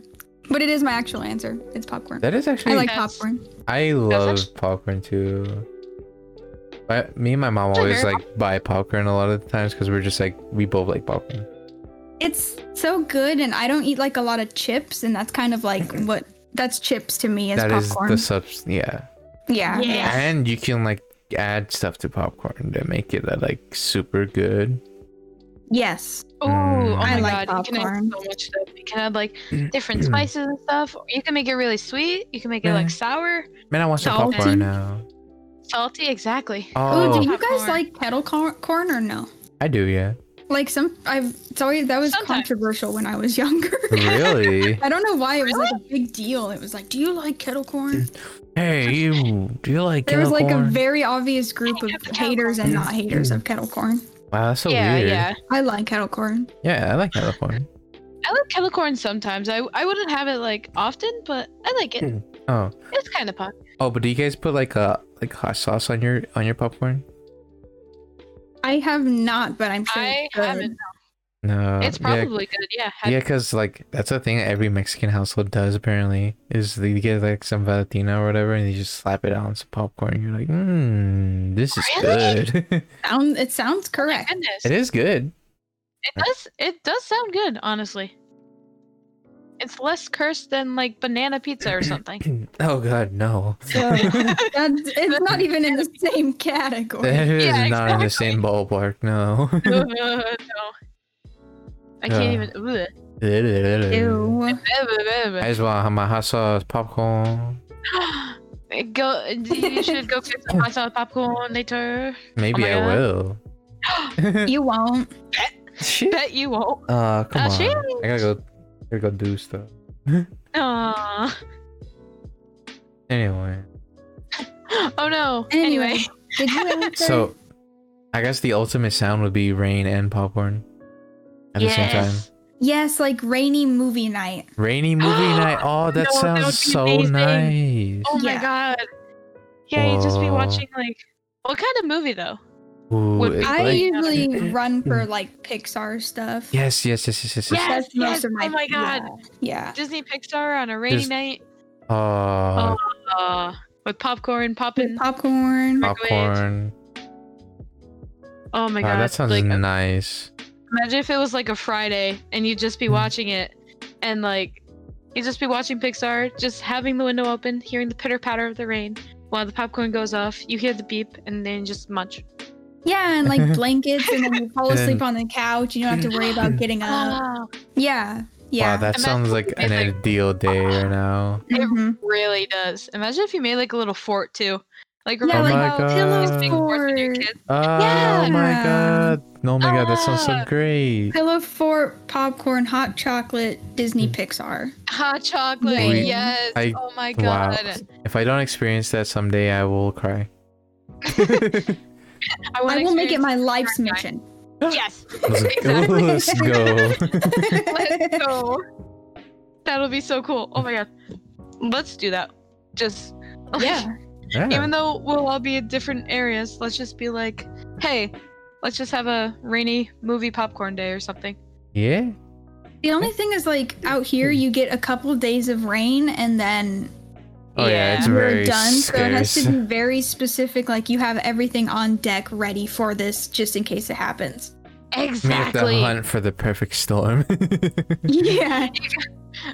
[SPEAKER 2] but it is my actual answer. It's popcorn.
[SPEAKER 3] That is actually
[SPEAKER 2] I like
[SPEAKER 1] That's-
[SPEAKER 2] popcorn.
[SPEAKER 3] I love
[SPEAKER 1] actually-
[SPEAKER 3] popcorn too. I, me and my mom
[SPEAKER 1] It's a
[SPEAKER 3] always
[SPEAKER 1] very-
[SPEAKER 3] like buy popcorn a lot of the times because we're just like we both like popcorn.
[SPEAKER 2] It's so good, and I don't eat like a lot of chips, and that's kind of like what that's chips to me is
[SPEAKER 3] That is
[SPEAKER 2] popcorn.
[SPEAKER 3] the subs, yeah.
[SPEAKER 2] yeah.
[SPEAKER 1] Yeah.
[SPEAKER 3] And you can like add stuff to popcorn to make it uh, like super good.
[SPEAKER 2] Yes.
[SPEAKER 1] Ooh,
[SPEAKER 3] Mm.
[SPEAKER 1] oh my
[SPEAKER 2] I like
[SPEAKER 1] god, you can
[SPEAKER 2] popcorn.
[SPEAKER 1] add so much stuff. You can add like
[SPEAKER 3] Mm.
[SPEAKER 1] different spices and stuff. You can make it really sweet. You can make it
[SPEAKER 3] Yeah.
[SPEAKER 1] like sour,
[SPEAKER 3] Man, I want some
[SPEAKER 1] Salty.
[SPEAKER 3] popcorn now.
[SPEAKER 1] salty, exactly.
[SPEAKER 2] Oh,
[SPEAKER 3] Oh,
[SPEAKER 2] do you guys
[SPEAKER 1] Popcorn.
[SPEAKER 2] like kettle cor- corn or no?
[SPEAKER 3] I do, yeah.
[SPEAKER 2] Like some, I've sorry that was
[SPEAKER 1] Sometimes.
[SPEAKER 2] controversial when I was younger.
[SPEAKER 3] Really?
[SPEAKER 2] I don't know why it was like a big deal. It was like, do you like kettle corn?
[SPEAKER 3] Mm, hey, you do you like
[SPEAKER 2] There was like a
[SPEAKER 3] popcorn?
[SPEAKER 2] very obvious group
[SPEAKER 1] I
[SPEAKER 2] of
[SPEAKER 1] have the kettle
[SPEAKER 2] haters and not haters of kettle corn.
[SPEAKER 3] Wow, that's so
[SPEAKER 1] yeah,
[SPEAKER 3] weird.
[SPEAKER 1] yeah.
[SPEAKER 2] I like kettle corn.
[SPEAKER 3] Yeah, I like kettle corn.
[SPEAKER 1] I like kettle corn sometimes. I I wouldn't have it like often, but I like it.
[SPEAKER 3] Oh,
[SPEAKER 1] It's kind of popular.
[SPEAKER 3] oh, but do you guys put like a like hot sauce on your on your popcorn?
[SPEAKER 2] I have not, but I'm sure
[SPEAKER 1] I
[SPEAKER 2] it's good.
[SPEAKER 1] haven't.
[SPEAKER 3] No,
[SPEAKER 1] It's
[SPEAKER 3] Uh, yeah,
[SPEAKER 1] probably good. Yeah. Have,
[SPEAKER 3] Yeah, because like that's a thing every Mexican household does apparently is they get like some Valentina or whatever and they just slap it on some popcorn. And you're like, mmm, this is
[SPEAKER 1] Really?
[SPEAKER 3] good.
[SPEAKER 2] Sound, it sounds
[SPEAKER 1] my
[SPEAKER 2] correct.
[SPEAKER 1] Goodness.
[SPEAKER 3] it is good.
[SPEAKER 1] It does. It does sound good, honestly. It's less cursed than like banana pizza or something.
[SPEAKER 3] oh god, no.
[SPEAKER 2] So that's, it's not even in the same
[SPEAKER 3] That
[SPEAKER 2] category.
[SPEAKER 3] is
[SPEAKER 1] Yeah,
[SPEAKER 3] not in the same ballpark, no.
[SPEAKER 1] Ugh, no. I can't even. Ugh.
[SPEAKER 2] Ew.
[SPEAKER 3] I just want my hot sauce popcorn.
[SPEAKER 1] go. You should go get some hot sauce popcorn later.
[SPEAKER 3] Maybe
[SPEAKER 1] my
[SPEAKER 3] I
[SPEAKER 1] God.
[SPEAKER 3] will.
[SPEAKER 2] You won't.
[SPEAKER 3] Shit.
[SPEAKER 1] Bet you won't.
[SPEAKER 3] Uh, come
[SPEAKER 1] Uh,
[SPEAKER 3] on.
[SPEAKER 1] shit.
[SPEAKER 3] I gotta go. Gotta go do stuff.
[SPEAKER 1] Aw.
[SPEAKER 3] Anyway,
[SPEAKER 1] Oh no.
[SPEAKER 2] Anyway,
[SPEAKER 1] Anyway,
[SPEAKER 2] Did you answer?
[SPEAKER 3] so I guess the ultimate sound would be rain and popcorn at the same time.
[SPEAKER 1] Yes.
[SPEAKER 2] yes, like rainy movie night.
[SPEAKER 3] Rainy movie night. Oh, that
[SPEAKER 1] No, that would be
[SPEAKER 3] sounds so
[SPEAKER 1] amazing.
[SPEAKER 3] nice.
[SPEAKER 1] Oh my
[SPEAKER 2] Yeah.
[SPEAKER 1] god. Yeah, you'd just be
[SPEAKER 3] Whoa.
[SPEAKER 1] watching like what kind of movie though?
[SPEAKER 3] Ooh,
[SPEAKER 1] Oh, would
[SPEAKER 3] it-
[SPEAKER 1] be-
[SPEAKER 2] I
[SPEAKER 3] like-
[SPEAKER 2] usually run for like Pixar stuff.
[SPEAKER 3] yes, yes, yes, yes, yes. yes.
[SPEAKER 1] Yes,
[SPEAKER 2] That's most
[SPEAKER 1] yes,
[SPEAKER 2] of my-
[SPEAKER 1] oh my god.
[SPEAKER 2] Yeah.
[SPEAKER 1] Disney Pixar on a rainy
[SPEAKER 3] Just-
[SPEAKER 1] night
[SPEAKER 3] Oh,
[SPEAKER 1] uh, with popcorn
[SPEAKER 2] With
[SPEAKER 1] popping.
[SPEAKER 2] popcorn.
[SPEAKER 1] microwave.
[SPEAKER 3] popcorn.
[SPEAKER 1] Oh my
[SPEAKER 3] Wow,
[SPEAKER 1] god.
[SPEAKER 3] that sounds
[SPEAKER 1] like,
[SPEAKER 3] nice.
[SPEAKER 1] Imagine if it was like a Friday and you'd just be
[SPEAKER 3] Mm.
[SPEAKER 1] watching it and like you'd just be watching Pixar, just having the window open, hearing the pitter patter of the rain while the popcorn goes off. You hear the beep and then just munch.
[SPEAKER 2] Yeah, and like blankets, and then you fall
[SPEAKER 3] And then-
[SPEAKER 2] asleep on the couch. You don't have to worry about getting up.
[SPEAKER 1] Oh,
[SPEAKER 2] Yeah, yeah.
[SPEAKER 3] Wow, that
[SPEAKER 1] Imagine
[SPEAKER 3] sounds
[SPEAKER 1] if
[SPEAKER 3] like
[SPEAKER 1] you
[SPEAKER 3] an
[SPEAKER 1] made, like-
[SPEAKER 3] ideal day right now.
[SPEAKER 2] Mhm.
[SPEAKER 1] really does. Imagine if you made like a little fort too. Like,
[SPEAKER 2] Yeah,
[SPEAKER 1] remember
[SPEAKER 2] like
[SPEAKER 1] how
[SPEAKER 3] Oh God.
[SPEAKER 2] pillow
[SPEAKER 1] those big forts when you were
[SPEAKER 2] fort,
[SPEAKER 1] kids?
[SPEAKER 3] Oh my
[SPEAKER 2] Yeah.
[SPEAKER 3] god. Oh my god, that sounds so
[SPEAKER 1] Ah.
[SPEAKER 3] great.
[SPEAKER 2] pillow fort, popcorn, hot chocolate, Disney Pixar.
[SPEAKER 1] Hot chocolate,
[SPEAKER 2] Yeah. We-
[SPEAKER 1] yes.
[SPEAKER 3] I-
[SPEAKER 1] oh my
[SPEAKER 3] wow.
[SPEAKER 1] god.
[SPEAKER 3] If I don't experience that someday, I will cry.
[SPEAKER 2] I will make it
[SPEAKER 1] experience-
[SPEAKER 2] my life's mission.
[SPEAKER 1] Yes.
[SPEAKER 3] Let's go.
[SPEAKER 1] Exactly.
[SPEAKER 3] Let's go.
[SPEAKER 1] Let's go. That'll be so cool. Oh my god. Let's do that. Just
[SPEAKER 2] yeah,
[SPEAKER 3] Yeah.
[SPEAKER 1] Even though we'll all be in different areas, let's just be like, hey, let's just have a rainy movie popcorn day or something.
[SPEAKER 3] yeah.
[SPEAKER 2] the only thing is like out here, you get a couple days of rain, and then
[SPEAKER 3] Oh yeah,
[SPEAKER 1] Yeah.
[SPEAKER 3] it's
[SPEAKER 1] We're
[SPEAKER 2] you're
[SPEAKER 3] very
[SPEAKER 2] done. So it has
[SPEAKER 3] scarce.
[SPEAKER 2] to be very specific. Like you have everything on deck ready for this, just in case it happens.
[SPEAKER 3] We have to
[SPEAKER 1] Exactly.
[SPEAKER 3] hunt for the perfect storm.
[SPEAKER 2] yeah.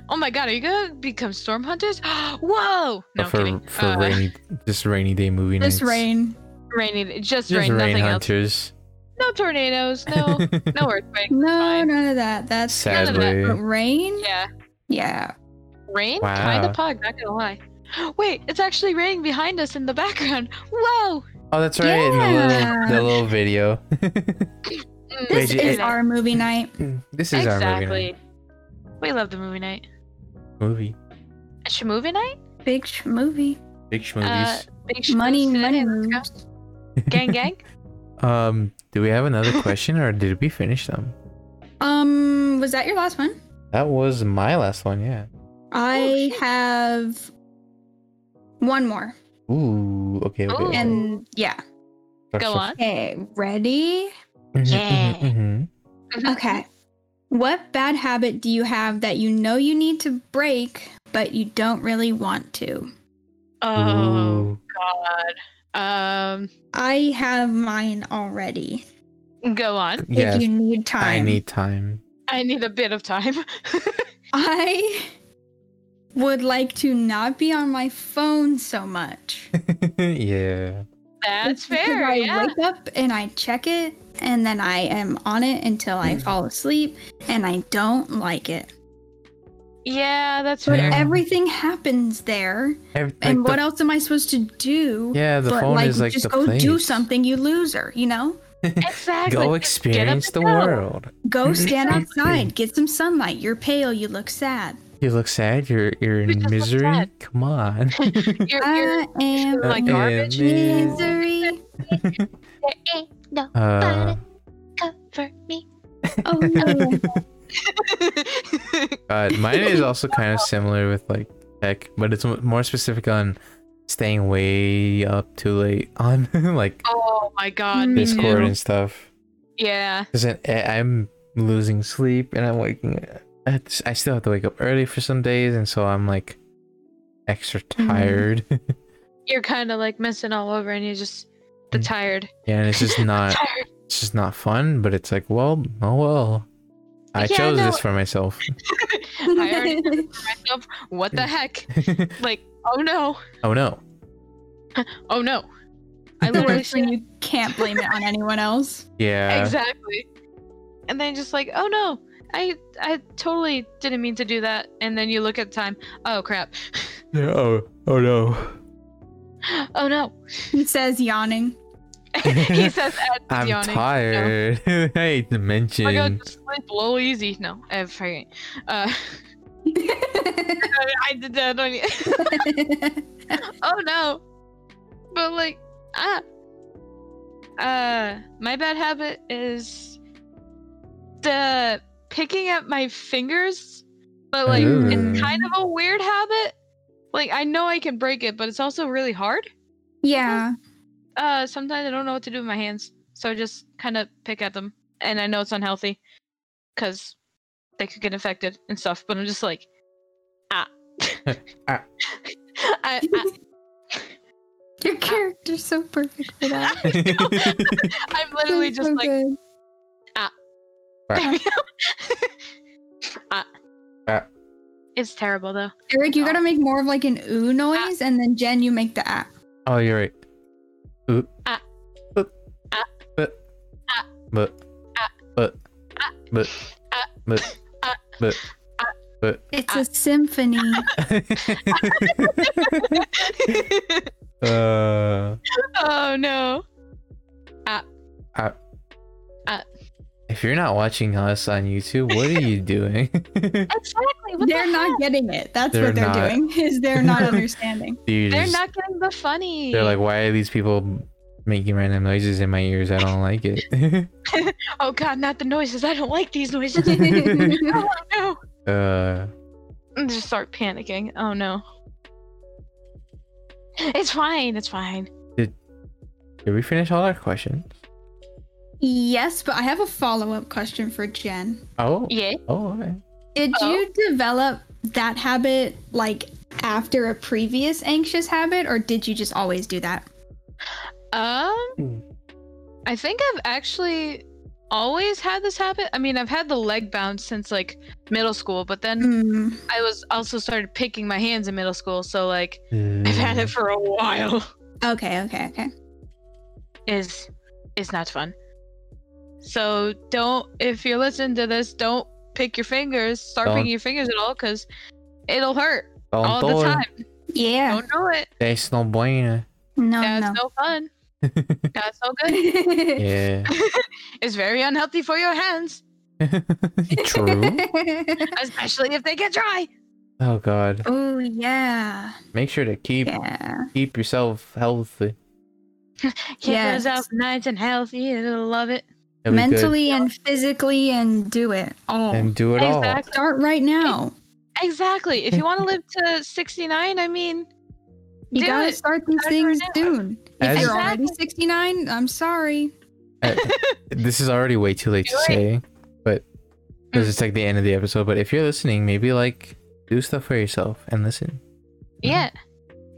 [SPEAKER 1] Oh my god, are you gonna become storm hunters? Whoa! No I'm
[SPEAKER 3] for
[SPEAKER 1] kidding.
[SPEAKER 3] for
[SPEAKER 1] Uh,
[SPEAKER 3] rainy, just rainy day movie
[SPEAKER 2] Just
[SPEAKER 3] nights.
[SPEAKER 2] rain.
[SPEAKER 1] rainy, day- just,
[SPEAKER 3] Just
[SPEAKER 1] rain,
[SPEAKER 3] rain
[SPEAKER 1] nothing
[SPEAKER 3] hunters.
[SPEAKER 1] else. No tornadoes, no, no earthquakes.
[SPEAKER 2] No,
[SPEAKER 1] Fine.
[SPEAKER 2] none of that. That's
[SPEAKER 1] None of that.
[SPEAKER 3] Sadly.
[SPEAKER 2] But rain?
[SPEAKER 1] Yeah,
[SPEAKER 2] Yeah.
[SPEAKER 1] rain,
[SPEAKER 3] Wow.
[SPEAKER 1] kind of pug. Not gonna lie. Wait, it's actually raining behind us in the background. Whoa!
[SPEAKER 3] Oh, that's right. In the
[SPEAKER 2] Yeah.
[SPEAKER 3] little, the little video.
[SPEAKER 1] Mm,
[SPEAKER 3] Wait,
[SPEAKER 2] This
[SPEAKER 3] it-
[SPEAKER 2] is
[SPEAKER 3] it-
[SPEAKER 2] our movie night.
[SPEAKER 3] this is our movie.
[SPEAKER 1] exactly.
[SPEAKER 3] Night.
[SPEAKER 1] We love the movie night.
[SPEAKER 3] Movie.
[SPEAKER 1] It's your movie night.
[SPEAKER 2] Big sh- movie.
[SPEAKER 3] Big schmovies.
[SPEAKER 1] Big sh-
[SPEAKER 2] Money,
[SPEAKER 1] today.
[SPEAKER 2] money
[SPEAKER 1] Let's go.
[SPEAKER 2] moves.
[SPEAKER 1] Gang, gang.
[SPEAKER 3] um, do we have another question or did we finish them?
[SPEAKER 2] Um, was that your last one?
[SPEAKER 3] That was my last one. Yeah.
[SPEAKER 2] I
[SPEAKER 1] shit.
[SPEAKER 2] have one more.
[SPEAKER 3] Ooh. Okay. okay,
[SPEAKER 1] Ooh.
[SPEAKER 3] okay.
[SPEAKER 2] And yeah.
[SPEAKER 1] Go on.
[SPEAKER 2] Okay, ready?
[SPEAKER 3] Mhm,
[SPEAKER 1] Yeah.
[SPEAKER 3] mhm, mhm.
[SPEAKER 1] Mm-hmm.
[SPEAKER 2] Okay. What bad habit do you have that you know you need to break, but you don't really want to?
[SPEAKER 1] Oh
[SPEAKER 3] mm-hmm. Ooh.
[SPEAKER 1] God.
[SPEAKER 2] I have mine already.
[SPEAKER 1] Um, go on.
[SPEAKER 3] Yes.
[SPEAKER 2] If you need time.
[SPEAKER 3] I need time.
[SPEAKER 1] I need a bit of time.
[SPEAKER 2] I would like to not be on my phone so much.
[SPEAKER 3] yeah.
[SPEAKER 1] That's
[SPEAKER 2] Because
[SPEAKER 1] fair.
[SPEAKER 2] I
[SPEAKER 1] Yeah.
[SPEAKER 2] wake up and I check it, and then I am on it until I
[SPEAKER 3] Mm.
[SPEAKER 2] fall asleep, and I don't like it.
[SPEAKER 1] Yeah, that's e-
[SPEAKER 2] But
[SPEAKER 1] fair.
[SPEAKER 2] everything happens there,
[SPEAKER 3] Ev-
[SPEAKER 2] and
[SPEAKER 3] Mm. like
[SPEAKER 2] what
[SPEAKER 3] the-
[SPEAKER 2] else am I supposed to do?
[SPEAKER 3] Yeah, the
[SPEAKER 2] but
[SPEAKER 3] phone
[SPEAKER 2] like,
[SPEAKER 3] is like
[SPEAKER 2] just
[SPEAKER 3] the
[SPEAKER 2] go do
[SPEAKER 3] place.
[SPEAKER 2] something, you loser. You know,
[SPEAKER 1] Exactly.
[SPEAKER 3] Go
[SPEAKER 1] Just get up
[SPEAKER 3] experience
[SPEAKER 1] and
[SPEAKER 3] the
[SPEAKER 1] go.
[SPEAKER 3] world.
[SPEAKER 2] go stand
[SPEAKER 3] Exactly.
[SPEAKER 2] outside, get some sunlight. You're pale, you look sad.
[SPEAKER 3] You look sad. You're you're
[SPEAKER 1] You
[SPEAKER 3] in
[SPEAKER 1] just look
[SPEAKER 3] misery.
[SPEAKER 1] sad.
[SPEAKER 3] Come on.
[SPEAKER 1] You're, you're
[SPEAKER 2] I am
[SPEAKER 1] like
[SPEAKER 3] Uh,
[SPEAKER 1] garbage.
[SPEAKER 3] yeah, man.
[SPEAKER 2] misery.
[SPEAKER 1] There ain't no
[SPEAKER 3] Uh,
[SPEAKER 1] cover me.
[SPEAKER 2] Oh no.
[SPEAKER 3] God, mine is also kind of similar with like tech, but it's m- more specific on staying way up too late on like
[SPEAKER 1] oh my God. me
[SPEAKER 3] Discord
[SPEAKER 1] too.
[SPEAKER 3] and stuff.
[SPEAKER 1] Yeah.
[SPEAKER 3] Because I'm losing sleep and I'm waking. I s- I still have to wake up early for some days, and so I'm like extra
[SPEAKER 1] Mm-hmm.
[SPEAKER 3] tired.
[SPEAKER 1] You're kind of like messing all over, and you're just the
[SPEAKER 3] Mm.
[SPEAKER 1] tired.
[SPEAKER 3] yeah, and it's just not.
[SPEAKER 1] tired.
[SPEAKER 3] It's just not fun. But it's like, well, oh well. I
[SPEAKER 1] Yeah,
[SPEAKER 3] chose
[SPEAKER 1] no.
[SPEAKER 3] this for myself.
[SPEAKER 1] I already myself. What the heck? Like, oh no,
[SPEAKER 3] oh no.
[SPEAKER 1] oh no. I
[SPEAKER 2] the
[SPEAKER 1] literally
[SPEAKER 2] worst
[SPEAKER 1] said
[SPEAKER 2] when you can't blame it on anyone else.
[SPEAKER 3] Yeah.
[SPEAKER 1] exactly. And then just like, oh no, I I totally didn't mean to do that. And then you look at the time. Oh crap.
[SPEAKER 3] Yeah, oh. Oh no.
[SPEAKER 1] Oh no.
[SPEAKER 2] He says, yawning.
[SPEAKER 1] he says, as he's
[SPEAKER 3] I'm
[SPEAKER 1] yawning. Oh
[SPEAKER 3] tired. I hate to mention.
[SPEAKER 1] I go to sleep low easy. No, I'm freaking. Uh, I did that on you. oh no. But like, ah. Uh, my bad habit is the picking at my fingers, but like it's
[SPEAKER 3] Ooh.
[SPEAKER 1] kind of a weird habit. Like I know I can break it, but it's also really hard.
[SPEAKER 2] yeah.
[SPEAKER 1] Uh, sometimes I don't know what to do with my hands, so I just kind of pick at them, and I know it's unhealthy, cause they could get infected and stuff. But I'm just like, ah,
[SPEAKER 3] Ah.
[SPEAKER 1] I, I,
[SPEAKER 2] Your character's so perfect for that.
[SPEAKER 1] I'm literally
[SPEAKER 2] That's
[SPEAKER 1] just
[SPEAKER 2] so
[SPEAKER 1] like,
[SPEAKER 2] good.
[SPEAKER 1] ah.
[SPEAKER 3] Ah.
[SPEAKER 1] It's terrible though.
[SPEAKER 2] Eric, you gotta make more of like an ooh noise, and then Jen, you make the app.
[SPEAKER 3] oh, you're right. Oop.
[SPEAKER 1] Ah.
[SPEAKER 3] Oop.
[SPEAKER 1] Ah.
[SPEAKER 3] But.
[SPEAKER 1] Ah.
[SPEAKER 3] But.
[SPEAKER 1] Ah.
[SPEAKER 3] But.
[SPEAKER 1] Ah.
[SPEAKER 3] But.
[SPEAKER 1] Ah.
[SPEAKER 3] But.
[SPEAKER 1] Ah.
[SPEAKER 3] But.
[SPEAKER 1] Ah.
[SPEAKER 3] But.
[SPEAKER 2] It's a symphony.
[SPEAKER 1] Ah.
[SPEAKER 3] uh,
[SPEAKER 1] oh no.
[SPEAKER 3] if you're not watching us on YouTube, what are you doing?
[SPEAKER 1] Exactly. What
[SPEAKER 2] they're
[SPEAKER 1] the
[SPEAKER 2] not
[SPEAKER 1] heck?
[SPEAKER 2] getting it. That's
[SPEAKER 3] They're
[SPEAKER 2] what they're
[SPEAKER 3] not.
[SPEAKER 2] doing. Is they're not understanding.
[SPEAKER 3] You're
[SPEAKER 1] They're
[SPEAKER 3] just-
[SPEAKER 1] not getting the funny.
[SPEAKER 3] They're like, why are these people making random noises in my ears? I don't like it.
[SPEAKER 1] oh god, not the noises. I don't like these noises.
[SPEAKER 2] That's
[SPEAKER 1] oh no.
[SPEAKER 3] uh,
[SPEAKER 1] And just start panicking. Oh no. It's fine. It's fine.
[SPEAKER 3] did we finish all our questions?
[SPEAKER 2] yes, but I have a follow up question for Jen.
[SPEAKER 3] Oh.
[SPEAKER 1] Yeah.
[SPEAKER 3] Oh. Okay.
[SPEAKER 2] Did
[SPEAKER 1] Oh.
[SPEAKER 2] you develop that habit like after a previous anxious habit, or did you just always do that?
[SPEAKER 1] Um,
[SPEAKER 3] Mm.
[SPEAKER 1] I think I've actually always had this habit. I mean, I've had the leg bounce since like middle school, but then
[SPEAKER 2] Mm.
[SPEAKER 1] I was also started picking my hands in middle school, so like I've had
[SPEAKER 3] Mm. Hmm.
[SPEAKER 1] it for a while.
[SPEAKER 2] Okay, okay, okay.
[SPEAKER 1] Is is not fun. So don't if you're listening to this, don't pick your fingers, start
[SPEAKER 3] Don't.
[SPEAKER 1] picking your fingers at all, cause it'll hurt
[SPEAKER 3] Don't
[SPEAKER 1] all the
[SPEAKER 3] do it.
[SPEAKER 1] time.
[SPEAKER 2] Yeah.
[SPEAKER 1] Don't do it.
[SPEAKER 3] That's no bueno.
[SPEAKER 2] no,
[SPEAKER 1] That's
[SPEAKER 2] no.
[SPEAKER 1] no fun. That's no good.
[SPEAKER 3] Yeah.
[SPEAKER 1] It's very unhealthy for your hands,
[SPEAKER 3] True.
[SPEAKER 1] especially if they get dry.
[SPEAKER 3] Oh God.
[SPEAKER 2] oh yeah.
[SPEAKER 3] Make sure to keep
[SPEAKER 2] Yeah.
[SPEAKER 3] keep yourself healthy.
[SPEAKER 1] Keep
[SPEAKER 2] Yes.
[SPEAKER 1] yourself nice and healthy. It'll love it.
[SPEAKER 3] It'll be good.
[SPEAKER 2] Mentally and physically and do it all.
[SPEAKER 3] and do it all.
[SPEAKER 1] Exactly.
[SPEAKER 2] Start right now.
[SPEAKER 1] Exactly. If you want to live to 69, I mean,
[SPEAKER 3] Mm-hmm.
[SPEAKER 2] You
[SPEAKER 1] Do
[SPEAKER 2] gotta
[SPEAKER 1] it.
[SPEAKER 2] start these
[SPEAKER 1] Start
[SPEAKER 2] things
[SPEAKER 1] right now.
[SPEAKER 2] soon. If
[SPEAKER 3] As-
[SPEAKER 2] you're already
[SPEAKER 1] Exactly.
[SPEAKER 2] 69, I'm sorry.
[SPEAKER 3] Uh, this is already way too late to
[SPEAKER 1] Do it.
[SPEAKER 3] say, but because
[SPEAKER 1] Mm.
[SPEAKER 3] it's like the end of the episode. But if you're listening, maybe like do stuff for yourself and listen.
[SPEAKER 1] yeah.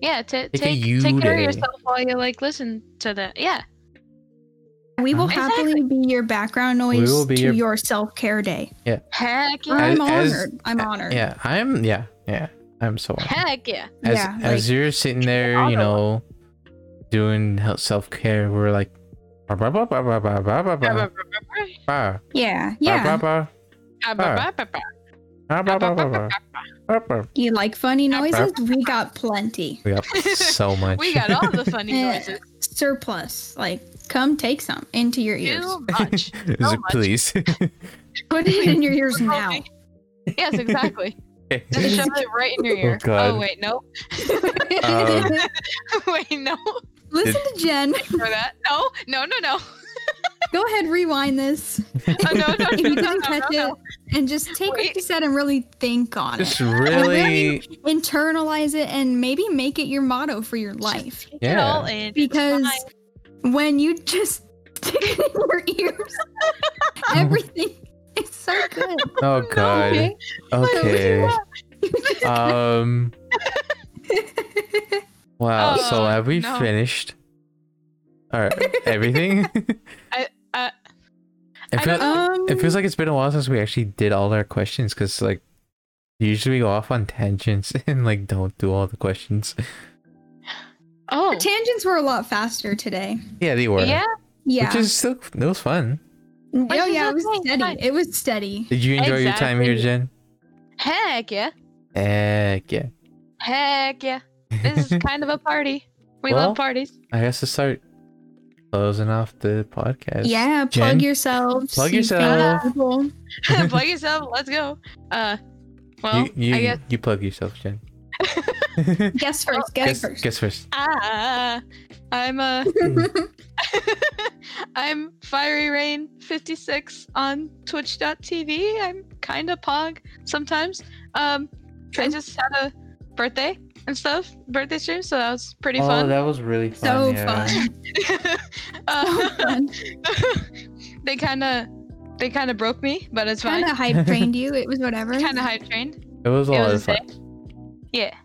[SPEAKER 1] Yeah, t-
[SPEAKER 3] a
[SPEAKER 1] take
[SPEAKER 3] you
[SPEAKER 1] take care
[SPEAKER 3] day.
[SPEAKER 1] of yourself while you like listen to that. Yeah.
[SPEAKER 2] We will
[SPEAKER 3] Mhm.
[SPEAKER 2] happily be your background
[SPEAKER 3] We
[SPEAKER 2] noise
[SPEAKER 3] will be
[SPEAKER 2] to
[SPEAKER 3] your-
[SPEAKER 2] your, self care day.
[SPEAKER 1] Heck yeah.
[SPEAKER 2] I'm
[SPEAKER 3] as-
[SPEAKER 2] honored. I'm honored.
[SPEAKER 3] Yeah, I'm. Yeah, yeah, I'm so. on.
[SPEAKER 1] Heck yeah.
[SPEAKER 3] As
[SPEAKER 2] Yeah,
[SPEAKER 3] as you're sitting there, you know, doing self care, we're like. "Bah, bah, bah, bah, bah, bah, bah, bah, bah, bah,
[SPEAKER 2] yeah. yeah.
[SPEAKER 3] bah, bah, bah, bah, bah, bah, bah, bah, bah."
[SPEAKER 2] You like funny
[SPEAKER 1] Uh,
[SPEAKER 2] noises? We got plenty.
[SPEAKER 3] We got so much.
[SPEAKER 1] We got all the funny
[SPEAKER 2] Yeah.
[SPEAKER 1] noises.
[SPEAKER 2] Surplus. Like, come take some into your ears.
[SPEAKER 1] Too much.
[SPEAKER 3] Is
[SPEAKER 1] so
[SPEAKER 3] it
[SPEAKER 1] much.
[SPEAKER 3] please.
[SPEAKER 2] Put it in your ears now.
[SPEAKER 1] Yes, exactly. Just shove it right in your ear.
[SPEAKER 3] God.
[SPEAKER 1] oh wait, no.
[SPEAKER 3] Um,
[SPEAKER 1] wait, no.
[SPEAKER 2] Listen to Jen.
[SPEAKER 1] For that. No, no, no, no.
[SPEAKER 2] Go ahead, rewind this.
[SPEAKER 1] Oh, no, no,
[SPEAKER 2] If
[SPEAKER 1] no,
[SPEAKER 2] you
[SPEAKER 1] no,
[SPEAKER 2] didn't
[SPEAKER 1] no,
[SPEAKER 2] catch
[SPEAKER 1] no,
[SPEAKER 2] it, and just take what you
[SPEAKER 1] Wait.
[SPEAKER 2] said and really think on it.
[SPEAKER 3] Just really,
[SPEAKER 2] Internalize it and maybe make it your motto for your life.
[SPEAKER 1] Take it
[SPEAKER 3] Yeah.
[SPEAKER 1] all in. It's
[SPEAKER 2] Because
[SPEAKER 1] fine.
[SPEAKER 2] when you just stick it in your ears, everything is so good.
[SPEAKER 3] oh god.
[SPEAKER 2] Okay?
[SPEAKER 3] Okay.
[SPEAKER 1] Like,
[SPEAKER 3] Um. Wow. so
[SPEAKER 1] Oh,
[SPEAKER 3] have we
[SPEAKER 1] no.
[SPEAKER 3] finished? All right. Everything.
[SPEAKER 1] I- I-
[SPEAKER 3] It,
[SPEAKER 1] I
[SPEAKER 3] feel-
[SPEAKER 1] don't-
[SPEAKER 2] Um,
[SPEAKER 3] it feels like it's been a while since we actually did all our questions because like usually we go off on tangents and like don't do all the questions.
[SPEAKER 1] oh,
[SPEAKER 2] our tangents were a lot faster today.
[SPEAKER 3] Yeah, they were.
[SPEAKER 1] yeah.
[SPEAKER 2] Yeah.
[SPEAKER 3] Which is still it was fun.
[SPEAKER 2] oh
[SPEAKER 1] is
[SPEAKER 2] yeah, it was
[SPEAKER 1] okay,
[SPEAKER 2] steady.
[SPEAKER 1] fine.
[SPEAKER 2] It was steady.
[SPEAKER 3] Did you enjoy your time here,
[SPEAKER 1] Exactly.
[SPEAKER 3] Jen?
[SPEAKER 1] Heck yeah.
[SPEAKER 3] Heck yeah.
[SPEAKER 1] Heck yeah. This is kind of a party. We
[SPEAKER 3] Well,
[SPEAKER 1] love parties.
[SPEAKER 3] I guess to start closing off the podcast.
[SPEAKER 2] Yeah, plug
[SPEAKER 3] Jen?
[SPEAKER 2] yourselves.
[SPEAKER 3] Plug
[SPEAKER 2] you famous
[SPEAKER 3] yourself.
[SPEAKER 2] people.
[SPEAKER 1] Plug yourself. Let's go. Uh, well,
[SPEAKER 3] you you,
[SPEAKER 1] I guess
[SPEAKER 3] you plug yourself, Jen.
[SPEAKER 2] Guess first. guess
[SPEAKER 3] guess,
[SPEAKER 2] first.
[SPEAKER 3] guess first.
[SPEAKER 1] ah, I'm uh, I'm Fiery Rain 56 on Twitch.tv. I'm kind of pog sometimes. Um, I
[SPEAKER 2] True.
[SPEAKER 1] just had a birthday and stuff, birthday stream, so that was pretty
[SPEAKER 3] oh,
[SPEAKER 1] fun.
[SPEAKER 3] that was really
[SPEAKER 2] so
[SPEAKER 3] fun. yeah.
[SPEAKER 2] fun. So
[SPEAKER 1] uh,
[SPEAKER 2] fun.
[SPEAKER 1] they kind of they kind of broke me, but it's
[SPEAKER 2] Kind
[SPEAKER 1] fine.
[SPEAKER 2] of hype trained you. It was whatever.
[SPEAKER 1] Kind of high trained.
[SPEAKER 3] It was a
[SPEAKER 1] It
[SPEAKER 3] lot
[SPEAKER 1] was
[SPEAKER 3] of
[SPEAKER 1] a
[SPEAKER 3] fun.
[SPEAKER 1] Yeah.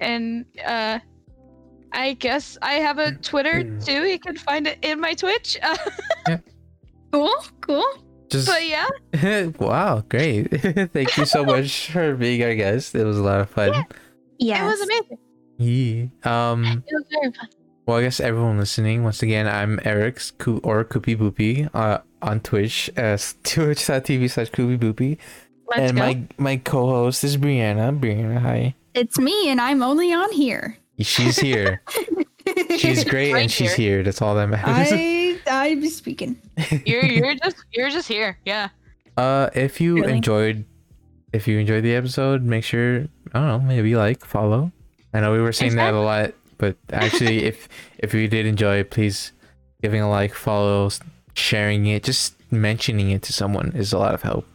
[SPEAKER 1] And uh I guess I have a Twitter too. You can find it in my Twitch. Uh,
[SPEAKER 2] Cool. Cool.
[SPEAKER 3] Just
[SPEAKER 1] but yeah,
[SPEAKER 3] wow, great! Thank you so much for being our guest. It was a lot of fun.
[SPEAKER 2] Yeah.
[SPEAKER 1] it was amazing.
[SPEAKER 3] Yeah. Um.
[SPEAKER 1] It was very fun.
[SPEAKER 3] Well, I guess everyone listening. Once again, I'm Eric's Coo- or Koopy Boopy uh, on Twitch as twitch.tv slash Koopy Boopy,
[SPEAKER 1] Let's
[SPEAKER 3] and
[SPEAKER 1] go.
[SPEAKER 3] my my co-host is Brianna. Brianna, hi.
[SPEAKER 2] It's me, and I'm only on here.
[SPEAKER 3] She's here. she's great,
[SPEAKER 1] Right
[SPEAKER 3] and she's here. That's all that matters.
[SPEAKER 2] I I'm speaking.
[SPEAKER 1] You're you're just you're just here. Yeah.
[SPEAKER 3] Uh, if you
[SPEAKER 2] Really?
[SPEAKER 3] enjoyed, if you enjoyed the episode, make sure I don't know, maybe like, follow. I know we were saying that a lot, but actually, if if you did enjoy, it, please giving a like, follow, s- sharing it, just mentioning it to someone is a lot of help.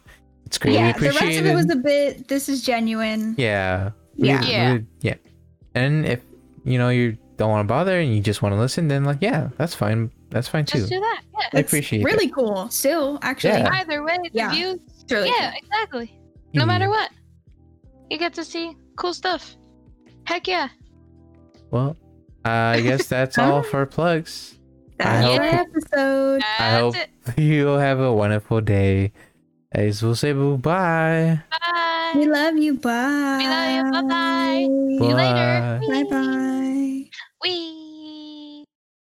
[SPEAKER 3] It's greatly
[SPEAKER 2] yeah. The rest of
[SPEAKER 3] appreciated.
[SPEAKER 2] it was a bit. This is genuine.
[SPEAKER 3] yeah, we-
[SPEAKER 2] Yeah.
[SPEAKER 1] Yeah.
[SPEAKER 3] we- yeah. And if you know you don't want to bother and you just want to listen, then like, yeah, that's fine. That's fine too.
[SPEAKER 1] Just do that. Yeah.
[SPEAKER 3] I
[SPEAKER 2] It's
[SPEAKER 3] appreciate that.
[SPEAKER 2] Really cool. Still, actually,
[SPEAKER 3] Yeah. Hmm.
[SPEAKER 1] Either way, the
[SPEAKER 2] Yeah.
[SPEAKER 1] views.
[SPEAKER 2] it's really
[SPEAKER 1] yeah, exactly. No matter what. You get to see cool stuff. Heck yeah.
[SPEAKER 3] Well, I guess that's all for plugs.
[SPEAKER 2] Cool. That's
[SPEAKER 3] I
[SPEAKER 2] the episode.
[SPEAKER 1] That's
[SPEAKER 3] I hope
[SPEAKER 1] it.
[SPEAKER 3] You'll have a wonderful day. I will say bye.
[SPEAKER 1] Bye.
[SPEAKER 2] We love you. Bye.
[SPEAKER 1] We love you. Bye-bye. See you
[SPEAKER 3] Bye.
[SPEAKER 1] later.
[SPEAKER 2] Bye bye.